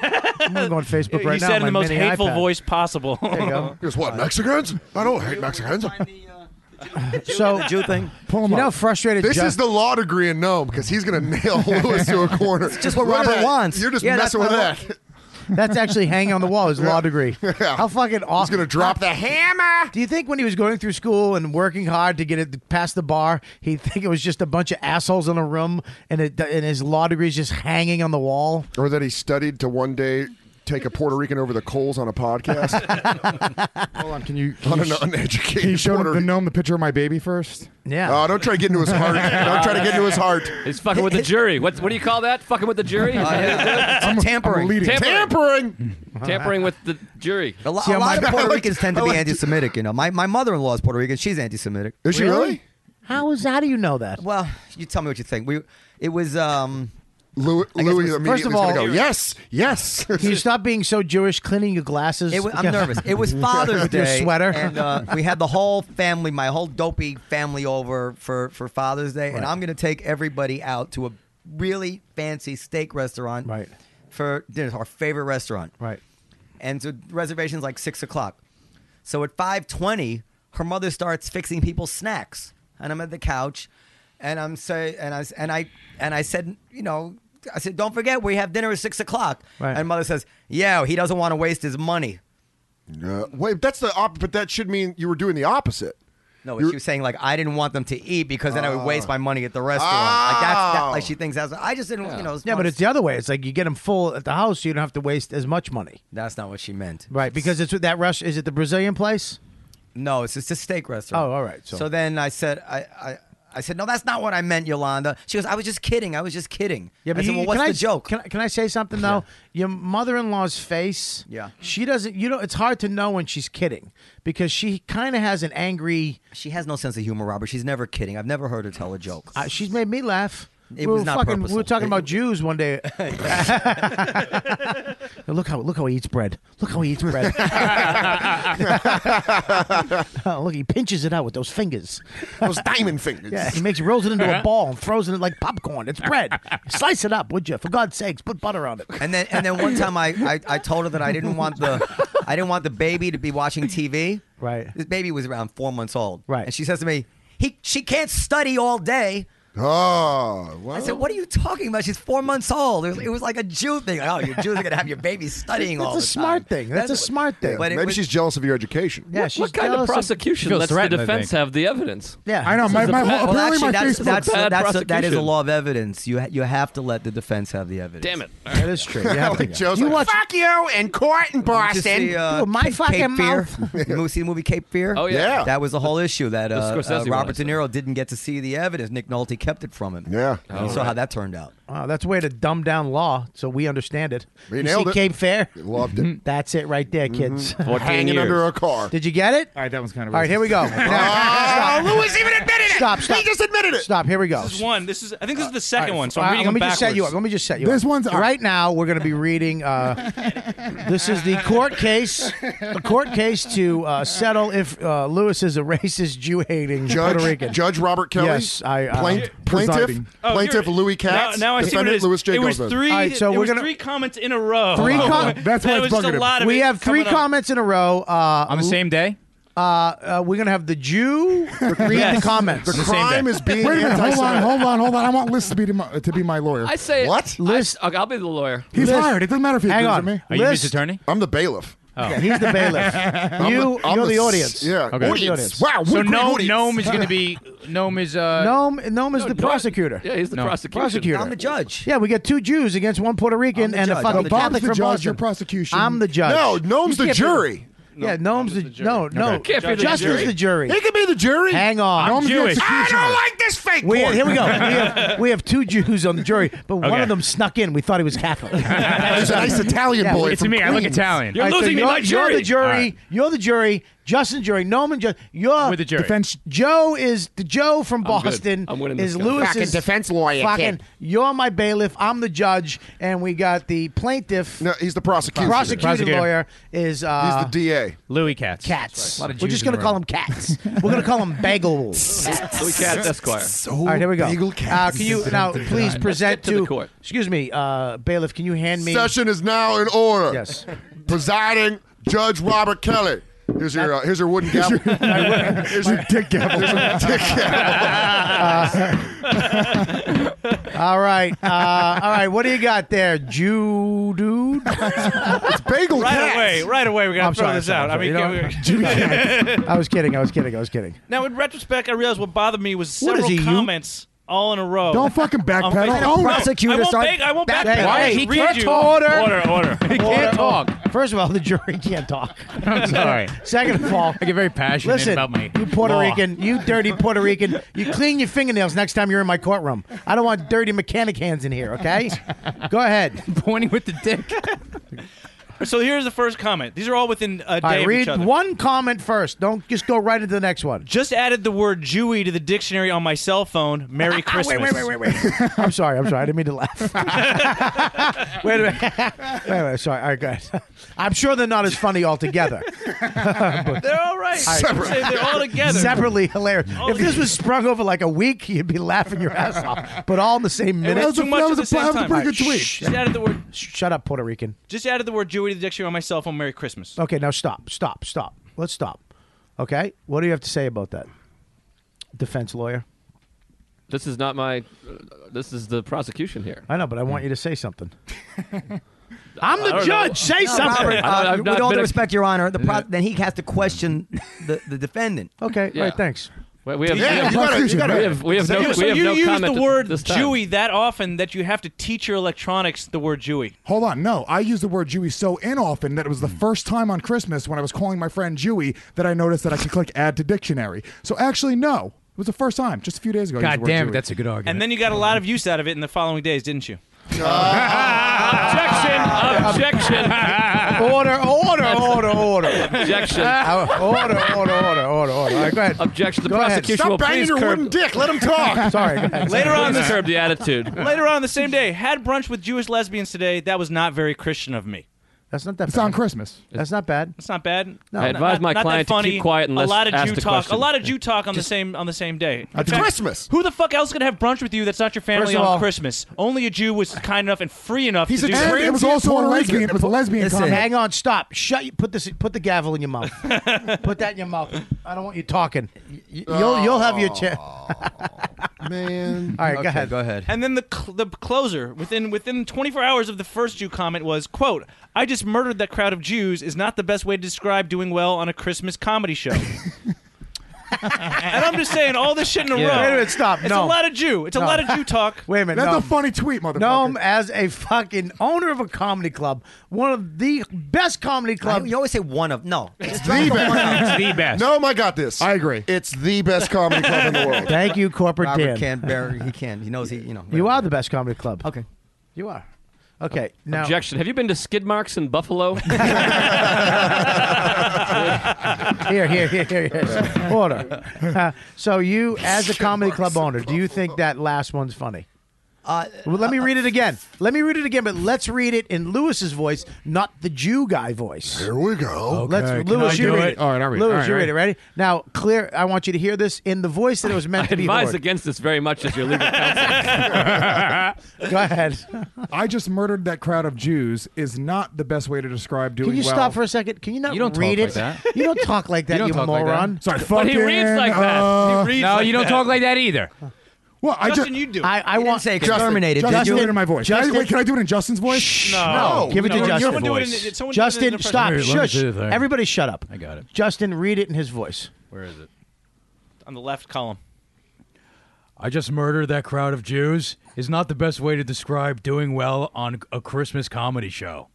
B: I'm gonna go on Facebook
E: happen?
B: right
E: He
B: now.
E: said in
B: my
E: the most
B: mini
E: hateful
B: iPad.
E: voice possible.
B: There you go.
D: He goes, what, Mexicans? I don't hate Mexicans.
L: uh,
B: So
L: Jew thing.
F: Pull him
B: you know, how
F: up.
B: frustrated.
D: This
B: Ju-
D: is the law degree in Nome because he's going to nail Lewis to a corner.
L: just what
D: Look at
L: Robert
D: that.
L: wants.
D: You're just
L: Yeah, that's
D: messing with
L: what I
D: that.
B: that's actually hanging on the wall. His law degree. How fucking awesome.
D: He's going to drop the hammer.
B: Do you think when he was going through school and working hard to get it past the bar, he think it was just a bunch of assholes in a room and it, and his law degree's just hanging on the wall?
D: Or that he studied to one day take a Puerto Rican over the coals on a podcast?
F: Hold on, can you?
D: On
F: Can
D: an
F: you, sh-
D: uneducated
F: can you show
D: Puerto
F: the gnome the picture of my baby first?
B: Yeah.
D: Oh, don't try to get into his heart. Don't try to get into his heart.
G: He's fucking with the jury. What what do you call that? Fucking with the jury?
L: I'm- Oh, tampering. I'm leading.
G: Tampering. Tampering with the jury.
L: A, lo- a lot of Puerto Ricans tend to be anti-Semitic. You know, my, my mother-in-law is Puerto Rican. She's anti-Semitic.
B: Is she Really? really? How is how do you know that?
L: Well, you tell me what you think. We it was um,
D: Louis.
B: Louis immediately
L: first
B: is
L: of
B: gonna
L: all,
B: go,
D: yes, yes.
B: Can you stop being so Jewish? Cleaning your glasses.
L: It was, I'm nervous. It was Father's Day.
B: Your sweater.
L: And uh, we had the whole family, my whole dopey family over for, for Father's Day. And
B: Right.
L: I'm going to take everybody out to a really fancy steak restaurant right. for dinner, our favorite restaurant.
B: Right.
L: And so reservations like 6 o'clock. So at 5.20, her mother starts fixing people's snacks. And I'm at the couch. And I'm say, and I s- and I and I said, you know, I said, don't forget we have dinner at six o'clock.
D: Right.
L: And mother says, yeah, he doesn't want to waste his money.
D: No, Uh, wait, that's the op- but that should mean you were doing the opposite.
L: No,
D: You're-
L: Oh, she was saying like I didn't want them to eat because then I would waste
D: Oh.
L: my money at the restaurant. Like that's that, like she thinks that's I just didn't you know.
B: Yeah, but it's the other way. It's like you get them full at the house, so you don't have to waste as much money.
L: that's not what she meant.
B: Right, because it's with that rush. Is it the Brazilian place?
L: No, it's just a steak restaurant.
B: Oh, all right, so-
L: then I said I. I I said, no, that's not what I meant, Yolanda. She goes, I was just kidding. I was just kidding.
B: Yeah,
L: I
B: but
L: said,
B: you-
L: well, what's
B: can
L: the
B: I,
L: joke?
B: Can I, can I say something though? Your mother-in-law's face.
L: Yeah.
B: She doesn't. You know, it's hard to know when she's kidding because she kind of has an angry.
L: She has no sense of humor, Robert. She's never kidding. I've never heard her tell a joke.
B: Uh, she's made me laugh.
L: It
B: we
L: was
B: were
L: not
B: fucking, We
L: purposeful.
B: were talking
L: It-
B: about Jews one day. look how look how he eats bread. Look how he eats bread. Oh, look, he pinches it out with those fingers.
D: Those diamond fingers.
B: Yeah, he makes rolls it
L: Uh-huh.
B: into a ball and throws it in like popcorn. It's bread. Slice it up, would you? For God's sakes, put butter on it.
L: And then and then one time I, I, I told her that I didn't want the I didn't want the baby to be watching TV.
B: Right.
L: This baby was around four months old. Right. And she says to me, He she can't study all day.
D: Oh,
L: I said, "What are you talking about? She's four months old." It was, it was like a Jew thing. Like, oh, your Jews are gonna have your baby studying
B: That's
L: all
B: a
L: the
B: smart
L: time.
B: thing. That's a smart thing.
L: But it
D: Maybe
L: was-
D: she's jealous of your education.
B: Yeah,
G: what,
B: she's
G: what kind
B: jealous
G: of
B: of-
G: prosecution
B: Feels
G: lets the
B: threatened, I
G: defense
B: think.
G: have the evidence?
B: Yeah.
F: I know,
G: This
F: my-
G: is a
F: my
G: bad-
F: whole-
L: well,
F: apparently
L: actually,
F: my
L: that's,
F: Facebook's
L: that's,
G: bad
L: that's a, that is a
G: prosecution.
L: law of evidence. You ha- you have to let the defense have the evidence.
G: Damn it.
B: That is true. You have to-
D: Joe's
B: you
D: like,
B: watch-
D: fuck you in court in
L: Did you
D: Boston.
L: see, uh,
B: Dude, my
L: Cape
B: fucking
L: Cape
B: mouth.
L: Fear? you see the movie Cape Fear?
G: Oh, yeah. Yeah.
L: That was the whole issue that
G: The
L: uh,
G: Scorsese
L: uh,
G: one, I
L: Robert De Niro didn't get to see the evidence. Nick Nolte kept it from him.
D: Yeah.
G: Oh,
L: You saw how that turned out.
B: Wow, that's a way to dumb down law so we understand it.
D: We
B: you
D: nailed
B: see
D: it.
B: Cape Fair?
D: Loved it. Mm-hmm.
B: That's it right there, kids.
D: Hanging under a car.
B: Did you get it?
F: All right, that one's kind of.
B: All right, here we go.
D: Oh, Louis even admitted it.
B: Stop, stop.
D: He just admitted it.
B: Stop. Here we go.
E: This is one. This is. I think this is the second one. So
B: All
E: I'm
B: right,
E: reading
B: let me
E: them
B: just set you up.
E: backwards.
B: Let me just set you
F: This
B: up.
F: one's-
B: right now. We're going to be reading. Uh, this is the court case, the court case to uh, settle if uh, Lewis is a racist, Jew-hating Puerto Rican.
D: Judge, Judge Robert Kelly.
B: Yes, I, uh,
D: Plaint- plaintiff,
F: Presiding.
E: Oh,
D: plaintiff
E: here-
D: Louis Katz.
E: Now, now I see what
D: defendant
E: it is.
D: Louis J.
E: It was
D: Gomez.
E: three.
B: All right, so
E: it
B: we're
E: was
B: gonna-
E: three comments in a row. Oh.
B: Three com-
F: That's why
E: That
F: it's
E: was just
F: bugging
E: a
F: him.
E: lot of
B: we
E: it
B: have three
E: coming up.
B: comments in a row. Uh,
A: on the same day.
B: Uh, uh, we're going to have the Jew read the
E: Yes.
B: comments.
A: The same
D: Crime
A: day.
D: is being
F: Wait a minute. Hold on.
D: anti-Semitic.
F: Hold on. Hold on. I want Liz to be my, to be my lawyer.
G: I say
D: What?
G: List. I, will be the lawyer.
F: He's
B: Liz-
F: hired. It doesn't matter if he
B: Hang
F: agrees
B: on.
F: with me.
A: Are you his
B: List-
A: attorney?
D: I'm the bailiff.
B: He's the bailiff. you,
D: I'm
B: you're the,
D: s-
B: audience.
D: Yeah.
A: Okay.
B: You're the
D: Audience.
B: audience.
D: Wow. what
A: So
D: a great
A: gnome,
D: audience.
A: gnome is going to be gnome is uh
B: Gnome, Gnome is the
G: No,
B: prosecutor.
G: Yeah, he's the
A: No.
G: prosecutor.
B: Prosecutor.
L: I'm the judge.
B: Yeah, we got two Jews against one Puerto Rican
L: I'm the
B: and a
L: judge.
B: fucking
L: I'm the judge.
F: Bob's
B: Catholic
F: the
B: from
F: judge.
B: Boston.
F: You're prosecution.
B: I'm the judge.
D: No,
B: You
D: gnome's the
B: can't be-
D: jury.
B: yeah, gnome's the, no, no.
G: Can't be the
B: Just
G: jury.
B: is the jury.
D: He could be the jury.
B: Hang on.
F: Gnome's the
A: Jewish.
F: executioner.
D: like this fake
B: we,
D: court.
B: here we go. We have, we have two Jews on the jury, but one
A: Okay.
B: of them snuck in. We thought he was Catholic.
D: There's a nice Italian
B: Yeah,
D: boy.
A: It's
D: from
A: me. I look
D: Queens.
A: Italian.
G: You're
B: All
G: losing me
B: you're,
G: my
B: You're
G: jury.
B: the jury.
A: All right.
B: You're the jury. Justin jury. Noman just you're
A: We're the jury.
F: Defense.
B: Joe is the Joe from
G: I'm good.
B: Boston.
G: I'm winning
B: is
G: this guy.
B: Lewis
D: Fucking
B: is
D: defense lawyer,
B: Fucking,
D: kid.
B: you're my bailiff. I'm the judge, and we got the plaintiff.
D: No, he's the prosecutor.
B: prosecutor,
A: Prosecutor.
B: lawyer is
D: He's
B: uh,
D: the DA.
A: Louis Katz.
B: Cats.
A: A lot of
B: We're
A: Jews
B: just
A: in
B: gonna
A: the
B: call
A: room.
B: him Cats. We're gonna call him Bagels.
G: Louis Katz Esquire.
B: All right, here we go.
D: Bagel
B: Uh,
D: Cats.
B: can you now please present
G: get to the
B: to?
G: court.
B: Excuse me, uh, bailiff. Can you hand me?
D: Session is now in order.
B: Yes.
D: Presiding Judge Robert Kelly. Here's your uh, here's your wooden gavel. here's your dick gavel. Here's your dick gavel.
B: Uh, All right, uh, all right. What do you got there, Jew dude?
D: It's bagel
E: Right
D: cats.
E: away, right away, we gotta
B: I'm
E: throw
B: sorry,
E: this
B: I'm sorry,
E: out.
B: I'm
E: I mean,
B: sorry. You
E: can we-
B: I was kidding. I was kidding. I was kidding.
E: now in retrospect, I realized what bothered me was
B: What is
E: several
B: he, you?
E: comments all in a
B: Oh.
E: row.
F: Don't fucking backpedal.
E: I'm-
F: Own it.
E: I won't, back, I won't backpedal. I
B: Hey,
E: just read
B: first
E: you.
B: Order.
E: Order, order.
B: He can't talk. First of all, the jury can't talk.
A: I'm sorry.
B: Second of all,
A: I get very passionate
B: Listen,
A: about my
B: you Puerto
A: law.
B: Rican, you dirty Puerto Rican, you clean your fingernails next time you're in my courtroom. I don't want dirty mechanic hands in here. Okay, go ahead.
A: Pointing with the dick.
E: So here's the first comment. These are all within a day
B: I
E: of each
B: read
E: other.
B: one comment first. Don't just go right into the next one.
E: Just added the word Jewy to the dictionary on my cell phone. Merry Christmas.
B: Wait, wait, wait, wait, wait. I'm sorry. I'm sorry. I didn't mean to laugh. wait a minute. wait, wait. Sorry. All right, guys. I'm sure they're not as funny altogether.
E: They're all right. Separate. They're all together.
B: Separately hilarious. if this was sprung over like a week, you'd be laughing your ass off. But all in the same
E: It
B: minute.
E: was too much at the same time.
B: Shh.
E: Shh. Just added the word.
B: Shut up, Puerto Rican.
E: Just added the word Jewy to the dictionary on my cell phone. Merry Christmas.
B: Okay, now stop, stop, stop. Let's stop. Okay, what do you have to say about that, defense lawyer?
G: This is not my. Uh, this is the prosecution here.
B: I know, but I
E: Hmm.
B: want you to say something. I'm
G: I
B: the
G: don't
B: judge.
G: know.
B: Say something.
G: I
L: Robert,
G: don't-
L: uh,
G: I've
L: with
G: not
L: all
G: been
L: due
G: a-
L: respect, Your Honor, the pro- then he has to question the, the defendant.
B: Okay,
G: Yeah. right,
B: thanks.
G: We, we have,
L: Yeah,
G: we have-
L: you gotta- you gotta-
G: we have, we have
E: so
G: no,
E: you,
G: we
E: so
G: have
E: you
G: no
E: use
G: comment
E: the word
G: this time.
E: Jewy that often that you have to teach your electronics the word Jewy.
F: Hold on, no. I use the word Jewy so inoften that it
B: Hmm.
F: was the first time on Christmas when I was calling my friend Jewy that I noticed that I could click add to dictionary. So actually, no. It was the first time, just a few days ago. I used the word Jewy.
A: good argument.
E: And then you got a lot of use out of it in the following days, didn't you?
B: Uh,
G: objection! Objection!
B: order, order, order, order.
G: Objection.
B: Uh, order, order, order, order, order. All right, go ahead.
G: Objection. The
B: Go ahead.
G: prosecution will please curb.
D: dick. Let him talk.
B: Sorry. Go ahead.
E: Later on
G: please
E: this
G: curb the attitude.
E: Later on the same day, had brunch with Jewish lesbians today. That was not very Christian of me.
B: That's not that.
F: It's on
B: Bad.
F: Christmas.
B: That's not bad.
E: It's not bad.
B: No,
G: I
B: no.
G: advise my
E: not that
G: client to
E: funny.
G: keep quiet and
E: a
G: let's
E: lot of
G: ask
E: Jew
G: the
E: talk.
G: question.
E: A lot of Jew talk on the same on the same day.
D: It's Christmas.
E: Who the fuck else could have brunch with you that's not your family
B: First of
E: on
B: all-
E: Christmas? Only a Jew was kind enough and free enough
D: He's
E: to
D: a
E: do
D: Jew.
E: that.
F: And it was
D: Transient
F: also a
D: Puerto Rican.
F: lesbian. It was a lesbian
L: Listen.
F: comment.
B: Hang on, stop. Shut. You, put this. Put the gavel in your mouth. put that in your mouth. I don't want you talking. You, will you'll have your chance. All
D: Oh, Man.
B: right, Mm. go
L: Okay,
B: ahead.
L: Go ahead.
E: And then the cl- the closer within within 24 hours of the first Jew comment was quote I just murdered that crowd of Jews is not the best way to describe doing well on a Christmas comedy show. and I'm just saying all this shit in a row.
B: Wait a minute. Stop.
E: It's
B: no.
E: a lot of Jew. It's a
B: No.
E: lot of Jew talk.
B: Wait a minute.
F: That's
B: no.
F: a funny tweet, motherfucker.
B: Gnome, as a fucking owner of a comedy club, one of the best comedy
L: I-
B: club.
L: you always say one of no. It's
D: The best.
A: the best.
D: No, I got this.
F: I agree.
D: It's the best comedy club in the world.
B: Thank you, corporate
L: Robert
B: Dan.
L: can't bear. He can. He knows he. You know.
B: You are the best comedy club.
L: Okay.
B: You are. Okay. Now,
G: Objection. Have you been to skid marks in Buffalo?
B: here, here, here, here, here. Order. Uh, so, you, as a comedy club owner, do you think that last one's funny?
L: Uh,
B: Well, let me read it again. Let me read it again, but let's read it in Lewis's voice, not the Jew guy voice.
D: Here we go.
B: Let's,
F: can I
B: Lewis, you
F: do
B: read
F: it?
B: it.
F: All right, I'll read it.
B: Lewis,
F: All right,
B: you
F: all
B: read it. Ready? Now, clear. I want you to hear this in the voice that it was
G: I
B: meant to be.
G: advise
B: heard.
G: against this very much as your legal counsel.
B: Go ahead.
F: I just murdered that crowd of Jews is not the best way to describe doing
B: Can you
F: well.
B: stop for a second? Can you not
A: You don't
B: read it?
A: talk like that.
B: You don't talk like that,
A: You
B: you,
A: don't talk like that.
B: moron.
F: Sorry, fucking.
G: But he reads like that.
F: uh,
G: he reads
A: No,
G: like
A: you don't
G: that.
A: talk like that either.
F: Well, I just.
E: Justin, you do. it.
B: I, I
L: I
B: want
L: won't say exterminated.
F: Justin,
L: did you?
F: do it in my voice. Can I-
B: Justin-
F: wait, can I do it in Justin's voice?
B: No, give it to
E: No,
B: Justin.
E: someone do it in-
A: Voice.
E: it- someone do it in
B: Justin,
E: their first-
B: stop.
A: Here, let me
B: Shush.
A: do the thing.
B: Everybody, shut up.
A: I got it.
B: Justin, read it in his voice.
A: Where is it?
E: on the left column.
A: I just murdered that crowd of Jews is not the best way to describe doing well on a Christmas comedy show.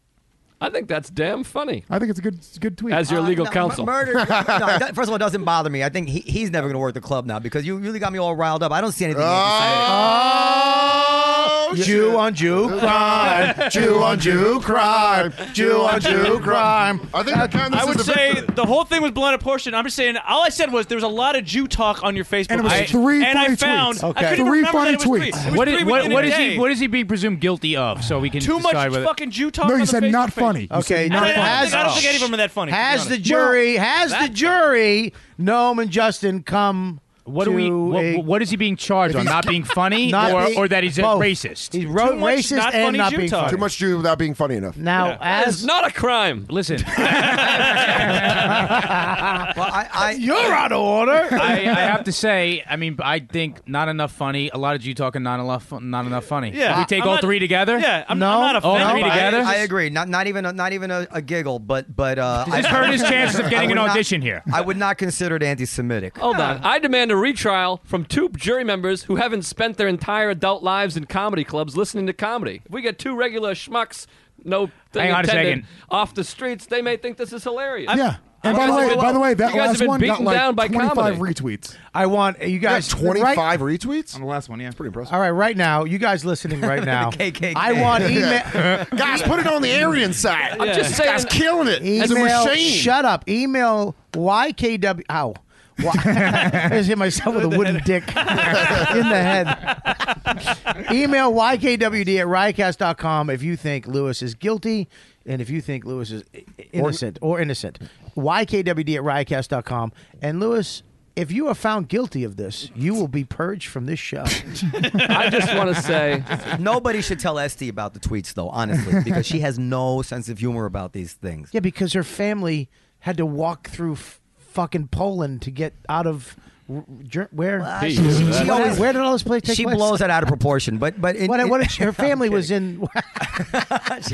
G: I think that's damn funny.
F: I think it's a good, it's a good tweet.
G: As your
L: Uh,
G: legal
L: no, mur-
G: counsel.
L: Murder. no, that- first of all, it doesn't bother me. I think he, he's never going to work the club now because you really got me all riled up. I don't see anything.
D: Oh,
B: Jew on Jew crime. Jew on Jew crime. Jew on Jew crime.
D: I think I kind of
E: I would
D: is the
E: say
D: victory.
E: the whole thing was blown proportion. I'm just saying, all I said was there was a lot of Jew talk on your Facebook.
F: And it was
E: page.
F: three
E: And I
F: funny
E: found
F: tweets.
E: I couldn't
F: Okay.
E: even
F: Three
E: remember
F: funny
E: that it was three.
F: tweets.
E: It was
A: What
E: three
A: is,
E: within
A: what,
E: a
A: what is
E: day.
A: he? What is he being presumed guilty of? So we can
E: Too much
A: decide whether-
E: fucking Jew talk.
F: No,
E: on
F: you
E: the
F: said
E: Facebook
F: not
E: page.
F: funny. You
B: Okay,
F: said
E: I
F: not funny.
E: don't, I don't think, I don't
B: Has-
E: think any of them are that funny. to be
B: Has
E: honest.
B: the jury, has the jury, Noam and Justin come
A: What
B: to
A: do we?
B: a-
A: What, what is he being charged on? Not being funny,
B: not
A: or,
B: being-
A: Uh, or that he's a
B: both.
A: racist?
B: He's ro-
E: Too much
B: racist
E: not
B: and
E: funny
B: not
E: Jew
B: being
E: talk.
B: funny.
D: too much Jew without being funny enough.
B: Now, uh,
G: That
B: as
G: is not a crime.
A: Listen,
L: Well, I, I,
B: you're out of order.
A: I, I have to say, I mean, I think not enough funny. A lot of you talking not enough, not enough funny.
E: Yeah.
A: we take
E: I'm
A: all
E: not-
A: three together.
E: Yeah, I'm,
B: No.
E: I'm not a
A: All
E: fan.
A: three together?
L: I agree. Not not even a, not even a, a giggle, but but uh,
A: This
L: I-
A: hurt his chances of
L: I
A: getting an
L: would not-
A: audition here.
L: I would not consider it anti-Semitic.
G: Hold on. I demand a a retrial from two jury members who haven't spent their entire adult lives in comedy clubs listening to comedy. If we get two regular schmucks, no thing
A: Hang on a
G: intended,
A: second.
G: off the streets, they may think this is hilarious.
F: yeah. And by the way, by the way, that
G: you guys
F: last
G: have been
F: one
G: beaten
F: got like
G: down by
F: 25
G: comedy.
F: retweets.
B: I want you guys right-
D: retweets
F: on the last one. Yeah, pretty impressive.
B: All right, right now, you guys listening right now.
F: The KKK.
B: I want email.
D: Guys, put it on the Aryan side. I'm just saying. Guys, killing it. It's a
B: Email.
D: machine.
B: Shut up. Email YKW. Ow. Why- I just hit myself with a wooden dick in the head. Email YKWD at riotcast.com if you think Lewis is guilty and if you think Lewis is i- innocent or, innocent. YKWD at riotcast.com. And Lewis, if you are found guilty of this, you will be purged from this show.
L: I
G: just want to say
L: nobody should tell Esty about the tweets though, honestly, because she has no sense of humor about these things.
B: Yeah, because her family had to walk through f- fucking Poland to get out of r- Ger- where?
L: she- Jesus. she
B: Where-
L: always-
B: where did all this play take
L: She
B: place?
L: blows that out of proportion, but but in,
B: What,
L: in-
B: what if her family was in? That's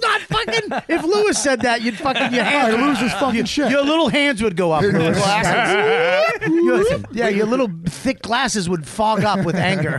B: not fucking. If Lewis said that, you'd fucking your hands.
F: I'd
B: would-
F: lose his fucking
B: your-
F: shit.
B: Your little hands would go up.
F: Your
B: Lewis.
F: glasses.
B: Your- yeah, your little thick glasses would fog up with anger.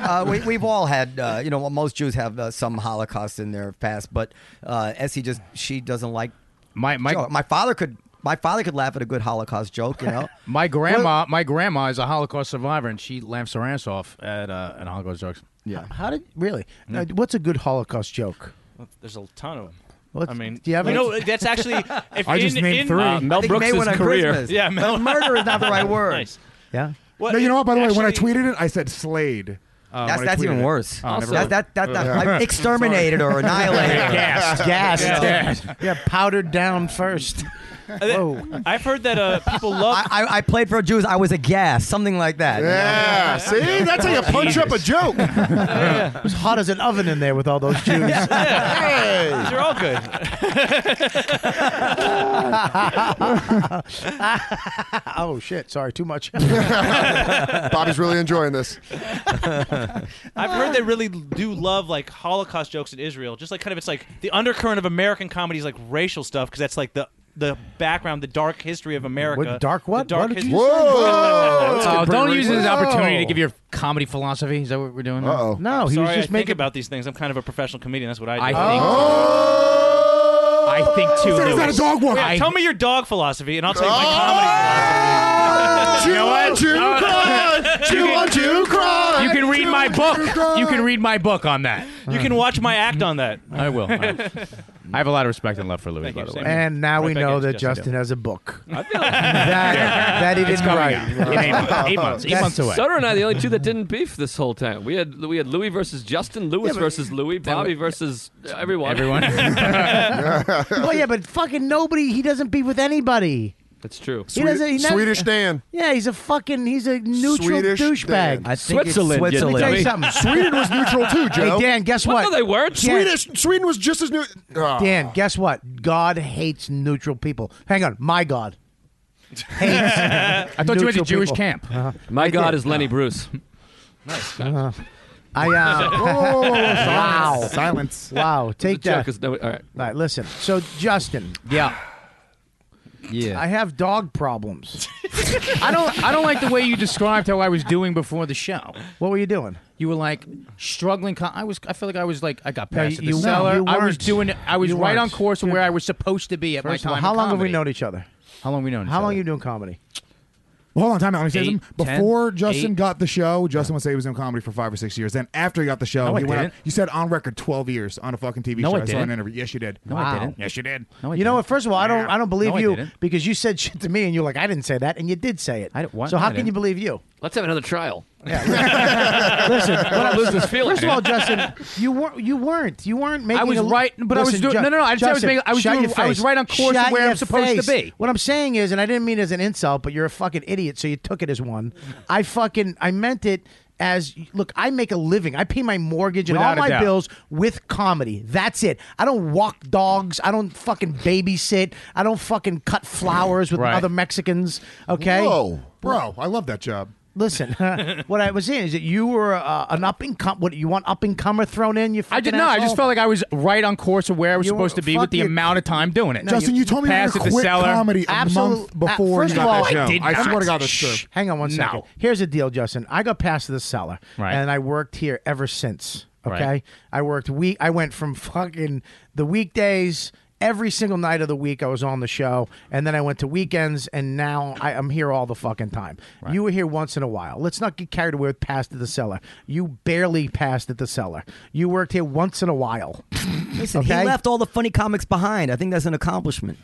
L: uh, we, we've all had, uh, you know, well, most Jews have uh, some Holocaust in their past, but uh, Essie just she doesn't like
A: my my
L: my father could my father could laugh at a good Holocaust joke, you know.
A: My grandma, my grandma is a Holocaust survivor, and she laughs her ass off at uh, at Holocaust jokes.
B: Yeah. How did really? Now, what's a good Holocaust joke?
E: There's a ton of them.
B: What-
E: I mean,
B: do you have
E: you
B: any?
E: know, that's actually. If
B: I
E: in,
B: just named
E: in,
B: three. Uh,
L: Mel I think Brooks' May Went on career. Christmas.
E: Yeah,
L: But murder is not the right word.
E: Nice.
B: Yeah.
E: Well,
F: no, you know what? By the way, when I
E: actually-
F: tweeted it, I said Slade. Uh,
L: That's-
F: when I
L: that's
F: tweeted
L: even
F: it.
L: worse.
F: Oh, never
L: Also-
F: mind.
L: That- that- that- I'm exterminated
F: Sorry.
L: or annihilated.
B: Gassed. Gassed.
L: Gassed.
B: Yeah, powdered down first. Whoa.
E: I've heard that uh, people love.
L: I, I, I played for Jews. I was a gas, something like that.
D: Yeah, see? That's how you punch up a joke.
B: It was hot as an oven in there with all those Jews.
E: These are all good.
B: oh shit! Sorry, too much.
D: Bobby's really enjoying this.
E: I've heard they really do love like Holocaust jokes in Israel. Just like kind of, it's like the undercurrent of American comedy is like racial stuff because that's like the the background, the dark history of America.
B: What- dark what?
E: The dark
B: What did
E: history.
B: you say? Whoa! Let's get
A: Oh, don't
B: pretty
A: use this
B: racist.
A: opportunity
B: Whoa.
A: to give your comedy philosophy. Is that what we're doing?
B: Uh-oh. No, he was
E: Sorry, I
B: just Oh.
E: think
A: making-
E: about these things. I'm kind of a professional comedian. That's what I do.
A: I think. I think too.
E: Is that
A: Lewis. I-
E: tell me your dog philosophy, and I'll tell you my
A: Oh!
E: comedy philosophy.
A: You know what? Uh, you can- You can read my book. You can read my book on that.
E: You can watch my act on that.
A: I will. I will. I have a lot of respect and love for Louis, by the way.
B: And now we
A: Right back
B: know
A: at
B: that
A: Justin
B: Justin has a book.
A: Yeah.
B: that he
A: It's
B: didn't
A: coming
B: write.
A: out. In eight months. Eight months. Eight
B: That's-
A: months away.
G: Sutter and I, the only two that didn't beef this whole time. We had we had Louis versus Justin, Louis versus Louis, Bobby versus everyone.
A: Everyone.
B: well, yeah, but fucking nobody. He doesn't be with anybody.
G: That's true.
B: He doesn't. He never-
D: Swedish Dan.
B: Yeah, he's a fucking. He's a neutral
D: Swedish
B: douchebag.
D: Dan. I think it's Switzerland, you
B: Let me tell you
D: dummy.
B: something.
D: Sweden was neutral too, Joe.
B: Hey, Dan, guess
D: What?
B: what?
D: No, they weren't.
B: Dan-
D: Swedish- Sweden was just as new. Ah.
B: Dan, guess what? God hates neutral people. Hang on, my God. Hates
A: I thought you went to
B: neutral
A: Jewish
B: people.
A: camp.
B: Uh-huh.
G: My
B: I
G: God
B: did.
G: is Lenny Bruce.
B: Uh,
D: Oh,
B: I uh,
G: Whoa,
B: wow.
G: silence. Silence.
B: Wow. Take
G: It's a joke,
B: that.
G: 'cause no- all right.
B: All right. Listen. So Justin.
A: Yeah.
G: Yeah.
B: I have dog problems.
A: I don't. I don't like the way you described how I was doing before the show.
B: What were you doing?
A: You were like struggling. co- I was. I feel like I was like I got
B: No,
A: past
B: you-
A: the
B: you
A: cellar.
B: weren't.
A: I was doing. I was
B: You
A: right on
B: weren't.
A: course where I was supposed to be at
B: First
A: my
B: of all,
A: time.
B: how
A: in
B: long have we
A: comedy.
B: known each other?
A: How long we known?
B: How long you doing comedy?
F: Well, hold on, time out. Let me say
B: Eight,
F: something. Before
B: ten,
F: Justin
B: eight.
F: got the show, Justin would say he was in comedy for five or six years. Then after he got the show,
B: No, I
F: he went
B: didn't.
F: out- You said on record twelve years on a fucking TV
B: No,
F: show.
B: I
F: saw an
B: didn't.
F: interview. Yes, you did.
B: No, I Wow. didn't.
F: Yes, you did.
B: you know what? First of all, I don't. I don't believe
F: No, I
B: you
F: didn't.
B: because you said shit to me, and you're like, I didn't say that, and you did say it.
G: what?
B: So how
G: I
B: can
G: didn't.
B: you believe you?
G: Let's have another trial.
B: Listen,
G: I don't lose this feeling.
B: First of all, Justin, you weren't. You weren't. You weren't making.
A: I was
B: a,
A: right, but I was
B: Listen,
A: doing-
B: Ju-
A: no, no, no, I didn't say I was
B: Justin,
A: making- I was
B: shut
A: doing-
B: your
A: I was
B: face.
A: right on course
B: Shut
A: where I'm
B: your
A: supposed to
B: face.
A: be.
B: What I'm saying is, and I didn't mean it as an insult, but you're a fucking idiot, so you took it as one. I fucking I meant it. As look, I make a living. I pay my mortgage and
A: Without a
B: all my
A: doubt.
B: bills with comedy. That's it. I don't walk dogs. I don't fucking babysit. I don't fucking cut flowers with
A: Right.
B: other Mexicans. Okay.
F: Whoa, bro! I love that job.
B: Listen, what I was saying is that you were uh, an up and com- what you want up and comer thrown in. You
A: I did not. I just felt like I was right on course of where I was
B: You were-
A: supposed to be
B: fuck
A: with the
B: you.
A: amount of time doing it.
B: Justin, you told me you were
A: pass
B: gonna
A: at the
B: quit
A: cellar.
B: comedy a Absolute- month uh, before first you of got all, that
A: I
B: show.
A: did
B: I swear
A: not.
B: to God,
A: Shh.
B: Shh, Hang on one
A: No.
B: second. Here's the deal, Justin. I got passed to the cellar,
A: Right.
B: and I worked here ever since. Okay,
A: Right.
B: I worked week. I went from fucking the weekdays. Every single night of the week, I was on the show, and then I went to weekends, and now I, I'm here all the fucking time. You were here once in a while. Let's not get carried away with passed at the cellar. You barely passed at the cellar. You worked here once in a while.
L: Listen,
B: Okay.
L: he left all the funny comics behind. I think that's an accomplishment.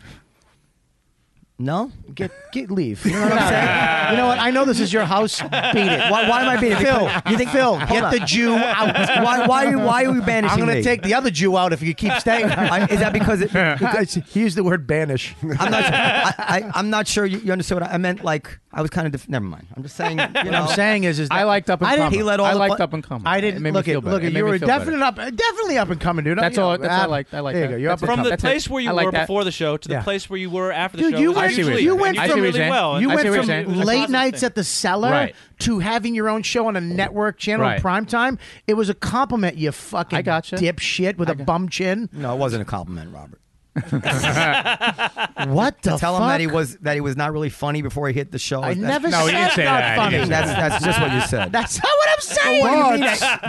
L: No,
B: get get leave. You know what I'm saying? you know what? I know this is your house. Beat it. Why, why am I beating it?
L: Phil,
B: you think Phil? Get the Jew out.
L: Why- why are you- why are you banishing
B: I'm gonna
L: me?
B: take the other Jew out if you keep staying.
L: I- is that because it- because-
B: he used the word banish?
L: I'm not. I, I, I'm not sure you, you understood what I, I meant. Like I was kind of. Def- Never mind. I'm just saying. You
B: What
L: know,
B: I'm saying is, is that
L: I liked up and
B: I didn't-
L: coming. He let all
B: I
L: the
B: liked
L: fu-
B: up and coming.
L: I
A: didn't- It made me
B: look
A: feel
B: at
A: better.
B: look
A: It
B: at
A: made
B: you
A: me
B: were
A: feel better.
B: definitely up, definitely up and coming, dude.
A: That's
B: You know,
A: all- that's all I liked. I liked
B: There
A: that.
B: you go. You're up
A: That's
B: and coming.
A: it.
E: From the
A: That's it.
E: place where you
A: I like
E: were
A: that.
E: before the show to the
A: Yeah.
E: place where you were after the
B: Dude,
E: show.
B: you
E: is
B: went,
E: usually-
B: you went
E: I see
B: from,
E: what you're saying. well.
B: you
E: I see
B: went
E: what you're
B: from
E: saying. It was a
B: late
E: positive
B: nights
E: thing.
B: at the cellar
A: Right.
B: to having your own show on a network channel
A: Right.
B: prime time. It was a compliment, you fucking
L: I gotcha.
B: dipshit with a bum chin.
L: No, it wasn't a compliment, Robert.
B: what the
L: to tell him that he
B: fuck?
L: was that he was not really funny before he hit the show.
B: I
L: That's-
B: never No, he said didn't say not that. He funny. didn't say
L: That's
B: that.
L: that's just what you said.
B: That's not what I'm saying.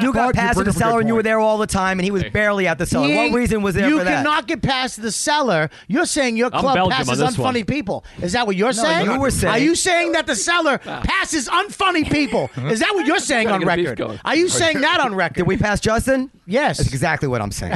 L: you, got past the cellar and you were there all the time, and he was barely at the cellar.
B: He-
L: what reason was there
B: you
L: for that?
B: cannot get past the cellar. You're saying your
L: I'm
B: club
L: Belgium
B: passes
L: on this
B: unfunny
L: one.
B: people. Is that what you're
L: No,
B: saying?
L: you were
B: Are
L: saying-
B: you saying that the cellar passes unfunny people? Is that what you're saying on
L: Gotta get these
B: record?
L: going.
B: Are you saying that on record?
L: Did we pass Justin?
B: Yes.
L: That's exactly what I'm saying.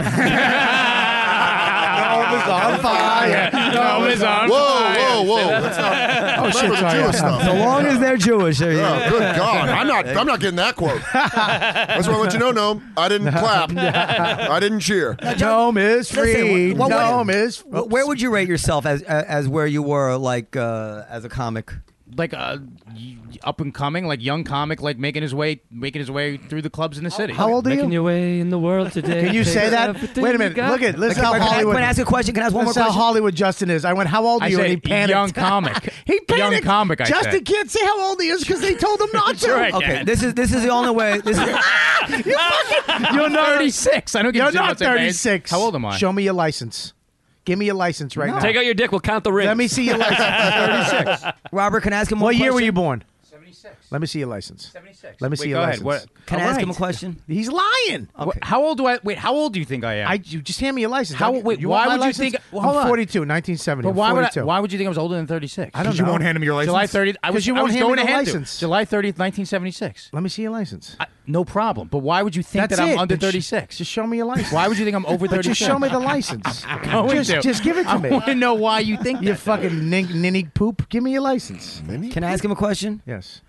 B: Rome is on fire.
L: Rome is on
D: whoa,
L: fire.
D: Whoa, whoa,
L: Say
D: whoa!
L: that.
D: Let's not. Oh shit, Jewish stuff.
L: So long as they're Jewish. Oh,
D: Oh, good God! I'm not. I'm not getting that quote. I just want to let you know, no, I didn't clap. I didn't cheer.
B: Dome is free.
L: Listen, wh- wh- what-
B: Dome is.
L: wh- Where would you rate yourself as as, as where you were like uh, as a comic?
A: Like uh, y- up and coming, like young comic, like making his way, making his way through the clubs in the city.
B: How old are
A: Making
B: you?
A: your
G: way in the world today.
B: Can you say that? Wait a minute. Look at. Listen how Hollywood.
L: Can I ask a question? Can I ask one more
B: Listen how
L: question?
B: Hollywood Justin is. I went. How old are
A: I
B: you?
A: said
B: and he panicked.
A: young comic.
B: he panicked.
A: Young comic, I
B: Justin
A: said.
B: can't say how old he is because they told him not to.
A: Sure I
L: Okay,
A: can.
L: this is this is the only way. This is
B: You fucking.
A: You're not 36. Ah! I don't give a
B: You're
A: shit
B: not
A: about that, man.
B: 36.
A: How old am I?
B: Show me your license. Give me your license right now.
G: Take out your dick. We'll count the rings.
B: Let me see your license. 36.
L: Robert. Can I ask him
B: What
L: one
B: year were
L: question?
B: you born? 76. Let me see your license. 76. Let me see
A: Wait,
B: your
A: go ahead.
B: license.
A: What-
L: Can I
A: All
L: ask him a
A: right.
L: question?
B: He's lying.
A: Wh- How old do I? Wait, how old do you think I am?
B: I, you just hand me your license.
A: How-
B: Don't-
A: wait,
B: want
A: why
B: my
A: would you
B: license?
A: think- well,
B: I'm
A: hold on.
B: 42, 1970.
A: but
B: I'm
A: why would, I,
B: 42.
A: why would you think I was older than 36?
B: I don't know.
A: July 30th. I
B: 'Cause
A: was,
B: you
A: I
B: won't hand
A: was
B: me
A: going
B: the
A: to hand
B: license.
A: To. July 30th, 1976.
B: Let me see your license.
A: I, no problem. But why would you think
B: That's
A: that
B: it.
A: I'm under
B: Then sh-
A: 36?
B: Just show me your license.
A: Why would you think I'm over
B: But
A: 36?
B: just show me the license.
A: going
B: just,
A: to.
B: just give it to
A: I
B: me.
A: want to know why you think
B: You
A: that.
B: fucking nin- ninny poop. Give me your license.
L: Can I ask him a question?
B: Yes.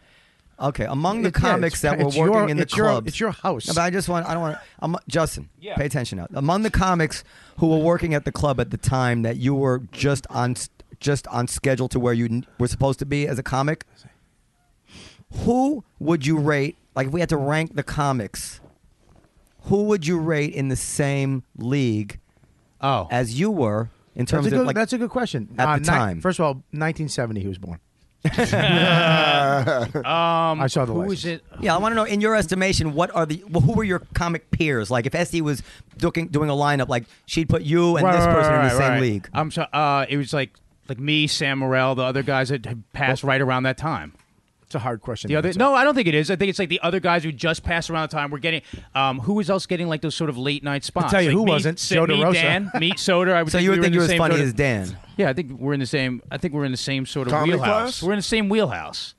L: Okay, among the
B: It- yeah,
L: comics
B: it's-
L: that were
B: it's
L: working
B: your-
L: in the
B: it's your-
L: clubs,
B: it's your house.
L: No, but I just want, I don't want, um, Justin, pay attention now. Among the comics who were working at the club at the time that you were just on, s- just on schedule to where you n- were supposed to be as a comic, who would you rate? Like, if we had to rank the comics, who would you rate in the same league?
A: Oh.
L: as you were in
B: That's
L: terms
B: a,
L: of
B: good,
L: like
B: that's a good question.
L: at
B: Uh,
L: the
B: ni-
L: time.
B: first of all, 1970 he was born.
A: Um,
B: I saw the
A: who
B: license.
A: is it?
L: Yeah, I want to know in your estimation, what are the well, who were your comic peers? Like if SD was doing doing a lineup, like she'd put you and
A: Right,
L: this
A: right,
L: person in
A: right,
L: the same
A: right.
L: league.
A: I'm sorry. Uh, it was like like me, Sam Morrell, the other guys that had passed right around that time.
B: It's a hard question.
A: The
B: to
A: other
B: answer.
A: no, I don't think it is. I think it's like the other guys who just passed around the time. We're getting um, who was else getting like those sort of late night spots?
B: tell you
A: Like
B: who
A: me,
B: wasn't,
A: Sa-
B: Joe
A: me,
B: DeRosa.
A: Dan, me, Soder. I would
L: So you would
A: we were
L: think
A: in the
L: you're as
A: same
L: funny
A: sort of-
L: as Dan?
A: Yeah, I think we're in the same. I think we're in the same sort of
D: Comedy
A: wheelhouse.
D: class?
A: We're in the same wheelhouse.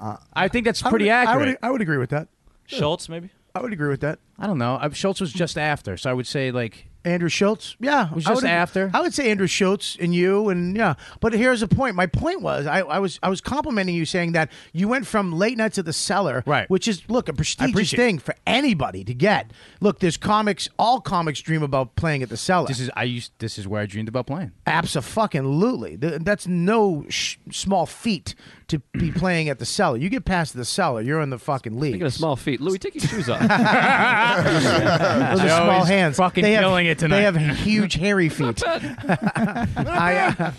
L: Uh,
A: I think that's
B: I
A: pretty
B: would-
A: accurate.
B: I would, I would agree with that.
E: Schultz, maybe.
B: I would agree with that.
A: I don't know. I, Schultz was just after, so I would say like
B: Andrew Schultz. Yeah,
A: was
B: I
A: just
B: would-
A: after.
B: I would say Andrew Schultz and you and yeah. But here's the point. My point was I, I was I was complimenting you saying that you went from late nights at the cellar,
A: Right.
B: Which is look a prestigious
A: appreciate it.
B: thing for anybody to get. Look, there's comics. All comics dream about playing at the cellar.
A: this is I used this is where I dreamed about playing.
B: Absolutely. Th- That's no sh- small feat to be playing at the cellar. You get past the cellar, you're in the fucking league.
G: Speaking of small feet, Louis, take your shoes off.
B: Those are
G: Joe
B: small
G: is
B: hands.
G: fucking
B: they
G: killing
B: have,
G: it tonight.
B: They have huge hairy feet. I, uh,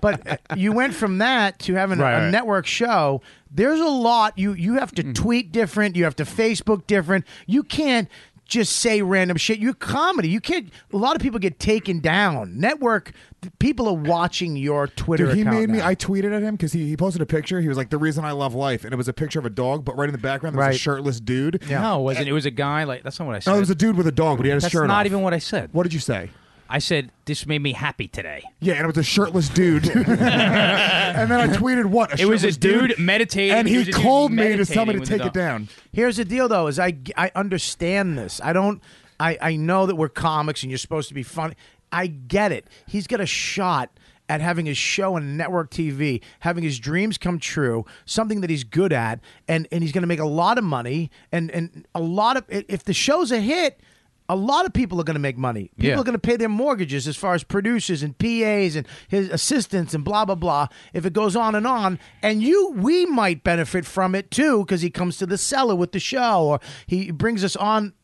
B: but uh, you went from that to having a-
M: Right,
B: a,
M: right.
B: network show. There's a lot you you have to tweet different. You have to Facebook different. You can't just say random shit. You're comedy. You can't. A lot of people get taken down. Network th- people are watching your Twitter.
F: Dude, he
B: account
F: made me.
B: now.
F: I tweeted at him because he, he posted a picture. He was like, "The reason I love life," and it was a picture of a dog, but right in the background there was
A: Right.
F: a shirtless dude.
A: No, it wasn't. It was a guy. Like that's not what I said.
F: No, it was a dude with a dog, but he had his
A: That's
F: shirt
A: not
F: off.
A: even what I said.
F: What did you say?
A: I said this made me happy today.
F: Yeah, and it was a shirtless dude. and then I tweeted what? A
A: It was a
F: shirtless dude,
A: dude meditating.
F: and
A: It
F: he
A: was a dude
F: called me to
A: meditating
F: tell me to
A: with a
F: take it
A: dog.
F: down.
B: Here's the deal, though: is I I understand this. I don't. I I know that we're comics and you're supposed to be funny. I get it. He's got a shot at having his show on network TV, having his dreams come true, something that he's good at, and and he's going to make a lot of money. And and a lot of i- if the show's a hit. A lot of people are going to make money. People
M: Yeah.
B: are going to pay their mortgages as far as producers and PAs and his assistants and blah blah blah. If it goes on and on, and you, we might benefit from it too because he comes to the cellar with the show or he brings us on.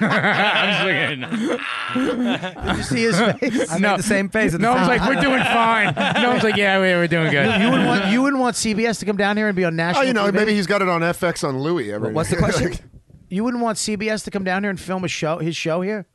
A: I'm just looking.
B: Did you see his face? I made the same face at the
A: No one's
B: time.
A: like, we're doing fine. No one's like, yeah, we- we're doing good.
B: You wouldn't want you wouldn't want CBS to come down here and be on
D: Oh,
B: national.
D: you know,
B: TV?
D: maybe he's got it on FX on Louis. Every
B: What's the
D: night.
B: question? You wouldn't want CBS to come down here and film a show, his show here.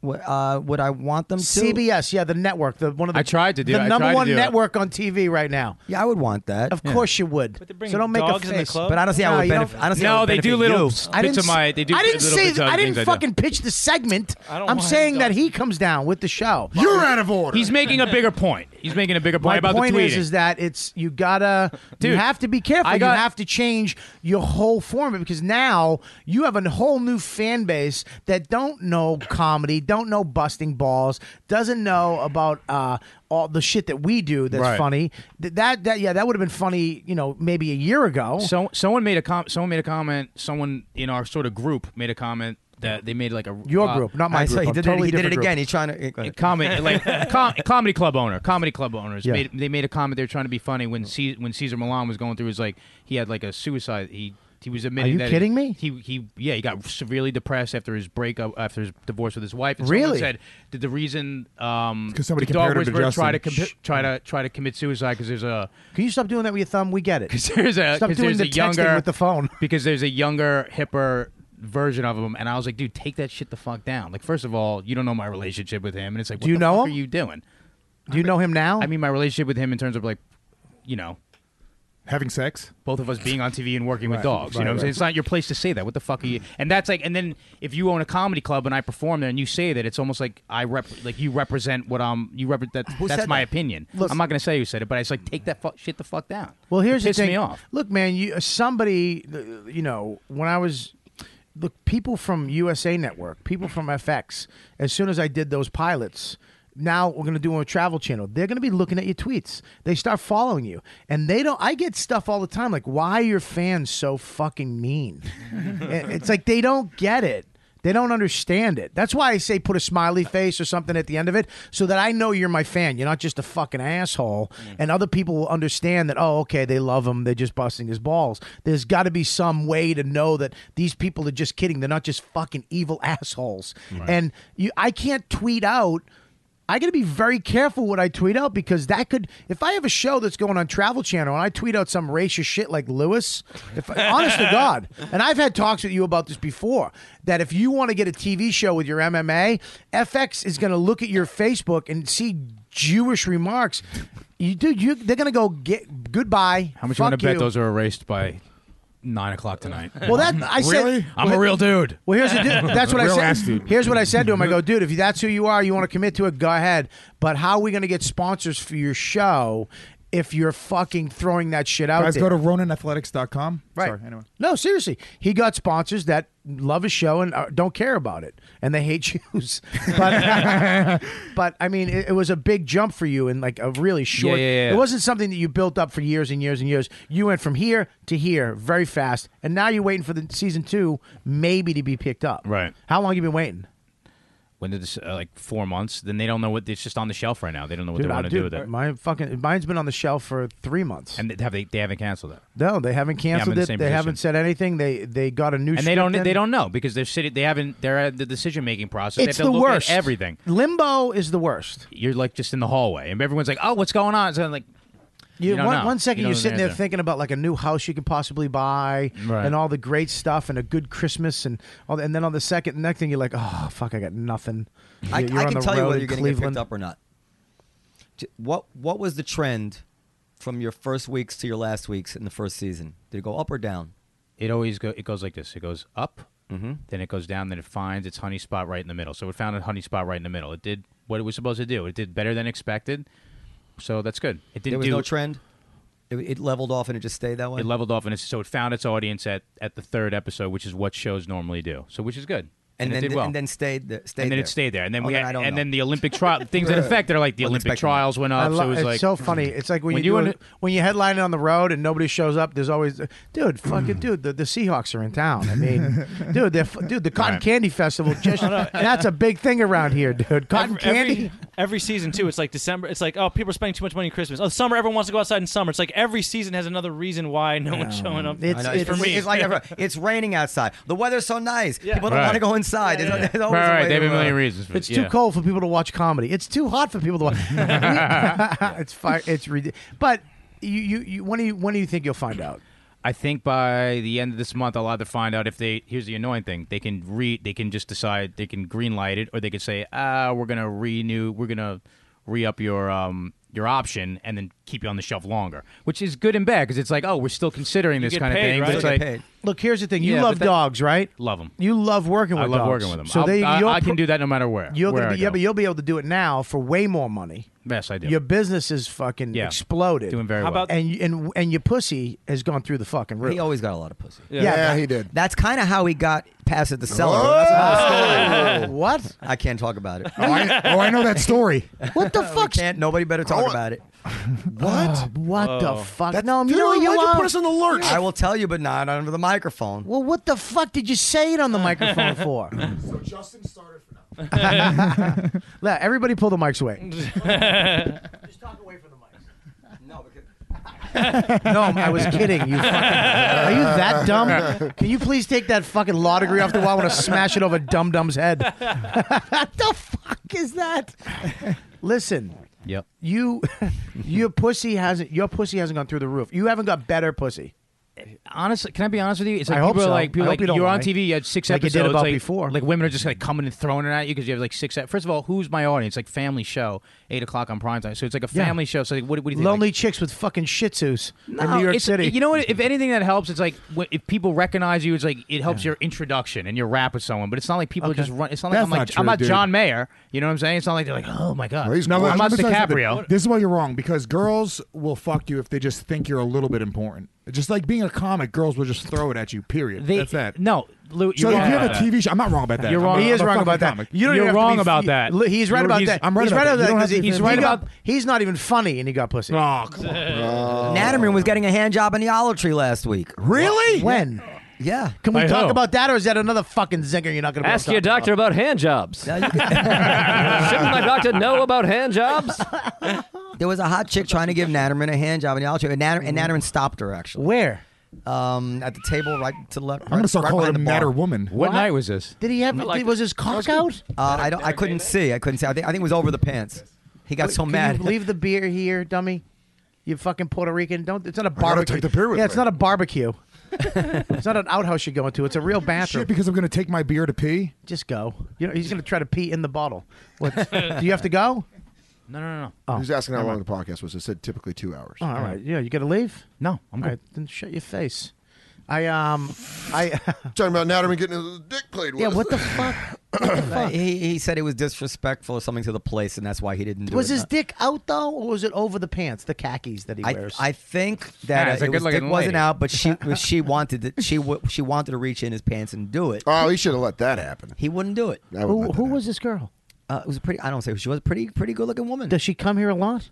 L: What, uh, would I want them to?
B: CBS, yeah, the network, the one of the.
L: I tried to do
B: the
L: it. I
B: number
L: tried to
B: one
L: do it.
B: network on TV right now.
L: Yeah, I would want that.
B: Of course you would. so don't make
L: dogs
B: a
L: in the
B: face.
L: club? But I don't see how it would
B: you
L: benefit-
B: don't-
L: I don't see how it would
A: No, they do benefit little you. s-
B: I
A: bits
B: didn't
A: of my- they do
B: I didn't
A: little
B: say.
A: bits of
B: I didn't
A: things I do.
B: fucking pitch the segment. I
A: don't
B: am
A: want
B: saying that he comes down with the show.
A: You're
F: out of order.
A: He's making a bigger point. He's making a bigger point
B: My
A: about
B: point
A: the tweeting.
B: is, is that it's you gotta you
A: Dude,
B: have to be careful.
A: I got-
B: you have to change your whole format because now you have a whole new fan base that don't know comedy, don't know busting balls, doesn't know about uh, all the shit that we do that's
A: Right.
B: funny. Th- That that yeah, that would have been funny, you know, maybe a year ago.
A: So someone made a com- someone made a comment. Someone in our sort of group made a comment that they made like a
B: Your
A: uh,
B: group, not my group. I'm totally different group.
L: uh,
A: comment like com- comedy club owner, comedy club owners
B: Yeah.
A: made they made a comment. They were trying to be funny when C- when Caesar Milan was going through his like he had like a suicide. He he was admitting.
B: you
A: that
B: kidding
A: he,
B: me?
A: He he yeah he got severely depressed after his breakup after his divorce with his wife. And someone
B: Really?
A: said that the reason um
B: 'Cause somebody
A: the dog
B: compared him to
A: whisperer tried to
B: Justin.
A: compi- try to try to commit suicide because there's a
B: Can you stop doing that with your thumb? We get it.
A: there's a
B: stop
A: 'cause
B: doing
A: there's
B: the
A: a younger
B: texting with the phone.
A: because there's a younger hipper version of him and I was like dude take that shit the fuck down like first of all you don't know my relationship with him and it's like
B: Do
A: what
B: you
A: the
B: know
A: fuck
B: him?
A: are you doing
B: do you know him now
A: I mean my relationship with him in terms of like you know
F: having sex
A: both of us being on TV and working
F: Right,
A: with dogs
F: right,
A: you know what I'm
F: right.
A: saying it's not your place to say that what the fuck are
B: Mm.
A: you and that's like and then if you own a comedy club and I perform there and you say that it's almost like I rep like you represent what I'm you represent that,
B: Who
A: that's
B: said
A: my
B: that?
A: opinion
B: Look-
A: I'm not gonna say who said it but it's like take that fu- shit the fuck down
B: Well,
A: It
B: here's the
A: pissed
B: thing.
A: me off
B: Look, man, you somebody, uh, you know, when I was look, people from USA Network, people from FX. As soon as I did those pilots, now we're going to do on a travel channel. They're going to be looking at your tweets. They start following you, and they don't. I get stuff all the time like, "Why are your fans so fucking mean?" And it's like they don't get it. They don't understand it. That's why I say put a smiley face or something at the end of it so that I know you're my fan. You're not just a fucking asshole. And other people will understand that, oh, okay, they love him. They're just busting his balls. There's got to be some way to know that these people are just kidding. They're not just fucking evil assholes.
M: Right.
B: And you, I can't tweet out. I got to be very careful what I tweet out because that could, if I have a show that's going on Travel Channel and I tweet out some racist shit like Lewis, if I, honest to God, and I've had talks with you about this before, that if you want to get a TV show with your MMA, FX is going to look at your Facebook and see Jewish remarks. You dude, you they're going to go get goodbye.
A: How much
B: fuck
A: you want to bet
B: you.
A: those are erased by nine o'clock tonight?
B: Well, that I said.
A: I'm a real dude.
B: Well, here's the dude. That's what I
A: Real
B: said.
A: ass dude.
B: Here's what I said to him. I go, dude, if that's who you are, you want to commit to it, go ahead. But how are we going to get sponsors for your show if you're fucking throwing that shit out
F: Guys,
B: there?
F: go to RonanAthletics.com.
B: Right.
F: Sorry, anyway.
B: No, seriously. He got sponsors that love his show and uh, don't care about it, and they hate Jews. But, but I mean, it, it was a big jump for you in like a really short.
A: yeah, yeah.
B: It wasn't something that you built up for years and years and years. You went from here to here very fast, and now you're waiting for the season two maybe to be picked up.
A: Right.
B: How long you been waiting?
A: when it's uh, like four months, then they don't know what it's just on the shelf right now. They don't know what
B: Dude,
A: they
B: I-
A: want to do with
B: dude,
A: it.
B: My fucking mine's been on the shelf for three months.
A: And they- have they? They haven't canceled it.
B: No, they haven't
A: Yeah, I'm in
B: canceled
A: the
B: it. They
A: same
B: haven't said anything. They they got a new.
A: and they don't they don't know because they're sitting they haven't they're at the decision making process. they have
B: It's
A: to
B: the
A: look
B: worst.
A: At everything.
B: Limbo is the worst.
A: You're like just in the hallway and everyone's like, "Oh, what's going on?" So I'm like,
B: You,
A: don't
B: one,
A: know.
B: one second
A: You
B: you are
A: don't
B: sitting there
A: know.
B: thinking about like a new house you could possibly buy
A: Right.
B: and all the great stuff and a good Christmas and all and then on the second next thing you're like oh fuck I got nothing.
L: I,
B: You're
L: I
B: on
L: can
B: the
L: tell you
B: road
L: whether you're going
B: in
L: to get
B: Cleveland.
L: picked up or not. J- What What was the trend from your first weeks to your last weeks in the first season? Did it go up or down?
A: It always go. It goes like this. It goes up,
L: Mm-hmm.
A: then it goes down, then it finds its honey spot right in the middle. So it found a honey spot right in the middle. It did what it was supposed to do. It did better than expected. So that's good. It didn't
L: there was
A: do
L: no trend. It, it leveled off and it just stayed that way.
A: It leveled off, and it's, so it found its audience at, at the third episode, which is what shows normally do. So which is good.
L: and,
A: it
L: then
A: did well.
L: and then stayed there. Stayed
A: and then
L: there.
A: it stayed there. And then
L: Oh,
A: we
L: I
A: had,
L: don't
A: and
L: know.
A: then the Olympic trial things that
L: Right.
A: affect it are like the
L: Wasn't
A: Olympic
L: expecting that.
A: trials went
B: I
A: up.
B: lo-
A: so it was
B: it's
A: like hmm.
B: so funny. It's like when,
A: When
B: you,
A: you
B: do
A: and-
B: a, when you headline it on the road and nobody shows up. There's always dude, fucking dude. The, the Seahawks are in town. I mean, dude, they're, fu- dude, the Cotton
E: Right.
B: Candy Festival just that's a big thing around here, dude. Cotton
E: Every-
B: candy.
E: Every, every season too. It's like December. It's like oh, people are spending too much money on Christmas. Oh, summer. Everyone wants to go outside in summer. It's like every season has another reason why no one's showing up.
L: I know, it's,
E: for me.
L: it's like everyone- it's raining outside. The weather's so nice. People don't
A: Right.
L: want to go inside. There's- there's always a way to, uh,
B: It's too cold for people to watch comedy. It's too hot for people to watch. it's fire. It's ridiculous. But you, you, you, when do you, when do you think you'll find out?
A: I think by the end of this month, I'll either find out if they. Here's the annoying thing: they can re, they can just decide they can green light it, or they could say, ah, we're gonna renew, we're gonna re up your um your option, and then keep you on the shelf longer, which is good and bad because it's like, oh, we're still considering this kind of thing. but It's like,
B: Look, here's the thing. You
A: Yeah,
B: love
A: but that-
B: dogs, right?
A: Love them.
B: You love working with
A: I love
B: dogs.
A: working with them.
B: So
A: I'll-
B: they,
A: I,
B: you'll
A: I
B: pr-
A: can do that no matter where.
B: You're
A: where
B: gonna
A: I
B: be, yeah,
A: go.
B: but you'll be able to do it now for way more money.
A: Yes, I do.
B: Your business is fucking
A: Yeah.
B: exploded.
A: Doing very How well. about-
B: and you- and and your pussy has gone through the fucking roof.
L: He always got a lot of pussy.
B: Yeah. Yeah,
L: that-
B: he did.
L: That's kind of how he got past at the cellar.
B: Oh!
L: That's another story.
B: what?
L: I can't talk about it.
F: Oh, I- oh, I know that story.
B: What the fuck?
L: Can't. Nobody better talk about it.
B: What? Oh, what the fuck?
L: That-
B: no, Um, you
L: Dude,
B: know what you
L: why'd you
B: are?
L: put us on I will tell you, but not under the microphone.
B: Well, what the fuck did you say it on the microphone for?
F: So Justin started for now.
B: Look, everybody pull the mics away.
L: Just
B: talk away from the mics. No, because. no, I was kidding. You fucking, are you that dumb? Can you please take that fucking law degree off the wall? I want to smash it over Dum Dum's head. what the fuck is that? Listen.
A: Yep.
B: You, your pussy hasn't. Your pussy hasn't gone through the roof. You haven't got better pussy.
A: Honestly, can I be honest with you? It's like
B: I hope
A: people are
B: so.
A: like people
B: I
A: are
B: hope
A: like
B: you don't
A: are on
B: lie.
A: TV. You had six
B: Like you
A: episodes.
B: did about
A: like,
B: before.
A: Like women are just like coming and throwing it at you because you have like six. ep- First of all, who's my audience? Like family show, eight o'clock on prime time. So it's like a
B: Yeah.
A: family show. So like, what, what do you think?
B: Lonely chicks with fucking Shih Tzus in
A: No,
B: New York
A: it's-
B: City.
A: You know what? If anything that helps, it's like wh- if people recognize you, it's like it helps your introduction and your rap with someone. But it's not like people just run. It's not like
F: That's
A: I'm like
F: not true,
A: I'm not
F: dude.
A: John Mayer. You know what I'm saying? It's not like they're like, oh my god,
F: Well, he's-
A: I'm
F: let
A: not
F: me tell you something.
A: DiCaprio.
F: This is why you're wrong because girls will fuck you if they just think you're a little bit important. Just like being a comic, girls will just throw it at you. Period.
A: They-
F: That's that.
A: No, Lou,
F: So
A: you're
F: if you
A: wrong
F: have a
A: about that.
F: TV show, I'm not wrong about that.
A: You're
F: I'm
A: wrong.
F: a-
A: He is
F: I'm a
A: wrong
F: fucking
A: about that.
F: comic.
A: You don't even You're have to wrong be- about that.
B: Look, He's right
A: You're-
B: about
A: he's-
B: that.
A: I'm right
B: he's
A: about
B: right
A: that.
B: about
A: You
B: that.
A: don't have
B: 'cause
A: to
B: he-
A: be
B: He's
A: offended.
B: right
A: He
B: about.
A: got-
B: He's not even funny, and he got pussy.
F: Oh, come on.
L: Natterman was getting a hand job in the olive tree last week.
B: Really? When?
L: Yeah.
B: Can we
L: By
B: talk
L: who?
B: about that, or is that another fucking zinger you're not going to
G: Ask your doctor about hand jobs. Shouldn't my doctor know about hand jobs?
L: There was a hot chick trying to give Natterman a hand job in the olive tree, and, Natter- and Natterman stopped her actually.
B: Where?
L: Um, at the table right to the left.
F: I'm gonna start
L: right
F: calling
L: behind
F: him
L: the bar.
F: Natter Woman.
A: What night was this?
B: Did he have? was his cock out?
L: Uh, I don't. I couldn't see. I couldn't see. I think, I think it was over the pants. He got
B: Wait,
L: so
B: can
L: mad.
B: You leave the beer here, dummy. You fucking Puerto Rican. Don't. It's not a
L: gotta
B: barbecue.
L: take the beer with
B: yeah, it's
L: me.
B: not a barbecue. it's not an outhouse you're going to. It's a real bathroom.
F: Shit, because I'm gonna take my beer to pee.
B: Just go. You know, he's going to try to pee in the bottle. What, do you have to go?
A: No, no, no.
B: Oh,
D: He's asking how
B: never
D: long the podcast was. It said typically two hours.
B: Oh, all right. Yeah, you got to leave.
A: No, I'm
B: good. then shut your face. I um, I
D: talking about Natterman getting his dick played with.
B: Yeah, what the fuck?
L: Uh, he, he said it was disrespectful or something to the place, and that's why he didn't do
B: Was
L: it.
B: his dick out though, or was it over the pants, the khakis that he
L: I,
B: wears?
L: I think that
B: Yeah,
L: uh,
B: it's a
L: it was,
B: good-looking
L: dick wasn't
B: lady.
L: out, but she she wanted to, she w- she wanted to reach in his pants and do it.
D: Oh, he should have let that happen.
L: He wouldn't do it.
B: who who was this girl?
L: Uh, it was a pretty. I don't say who she was a pretty pretty good looking woman.
B: Does she come here a lot?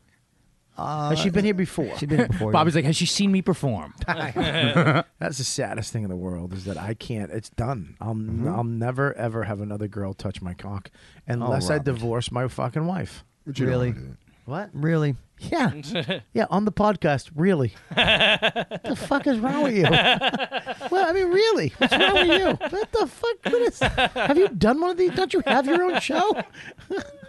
L: Uh,
B: Has she been here before?
L: She's been here before.
A: Bobby's like, has she seen me perform?
B: That's the saddest thing in the world is that I can't. It's done. I'll n- I'll never ever have another girl touch my cock unless I
L: Robert.
B: divorce my fucking wife.
L: But you don't Really? wanna
B: What?
L: Really?
B: Yeah. yeah. On the podcast, really. what the fuck is wrong with you? well, I mean, really, what's wrong with you? What the fuck? What is, have you done one of these? Don't you have your own show?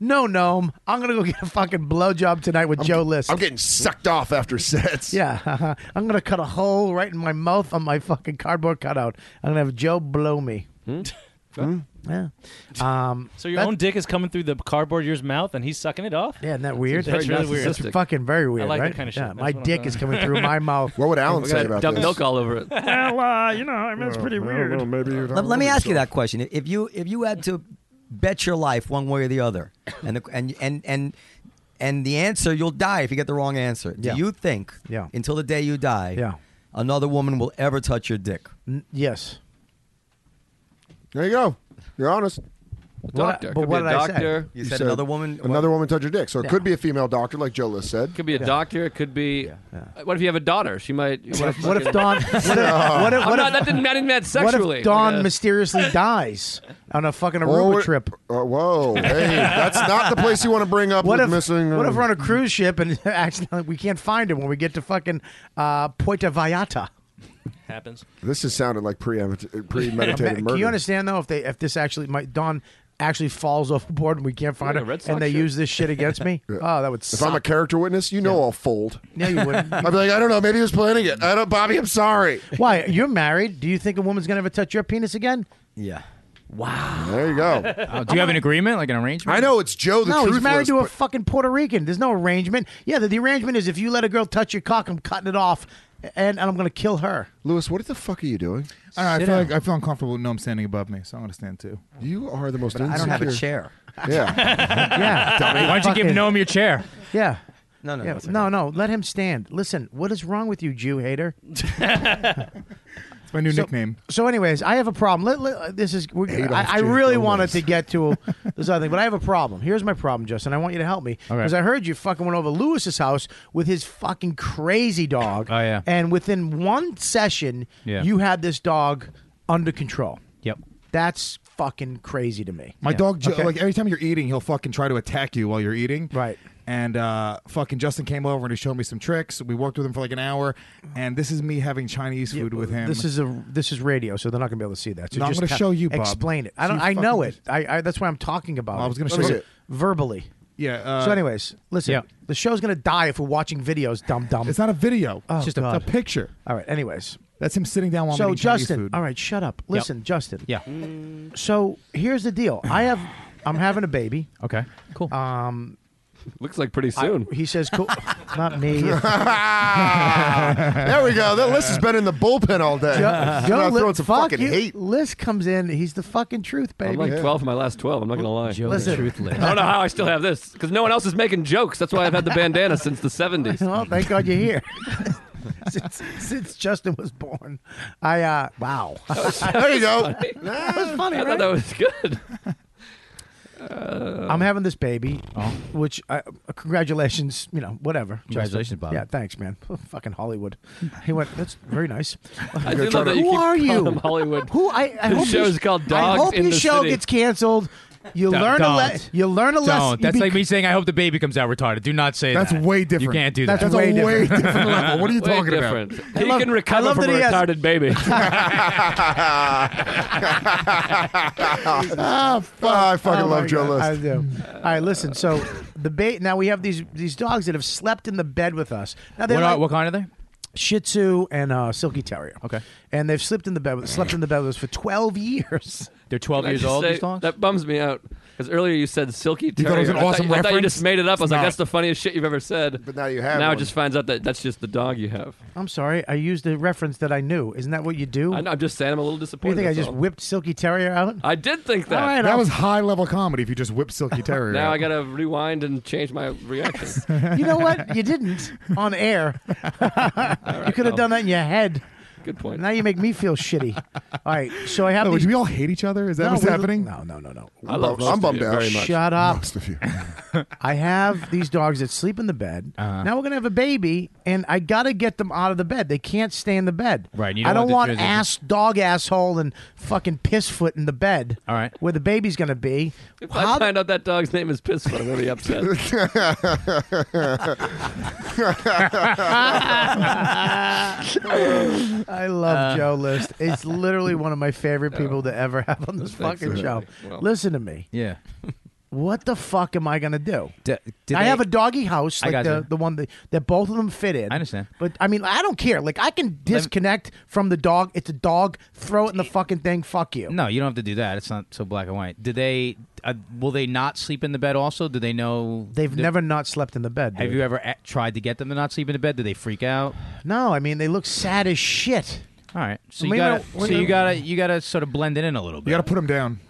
B: no, gnome. I'm gonna go get a fucking blowjob tonight with Joe List.
D: I'm getting sucked off after sets.
B: Yeah, uh-huh. I'm gonna cut a hole right in my mouth on my fucking cardboard cutout. I'm gonna have Joe blow me. Hmm? Yeah. Um,
E: So your
B: that-
E: own dick is coming through the cardboard your's mouth, and he's sucking it off.
B: Yeah, isn't that weird?
E: That's really weird.
B: It's fucking very weird,
E: I like
B: right?
E: that kind of shit.
B: Yeah,
E: That's
B: my
E: what I'm
B: dick is
E: talking
B: coming
E: about.
B: through my mouth.
L: What would
D: Alan
L: We're say gonna about dump this? milk all over it.
M: Well, uh, you know, I mean, it's pretty weird.
L: Let, let me ask you that question: If- If you if you had to bet your life one way or the other, and the, and and and and the answer, you'll die if you get the wrong answer. Do
B: Yeah.
L: you think
B: Yeah.
L: until the day you die,
B: Yeah.
L: another woman will ever touch your dick?
B: N- yes.
D: There you go. You're honest.
L: doctor. What- but Could be what a did I say? doctor. You said another woman-
D: Another woman touched your dick. So it
L: Yeah.
D: could be a female doctor, like Joe List said.
G: Could be a doctor. It could be. Uh, What if you have a daughter? She might.
B: What if Dawn? What if, what if,
G: I'm
B: what
G: not-
B: if-
G: that didn't, I didn't mean that sexually.
B: What if Dawn
G: Like, uh,
B: mysteriously dies on a fucking
D: Or-
B: Aruba trip?
D: Uh, whoa, hey, that's not the place you want to bring up
B: What
D: with
B: if
D: missing.
B: What
D: uh,
B: if we're on a cruise ship and accidentally we can't find him when we get to fucking uh, Puerto Vallarta?
E: Happens.
D: This has sounded like preemit- premeditated
B: Can
D: murder.
B: you understand though if they if this actually my Dawn actually falls overboard and we can't find
D: Yeah,
B: her
D: Red
B: and
D: Sox
B: they
D: shit.
B: use this shit against me?
D: Yeah.
B: Oh, that would.
D: If
B: suck.
D: I'm a character witness, you know I'll fold.
B: No, you wouldn't.
D: I'd be like, I don't know, maybe he was planning it. I don't, Bobby, I'm sorry.
B: Why? You're married. Do you think a woman's gonna ever touch your penis again?
L: Yeah.
A: Wow.
D: There you go.
A: Oh, do you have an agreement, like an arrangement?
D: I know it's Joe
B: no, he's married to a fucking Puerto Rican. There's no arrangement. Yeah, the, the arrangement is if you let a girl touch your cock, I'm cutting it off, and, and I'm gonna kill her.
D: Lewis, what the fuck are you doing?
F: I, don't know, I
B: Sit
F: feel
B: down.
F: like I feel uncomfortable with Noam standing above me, so I'm gonna stand too.
D: You are the most.
L: But I don't have a chair.
D: Yeah.
B: Yeah.
A: Why don't you give
B: Fucking-
A: Noam your chair?
B: Yeah.
L: No, no,
B: Yeah,
L: no, it's
B: no, no. Let him stand. Listen, what is wrong with you, Jew hater? it's
F: my new nickname.
B: So, anyways, I have a problem. Let, let- this is. We're,
F: Adolf
B: I, I
F: J.
B: really
F: Gomez.
B: wanted to get to this other thing, but I have a problem. Here's my problem, Justin. I want you to help me
A: Okay.
B: because I heard you fucking went over Lewis's house with his fucking crazy dog.
A: Oh, yeah.
B: And within one session,
A: Yeah.
B: you had this dog under control.
A: Yep.
B: That's fucking crazy to me.
F: My dog, Joe,
B: Okay.
F: like every time you're eating, he'll fucking try to attack you while you're eating. Right. And uh, fucking Justin came over and he showed me some tricks. We worked with him for like an hour, and this is me having Chinese food with him.
B: This is a this is radio, so they're not gonna be able to see that. So
F: No, I'm
B: just
F: gonna
B: ha-
F: show you, Bob.
B: Explain it. I
F: So
B: don't.
F: you
B: I know
F: fucking
B: it. I, I. That's why I'm talking about.
F: Well, I
B: it.
F: was gonna Let me show see you. it.
B: verbally.
F: Yeah, uh,
B: so, anyways, listen.
F: Yeah.
B: The show's gonna die if we're watching videos. Dumb dumb.
F: It's not a video.
B: Oh,
F: it's just a-
B: God.
F: a picture.
B: All right. Anyways,
F: that's him sitting down while I'm
B: so
F: eating Chinese
B: Justin.
F: food.
B: All right. Shut up. Listen, Justin. Mm.
A: Yeah.
B: So here's the deal. I have. I'm having a baby.
A: Okay. Cool.
B: Um.
G: Looks like pretty soon.
B: He says, "Cool." not me.
D: there we go. That list has been in the bullpen all day.
B: Joe,
D: I'm
B: Joe
D: throwing
B: List-
D: some
B: fuck
D: fucking
B: you.
D: hate.
B: List comes in. He's the fucking truth, baby.
G: I'm like 12 for my last 12. I'm not going to lie.
B: Listen. Truthless.
G: I don't know how I still have this because no one else is making jokes. That's why I've had the bandana since the 70s.
B: Well, Oh, thank God you're here. since, since Justin was born, I uh wow.
G: There you go.
B: that was funny.
G: I
B: right?
G: thought that was Oh. good.
B: I'm having this baby, which I, uh, congratulations, you know, whatever. Justin.
A: Congratulations, Bob.
B: Yeah, thanks, man. Fucking Hollywood. He went. That's very nice.
G: I do love that you
B: Who
G: keep
B: are
G: calling
B: you?
G: them Hollywood.
B: Who I, I
G: This
B: hope
G: show
B: your-
G: is called
B: I
G: Dogs
B: hope
G: in
B: your
G: the
B: show
G: City.
B: gets canceled. You
A: Don't-
B: learn a
A: don't.
B: lesson. You learn a
A: Don't.
B: lesson.
A: That's
B: You
A: like
B: bec-
A: me saying I hope the baby comes out retarded. Do not say
F: That's
A: that.
F: way different.
A: You can't do
B: That's
A: that.
B: That's a way way different.
F: different level. What are you
G: Way
F: talking
G: different.
F: about?
G: He
B: love-
G: can
B: I
G: recover
B: love
G: from a
B: that he has-
G: retarded baby.
D: Ah, fuck. I fucking
B: Oh, my
D: love Joe
B: God,
D: List.
B: I do. All right, listen. So the bait. Now we have these these dogs that have slept in the bed with us. Now they're
A: What, are,
B: like
A: what kind are they?
B: Shih Tzu and uh, Silky Terrier. Okay. And they've slept in the bed with, slept in the bed with us for twelve years.
A: They're 12
G: Can I
A: years
G: just
A: old.
G: say-
A: these dogs?
G: That bums me out because earlier you said silky
A: thought it
G: terrier.
A: was an
G: I thought-
A: awesome
G: I thought you
A: reference?
G: just made it up. I was
A: It's
G: like,
A: not.
G: that's the funniest shit you've ever said. But
D: now you have
G: Now
D: one.
G: it just finds out that that's just the dog you have.
B: I'm sorry, I used a reference that I knew. Isn't that what you do?
G: I know, I'm just saying I'm a little
B: What do you
G: disappointed.
B: think? I
G: that's
B: just
G: all.
B: whipped Silky Terrier out.
G: I did think that.
B: right,
F: that
B: I'll-
F: was high level comedy. If you just whip Silky Terrier.
G: Now
F: out.
G: I gotta rewind and change my reaction.
B: You know what? You didn't on air. you could have
G: well.
B: done that in your head.
G: Good point.
B: Now you make me feel shitty. All right, so I have.
F: Oh,
B: these-
F: do we all hate each other? Is that
B: No,
F: what's
B: we-
F: happening?
B: No, no, no, no.
G: I love
D: I'm
G: most of
D: bummed
G: you
D: out.
G: very much.
B: Shut up.
D: Most of you.
B: I have these dogs that sleep in the bed. Now we're gonna have a baby, and I gotta get them out of the bed. They can't stay in the bed.
A: Right, you
B: I
A: don't
B: don't want
A: want the transition.
B: ass dog asshole and fucking piss foot in the bed. All right, where the baby's gonna be.
G: If I find out that dog's name is Pissfoot, I'm gonna be upset.
B: I love
G: Uh,
B: Joe List. It's literally one of my favorite people to ever have on this
A: Thanks
B: fucking
A: for-
B: show.
A: well.
B: Listen to me.
A: Yeah.
B: What the fuck am I gonna do?
A: D- did
B: I
A: they-
B: have a doggy house,
A: I
B: like
A: got
B: the,
A: you.
B: the one that, that both of them fit in.
A: I understand.
B: But I mean, I don't care. Like I can disconnect from the dog. It's a dog. Throw it in the fucking thing. Fuck you.
A: No, you don't have to do that. It's not so black and white. Did they? Uh, will they not sleep in the bed? Also, do they know?
B: They've
A: do-
B: never not slept in the bed.
A: Have
B: dude.
A: you ever a- tried to get them to not sleep in the bed? Do they freak out?
B: No, I mean they look sad as shit.
A: All right, so
B: I
A: you
B: mean,
A: got
B: no,
A: to so
B: no.
A: you got to you got to sort of blend it in a little bit. You got
F: to put them down.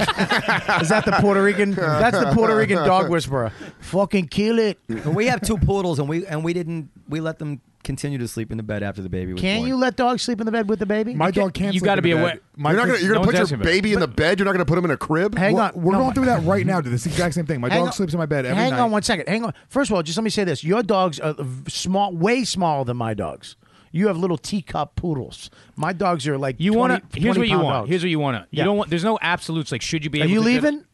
B: Is that the Puerto Rican? That's the Puerto Rican dog whisperer. Fucking kill it.
L: But we have two poodles, and we and we didn't. We let them continue to sleep in the bed after the baby was
B: Can
L: born.
B: you let dogs sleep in the bed with the baby?
L: My dog can't You sleep gotta in the be bed. aware-
D: you're not gonna, you're gonna put your baby in the bed. You're not gonna put him in a crib.
B: Hang
F: We're-
B: on.
F: We're
B: No,
F: going
B: my-
F: through that right now. To this exact same thing. My
B: Hang
F: dog
B: on.
F: sleeps in my bed every
B: Hang
F: night.
B: on one second. Hang on. First of all, just let me say this: your dogs are v- small, way smaller than my dogs. You have little teacup poodles. My dogs are like
A: You want
B: want
A: to? Here's what you want. Here's what you want to. You
B: Yeah.
A: don't want. There's no absolutes. Like, should you be?
B: Are
A: able
B: you
A: to get-
B: leaving?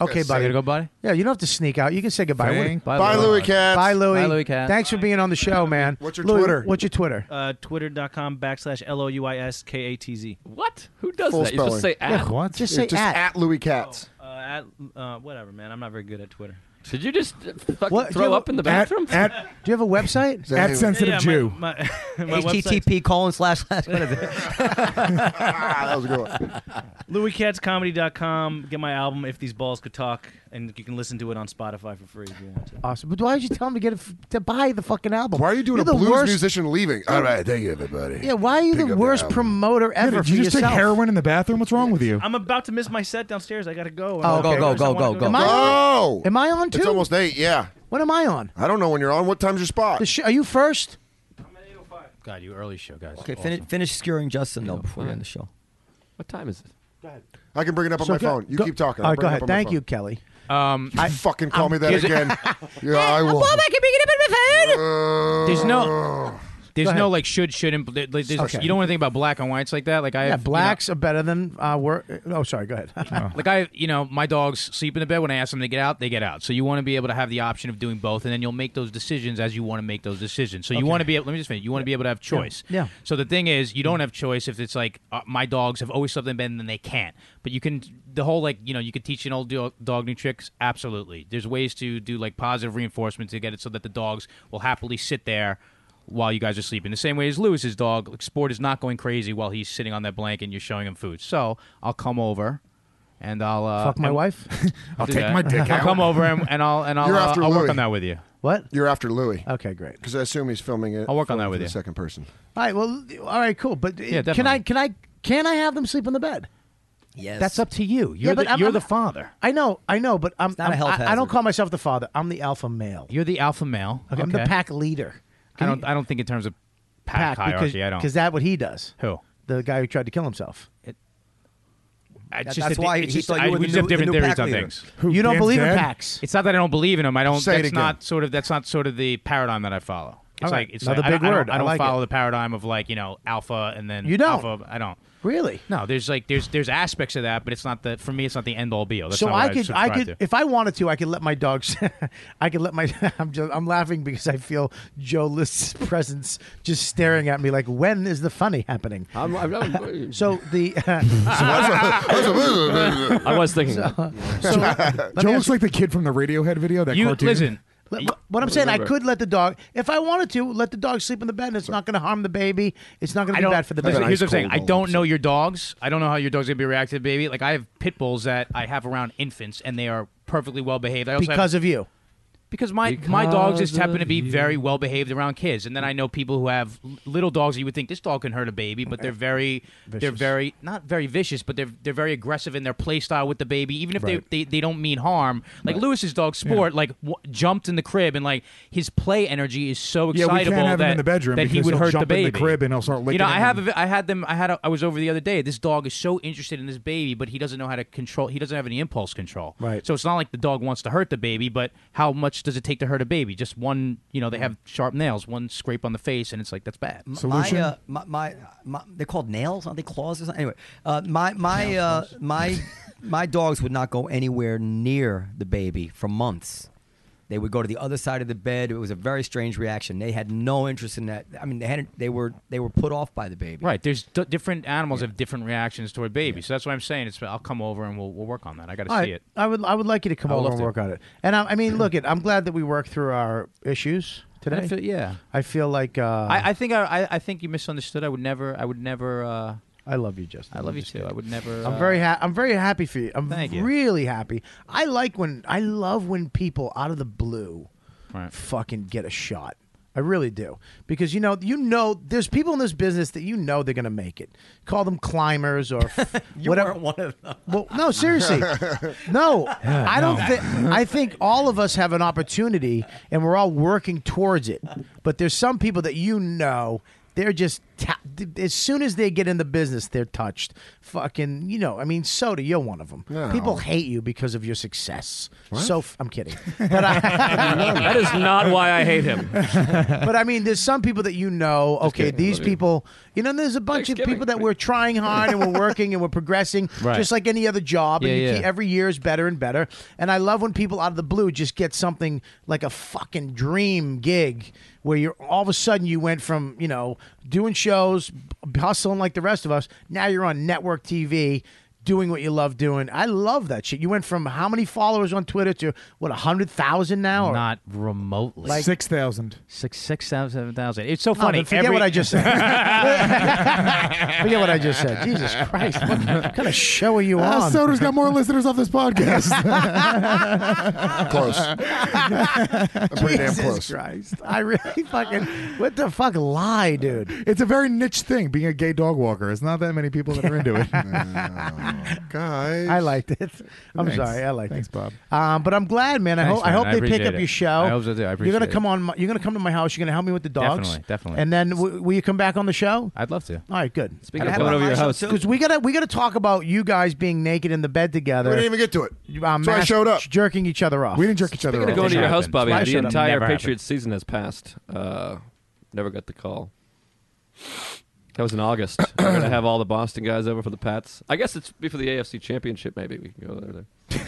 B: Okay,
A: Say
B: buddy.
A: gotta go, buddy?
B: Yeah, you don't have to sneak out. You can say goodbye. What-
A: Thank- Bye, Bye, Louis. Louis Katz.
B: Bye, Louis.
A: Bye, Louis Katz.
B: Thanks for being on the show, man.
E: What's your
B: Louis,
E: Twitter?
B: What's your Twitter?
E: Uh, Twitter.com backslash L O U I S K A T Z.
G: What? Who does that? You're supposed to say at.
B: Yeah, what? Just say at.
D: Louis Katz.
E: Uh, at, uh, whatever, man. I'm not very good at Twitter.
G: Did you just uh, fucking
E: What?
G: throw
E: Do-
G: up in the
E: at-
G: bathroom?
E: at-
B: Do you have a website?
E: that At how you- Sensitive Jew. my- my- my
L: HTTP colon slash slash. What is it?
D: that was a good one.
E: LouisCatsComedy.com. Get my album, If These Balls Could Talk, and you can listen to it on Spotify for free if you want to.
B: Awesome. But why did you tell him to get a f to buy the fucking album?
D: Why are you doing
B: You're
D: a
B: the
D: blues
B: worst-
D: musician leaving? All right, thank you, everybody.
B: Yeah, why are you
D: Pick
B: the
D: up
B: worst
D: album.
B: promoter
F: Yeah,
B: ever
F: did
B: for
F: you just
B: yourself?
F: take heroin in the bathroom? What's wrong with you?
E: I'm about to miss my set downstairs. I got to go.
B: Oh, go, go, go, go, go. Am I on? Am I on too?
D: It's almost eight. Yeah.
B: What am I on?
D: I don't know when you're on. What time's your spot?
B: The sh- are you first?
A: God, you early show guys.
L: Okay, finish, finish skewering Justin though before we end the show.
G: What time is it?
D: I can bring it up on
B: So
D: my
B: go-
D: phone. You
B: go-
D: keep talking.
B: All
D: I'll
B: right, go
D: bring it up
B: ahead.
D: on my
B: Thank
D: phone.
B: you, Kelly.
A: Um,
D: I fucking call me that
A: Here's a-
D: again. yeah, I will.
K: can pick it up in
D: Uh,
K: my
A: There's no. There's no like should shouldn't. There, like, there's,
B: Okay.
A: You don't want to think about black and whites like that. Like I
B: Yeah,
A: have, you know-
B: blacks are better than uh, were. Oh, sorry. Go ahead.
A: Like I, you know, my dogs sleep in the bed. When I ask them to get out, they get out. So you want to be able to have the option of doing both, and then you'll make those decisions as you want to make those decisions. So you
N: Okay.
A: want to be. Able, let me just finish. You want to be able to have choice.
N: Yeah.
A: So the thing is, you don't have choice if it's like uh, my dogs have always slept in bed and then they can't. But you can the whole like you know you could teach an old do- dog new tricks. Absolutely, there's ways to do like positive reinforcement to get it so that the dogs will happily sit there while you guys are sleeping. The same way as Lewis's dog, like, Sport is not going crazy while he's sitting on that blanket and you're showing him food. So I'll come over. And I'll uh,
B: Fuck my
A: and-
B: wife?
A: I'll,
B: I'll
A: do
B: take
A: that.
B: my dick
A: I'll
B: out.
A: come over and, and I'll and I'll,
D: You're
A: uh,
D: after
A: I'll work
D: Louis.
A: on that with you.
B: What?
D: You're after Louis.
B: Okay, great.
D: Because I assume he's filming it.
A: I'll work on
D: for-
A: that
D: for
A: with
D: the
A: you.
D: Second person.
B: All right. Well, all right. Cool. But uh,
A: Yeah,
B: can I? Can I? Can I have them sleep in the bed?
L: Yes.
B: That's up to you.
A: You're
B: but
A: the- you're the father.
B: I know. Oh, I know. But I'm.
A: not a
B: I'm-
A: health
B: I, I don't
A: hazard.
B: call myself the father. I'm the alpha male.
A: You're the alpha male.
B: Okay, I'm the pack leader.
A: I don't. I don't think in terms of pack, hierarchy.
B: because
A: I don't.
B: because that what he does.
A: Who?
B: The guy who tried to kill himself.
L: That-
A: I just-
L: that's
A: it-
L: why
A: it
L: he
A: just-
L: thought
A: I-
L: you were
A: we
L: the
A: just
L: new-
A: have
L: the
A: different
L: new
A: theories
L: pack
A: on
L: leader.
A: things.
L: Who, You don't Dan's believe in dead?
B: packs.
A: It's not that I don't believe in them. I don't.
B: Say it
A: that's
B: again.
A: not sort of. That's not sort of the paradigm that I follow.
B: All
A: It's
B: right.
A: like it's
B: Another
A: like, I
B: big
A: don't- I don't-
B: word.
A: I
B: I
A: don't
B: like
A: follow the paradigm of like you know alpha and then
B: You don't?
A: Alpha, I don't.
B: Really?
A: No. There's like there's there's aspects of that, but it's not the for me. It's not the end all be all. That's
B: so
A: not what
B: I could, I
A: subscribe
B: could,
A: to.
B: if I wanted to, I could let my dogs. I could let my. I'm just, I'm laughing because I feel Joe List's presence just staring at me like, when is the funny happening?
G: I'm- I'm- I'm-
B: so the.
G: I was thinking.
B: So-
G: that.
B: so let me
F: Joe
B: ask
F: looks like the kid from the Radiohead video. That cartoon.
B: Let- what I'm saying, I could let the dog, if I wanted to, let the dog sleep in the bed. and It's not going to harm the baby. It's not going
A: I
B: to
A: don't.
B: be bad for the
A: Listen,
B: baby.
A: Here's what I'm saying. I don't know your dogs. I don't know how your dog's gonna be reactive, baby. Like I have pit bulls that I have around infants, and they are perfectly well behaved. I also
B: because
A: have,
B: of you.
A: Because my my dogs just happen to be very well behaved around kids, and then I know people who have l- little dogs. You would think this dog can hurt a baby, but they're very they're
B: Vicious.
A: very not very vicious, but they're they're very aggressive in their play style with the baby, even if
B: Right.
A: they, they they don't mean harm. Like Lewis's dog Sport, like w- jumped in the crib, and like his play energy is so
F: Yeah,
A: excitable
F: we can't have
A: that
F: him in the bedroom
A: that he
F: because
A: would
F: he'll
A: hurt
F: jump
A: the
F: in
A: baby.
F: the crib and he'll start
A: You
F: licking
A: know, I
F: him
A: have a vi- I had them. I had. A, I was over the other day. This dog is so interested in this baby, but he doesn't know how to control. He doesn't have any impulse control.
B: Right.
A: So it's not like the dog wants to hurt the baby, but how much does it take to hurt a baby? Just one. You know, they
B: Mm.
A: have sharp nails. One scrape on the face, and it's like that's bad.
L: My, uh, my, my, my, they're called nails, aren't they? Claws or something. Anyway, uh, my my uh, my my dogs would not go anywhere near the baby for months. They would go to the other side of the bed. It was a very strange reaction. They had no interest in that. I mean, they had they were they were put off by the baby.
A: Right. There's d- different animals have different reactions toward babies. So that's what I'm saying. It's I'll come over and we'll we'll work on that. I got to
B: All right.
A: see it.
B: I would I would like you to come
A: I would
B: over
A: love
B: and
A: to.
B: work on it. And I, I mean, look, it. I'm glad that we worked through our issues today.
A: I feel- yeah.
B: I feel like uh,
A: I, I think I, I I think you misunderstood. I would never. I would never. Uh,
B: I love you, Justin.
A: I love you too. I would never.
B: I'm
A: uh,
B: very ha- I'm very happy for you. I'm
A: Thank you.
B: really happy. I like when I love when people out of the blue fucking get a shot. I really do. Because you know, you know there's people in this business that you know they're going to make it. Call them climbers or f-
L: You
B: whatever.
L: weren't one of them.
B: Well, no, seriously. No.
L: Yeah,
B: I don't
L: no.
B: think I think all of us have an opportunity and we're all working towards it. But there's some people that you know they're just ta- as soon as they get in the business, they're touched. Fucking, you know. I mean, soda, you're one of them.
L: No.
B: People hate you because of your success. So f- I'm kidding, but I,
G: that is not why I hate him.
B: but I mean, there's some people that you know. Okay, these people, you know, and there's a bunch of people that we're trying hard and we're working and we're progressing,
A: Right.
B: just like any other job.
A: Yeah,
B: and you
A: yeah.
B: keep- every year is better and better. And I love when people out of the blue just get something like a fucking dream gig, where you're all of a sudden you went from you know doing shows, b- hustling like the rest of us. Now you're on network TV. Doing what you love doing, I love that shit. You went from how many followers on Twitter to what a hundred thousand now? Or?
A: Not remotely.
B: Like-
A: six thousand. Six six thousand seven thousand. It's so
B: Oh,
A: funny.
B: then forget
A: Every-
B: what I just said. forget what I just said. Jesus Christ! What kind of show are you
F: Uh,
B: on?
F: Soder's got more listeners off this podcast.
B: close.
F: pretty damn
B: Jesus
F: close.
B: Christ! I really fucking what the fuck lie, dude.
F: It's a very niche thing, being a gay dog walker. It's not that many people that are into it.
D: Guys,
B: I liked it. I'm
F: Thanks.
B: sorry, I liked
F: Thanks,
B: it.
F: Bob.
B: Um, but I'm glad, man. I
A: Thanks,
B: hope I
A: man.
B: hope
A: I
B: they pick
A: appreciate
B: up
A: it.
B: your show.
A: I hope so, too. I
B: you're
A: appreciate
B: gonna
A: it.
B: come on. My, you're gonna come to my house. You're gonna help me with the dogs.
A: Definitely, definitely.
B: And then w- will you come back on the show?
A: I'd love to.
B: All right, good.
A: Speaking of going over your house-
B: because we gotta we gotta talk about you guys being naked in the bed together.
D: We didn't even get to it.
B: uh,
D: So I
B: mas-
D: showed up.
B: jerking each other off.
F: We didn't jerk each
G: Speaking of
B: It
G: going to
B: didn't
G: your house,
B: happen.
G: Bobby,
B: Why
G: the
B: should I?
G: entire
B: Never happened.
G: Patriots season has passed. Uh, never got the call. That was in August. We're gonna have all the Boston guys over for the Pats. I guess it's be for the AFC Championship. Maybe we can go over there.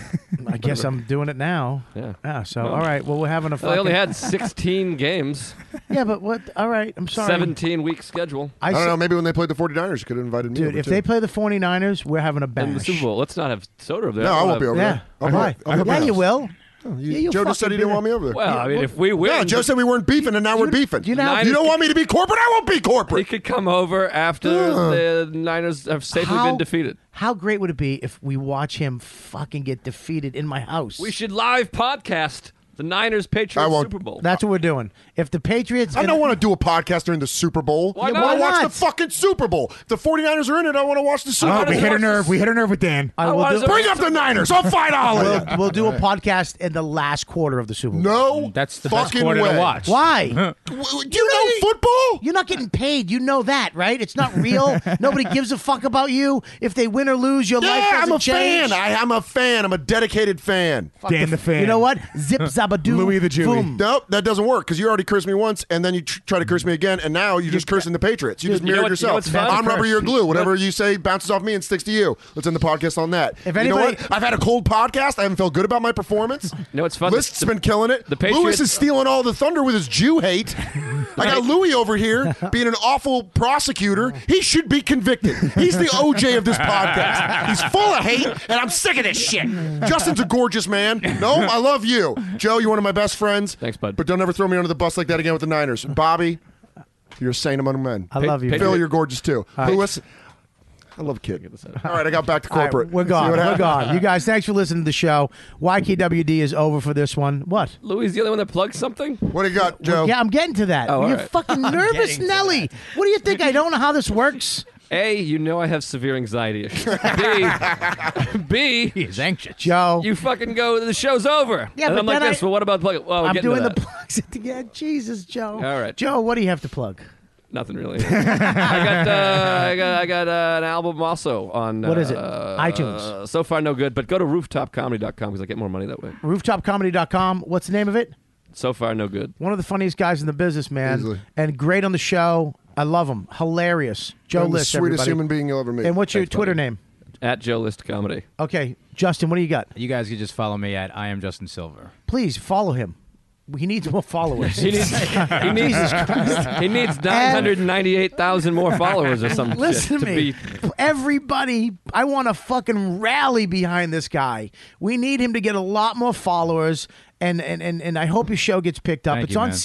B: I guess I'm doing it now. Ah,
G: Yeah.
B: so
G: Well,
B: all right. Well, we're having a.
G: Well, they only
B: fucking-
G: had 16 games,
B: yeah, but what? All right. I'm sorry.
G: 17 week schedule.
B: I
D: I, don't
B: said-
D: know. Maybe when they played the 49ers, you could have invited me.
B: Dude,
D: over,
B: if
D: too.
B: they play the 49ers, we're having a bash.
G: And the Super Bowl. Let's not have soda over there.
D: no, I won't
G: wanna-
D: be over
B: Yeah.
D: there. I'll be-
B: Why?
D: I'll be at my
B: yeah, you
D: house.
B: will.
D: Oh, You-
B: Yeah, you'll
D: Joe just said he
B: fucking
D: didn't
B: be
D: want me over there.
G: Well, I mean, if we win,
D: yeah, Joe said we weren't beefing, and now we're beefing. You,
B: know how-
D: don't want me to be corporate? I won't be corporate.
G: He could come over after the Niners have safely
B: How-
G: been defeated.
B: How great would it be if we watch him fucking get defeated in my house?
G: We should live podcast the Niners Patriots
D: won't.
G: Super Bowl.
B: That's what we're doing. If the Patriots,
D: I don't want to do a podcast during the Super Bowl.
G: Why
D: I
G: not?
D: want to
G: Why
D: watch
B: not?
D: the fucking Super Bowl. If the 49ers are in it. I want to watch the Super
F: oh,
D: Bowl.
F: we hit a nerve. We hit a nerve with Dan.
B: I will do,
D: Bring up the Niners. I'll fight all of you.
B: we'll, we'll do a podcast in the last quarter of the Super Bowl.
D: No,
A: That's the best
D: fucking
A: quarter
D: way.
A: to watch.
B: Why?
D: W- w- Do you know football?
B: You're not getting paid. You know that, right? It's not real. Nobody gives a fuck about you. If they win or lose, your life
D: Yeah,
B: doesn't
D: I'm a
B: change.
D: fan. I, I'm a fan. I'm a dedicated fan.
B: Fuck
F: Dan the fan.
B: You know what? Zip zabadoo.
F: Louis the Jewy.
B: boom.
D: Nope, that doesn't work because you already cursed me once, and then you tr- try to curse me again, and now you're just cursing the Patriots. You just
G: you know
D: mirrored
G: what- you know
D: yourself.
G: what's fun?
D: I'm rubber, you're glue. Whatever you say bounces off me and sticks to you. Let's end the podcast on that.
B: If
D: you know
B: anybody-
D: what? I've had a cold podcast. I haven't felt good about my performance.
G: know what's fun?
D: List's
G: The-
D: been killing it.
G: the
D: Lewis
G: Patriots-
D: is stealing all the thunder with his Jew hate. I got Louis over here being an awful prosecutor. He should be convicted. He's the OJ of this podcast. He's full of hate, and I'm sick of this shit. Justin's a gorgeous man. No, I love you. Joe, you're one of my best friends.
G: Thanks, bud.
D: But don't ever throw me under the bus like that again with the Niners. Bobby, you're a saint among men.
B: I love you.
G: Pa-
D: Phil,
G: Patriot-
D: you're gorgeous too. Lewis, I love kid. All right, I got back to
B: All right,
D: corporate.
B: we're
D: See
B: gone.
D: what
B: We're
D: happens.
B: gone. You guys, thanks for listening to the show. YKWd is over for this one. What?
G: Louis, the only one that plugs something.
D: What do you got, Joe?
B: Yeah, I'm getting to that.
G: Oh, all
B: You're
G: right.
B: fucking
G: I'm
B: nervous,
G: getting to
B: Nelly. What do you think? I don't know how this works.
G: A, you know I have severe anxiety issues. B, B,
A: he is anxious.
B: Joe,
G: you fucking go. The show's over.
B: Yeah,
G: and
B: but
G: I'm like
B: then
G: this.
B: I-
G: Well, what about the plug? Well, we're
B: I'm
G: getting to
B: doing the
G: that.
B: plugs again. Jesus, Joe.
G: All right.
B: Joe, what do you have to plug?
G: Nothing really. I got, uh, I got, I got uh, an album also on.
B: What is it?
G: uh,
B: iTunes.
G: uh, so far, no good. But go to rooftopcomedy.com because I get more money that way.
B: Rooftopcomedy.com. What's the name of it?
G: So far, no good.
B: One of the funniest guys in the business, man, and great on the show. I love him. Hilarious. Joe
D: I'm the
B: List.
D: sweetest
B: everybody.
D: human being you'll ever meet.
B: And what's your
D: Thanks,
B: Twitter
D: buddy.
B: name?
G: At Joe List Comedy.
B: Okay, Justin, what do you got?
A: You guys can just follow me at I am Justin Silver.
B: Please follow him. He needs more followers.
G: He needs, he needs,
B: Jesus Christ.
G: he needs 998,000 more followers or something.
B: Listen to
G: to
B: me.
G: Be,
B: Everybody, I want to fucking rally behind this guy. We need him to get a lot more followers, and and and, and I hope his show gets picked up.
A: Thank
B: it's
A: you,
B: on
A: man.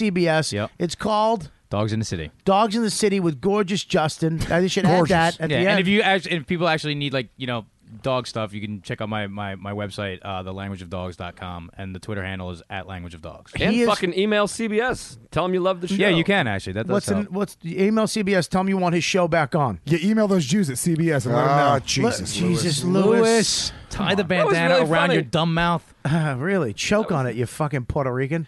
B: CBS.
A: Yep.
B: It's called
A: Dogs in the City.
B: Dogs in the City with gorgeous Justin. I should
A: Gorgeous.
B: add that at
A: yeah,
B: the end.
A: And if you actually, if people actually need like you know dog stuff, you can check out my my my website, uh, thelanguageofdogs.com, and the Twitter handle is at language of dogs.
G: and fucking email CBS. Tell them you love the show.
A: Yeah, you can actually. That does
B: What's in,
A: help.
B: what's email CBS? Tell him you want his show back on.
F: You email those Jews at CBS and let them know.
D: Ah, Jesus,
B: Look- Jesus,
D: Louis.
B: Lewis.
D: Louis,
A: tie the
G: was
A: bandana
G: really
A: around
G: funny.
A: your dumb mouth.
B: Uh, really, choke on it, you fucking Puerto Rican.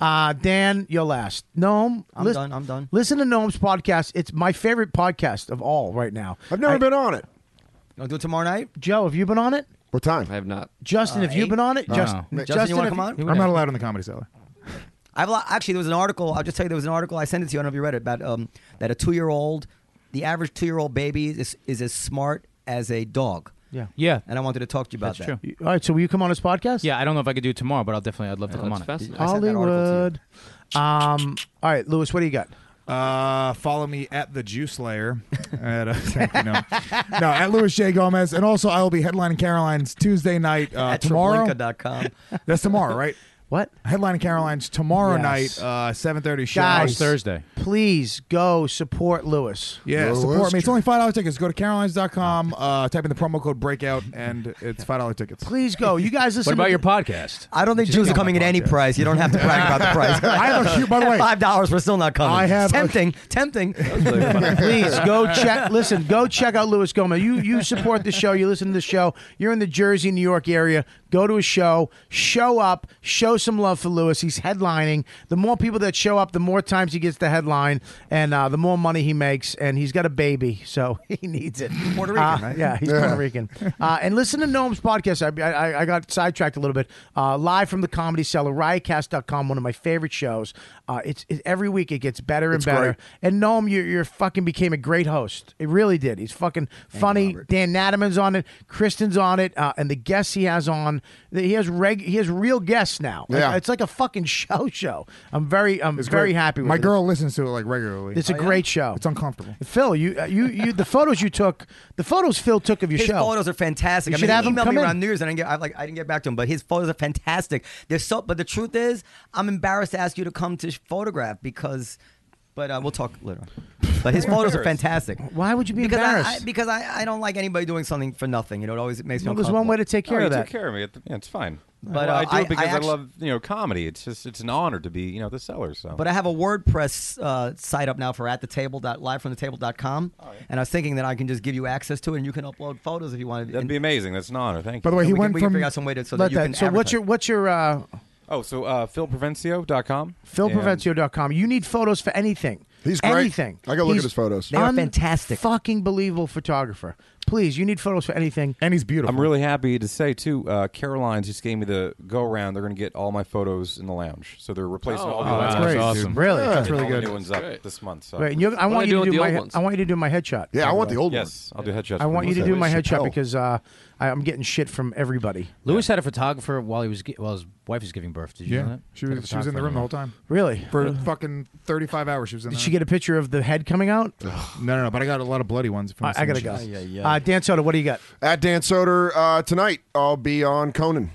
B: Uh, Dan, you're last. Gnome,
L: I'm done, I'm done.
B: Listen to Gnome's podcast. It's my favorite podcast of all right now.
D: I've never
B: I-
D: been on it.
L: Gonna do it tomorrow night.
B: Joe, have you been on it?
D: What time?
G: I have not.
B: Justin,
L: Uh,
B: have you
L: eight?
B: been on it?
A: No.
B: Justin,
A: Justin, you
L: Justin, you want to
B: have-
L: come on?
F: I'm not allowed in the comedy cellar.
L: I've lo- actually there was an article. I'll just tell you there was an article I sent it to you. I don't know if you read it about um, that a two-year-old, the average two-year-old baby is is as smart as a dog.
B: Yeah.
A: Yeah,
L: And I wanted to talk to you about
A: that's
L: that.
A: true.
B: All right, so will you come on his podcast?
A: Yeah, I don't know if I could do it tomorrow, but I'll definitely. I'd love to come on
G: That's
A: it.
G: fascinating.
L: I sent that article to you.
B: Hollywood. Um, all right, Lewis, what do you got?
F: Uh, follow me at the Juice Layer. at, uh, thank you, no. no, at Louis J Gomez, and also I will be headlining Caroline's Tuesday night uh,
L: At
F: tomorrow.
L: Treblinka.com.
F: That's tomorrow, right?
B: What?
F: Headlining Caroline's tomorrow
B: Yes.
F: night, uh, seven thirty show.
B: Guys,
A: It's Thursday.
B: Please go support Lewis.
F: Yeah,
D: Lewis
F: support me. It's
D: J-
F: only five dollars tickets. Go to carolines.com, uh, type in the promo code breakout, and it's five dollar tickets.
B: Please go. You guys listen.
A: What about
B: to-
A: your podcast?
L: I don't think Jews are coming at any price. You don't have to brag about the price.
F: I have a huge. By the way,
L: Five dollars, we're still not coming.
F: I have a-
L: tempting, tempting.
B: Please go check. Listen, go check out Louis Gomez. You you support the show. You listen to the show. You're in the Jersey, New York area. Go to a show. Show up. Show some love for Louis. He's headlining. The more people that show up, the more times he gets the headline, and uh, the more money he makes. And he's got a baby, so he needs it.
L: Puerto Rican,
B: Uh,
L: right?
B: Yeah, he's Puerto Rican. Uh, and listen to Gnome's podcast. I, I, I got sidetracked a little bit. Uh, live from the Comedy Cellar, riotcast.com, one of my favorite shows. Uh, it's it, every week it gets better and better.
D: great.
B: And Gnome, you you fucking became a great host. It really did. He's fucking funny. Dan Natterman's on it. Kristen's on it, uh, and the guests he has on. th- He has reg. He has real guests now. Like,
D: Yeah.
B: it's like a fucking show. Show. I'm very I'm
F: It's
B: very
F: great.
B: happy. with
F: My
B: it.
F: girl listens to it like regularly.
B: It's a great show.
F: Oh, It's uncomfortable.
B: Phil, you uh, you you the photos you took, the photos Phil took of your
L: His
B: show.
L: photos are fantastic.
B: You
L: I
B: should
L: mean,
B: have
L: he
B: him
L: emailed
B: come
L: me
B: in.
L: around New Year's, and I, didn't get, I like I didn't get back to him, but his photos are fantastic. They're so. But the truth is, I'm embarrassed to ask you to come to photograph because. But uh, we'll talk later. But his photos are fantastic.
B: Why would you be
L: because I, I,
B: embarrassed?
L: because I, I don't like anybody doing something for nothing. You know, it always it makes me.
B: Well, there's one way to
L: uncomfortable.
B: take care
H: no,
B: of
H: you
B: that.
H: took care of me. It- yeah, it's fine.
L: But,
H: Well,
L: uh,
H: I do
L: I-
H: it because
L: I
H: I,
L: actu-
H: love you know comedy. It's just it's an honor to be you know the seller. So,
L: But I have a WordPress uh, site up now for at the table dot livefromthetable.com, and I was thinking that I can just give you access to it, and you can upload photos if you want.
H: that'd be amazing. That's an honor. Thank
F: By
H: you.
F: the way, he
L: we can,
F: went
L: we can
F: from
L: figure out some way to so that
B: Let
L: you can.
B: that. So what's
L: advertise.
B: your what's your uh,
H: oh, so uh, philprovencio.com. and-
B: philprovencio.com? You need photos for anything.
D: He's great.
B: Anything.
D: I gotta look at
B: He's
D: his photos. They
L: are fantastic.
B: Fucking believable photographer. Please, you need photos for anything.
F: and he's beautiful.
H: I'm really happy to say too. Uh, Caroline's just gave me the go around. They're going to get all my photos in the lounge, so they're replacing all the
A: wow.
H: ones.
A: That's
H: that
A: great,
H: I
A: dude.
H: sold.
B: Really?
H: All
B: That's
H: the
B: really
H: new
B: good.
H: ones up this month. So.
B: Right, and you- I
G: What do they
B: want you
G: do
B: to
G: with
B: do
G: the
B: my
G: old
B: he-
G: ones?
B: I want you to do my headshot.
D: Yeah, I want the old one.
H: Yes, I'll do headshots.
B: I want you to do my headshot
D: Chappelle.
B: because uh, I, I'm getting shit from everybody.
A: Lewis had a photographer while he was gi- while his wife was giving birth. Did you know
F: Yeah,
A: that?
F: she
A: Had a
F: was she was in the
A: photographer
F: room the whole time
B: Really?
F: for fucking 35 hours. She was in.
B: Did
G: Uh-huh.
F: there.
B: she get a picture of the head coming out?
F: No, no, no. But I got a lot of bloody ones. From
B: I, I gotta go.
F: submissions.
B: Uh, Dan Soda, what do you got?
D: At Dan Soder uh, tonight, I'll be on Conan.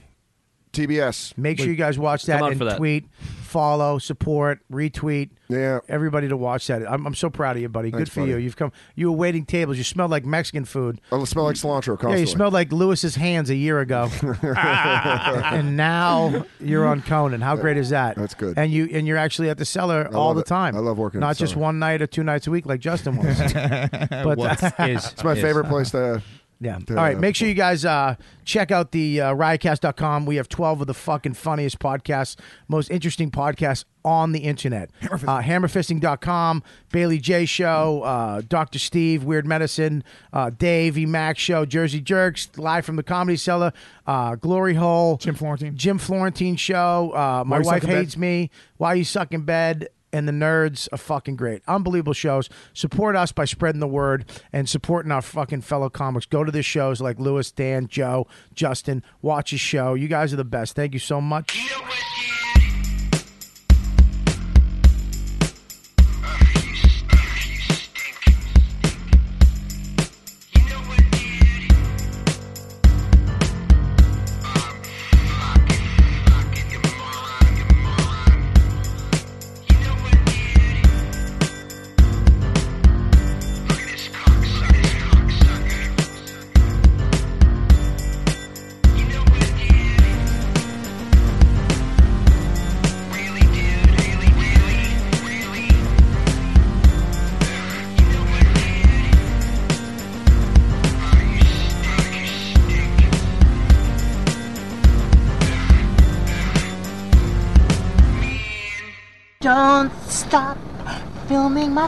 D: TBS.
B: Make sure you guys watch that and tweet, follow, support, retweet.
D: Yeah,
B: everybody to watch that. I'm, I'm so proud of you, buddy.
D: Thanks,
B: Good for
D: buddy.
B: you. You've come. You were waiting tables. You smelled like Mexican food.
D: I smell like cilantro
B: Yeah, you
D: constantly.
B: smelled like Lewis's hands a year ago, and now you're on Conan. How great is that? That's good. And you and you're actually at the cellar
D: I
B: all
D: love
B: the
D: it.
B: time.
D: I love working at
B: Not
D: the
B: just
D: cellar.
B: one night or two nights a week like Justin was. but
D: it's my favorite place to.
B: Yeah.
D: to-
B: All right, make sure you guys uh, check out the uh, riotcast.com. We have 12 of the fucking funniest podcasts, most interesting podcasts on the internet. Uh, hammerfisting.com, Bailey J Show, uh, Dr. Steve, Weird Medicine, uh, Dave, E. Max Show, Jersey Jerks, Live from the Comedy Cellar, uh, Glory Hole, Jim Florentine, Jim Florentine Show, uh,
F: Why
B: My
F: You
B: Wife
F: Suck in Bed?
B: Hates Me, Why You Suck in Bed, and the nerds are fucking great. Unbelievable shows. Support us by spreading the word and supporting our fucking fellow comics. Go to the shows like Lewis, Dan, Joe, Justin. Watch his show. You guys are the best. Thank you so much.
K: Don't stop filming my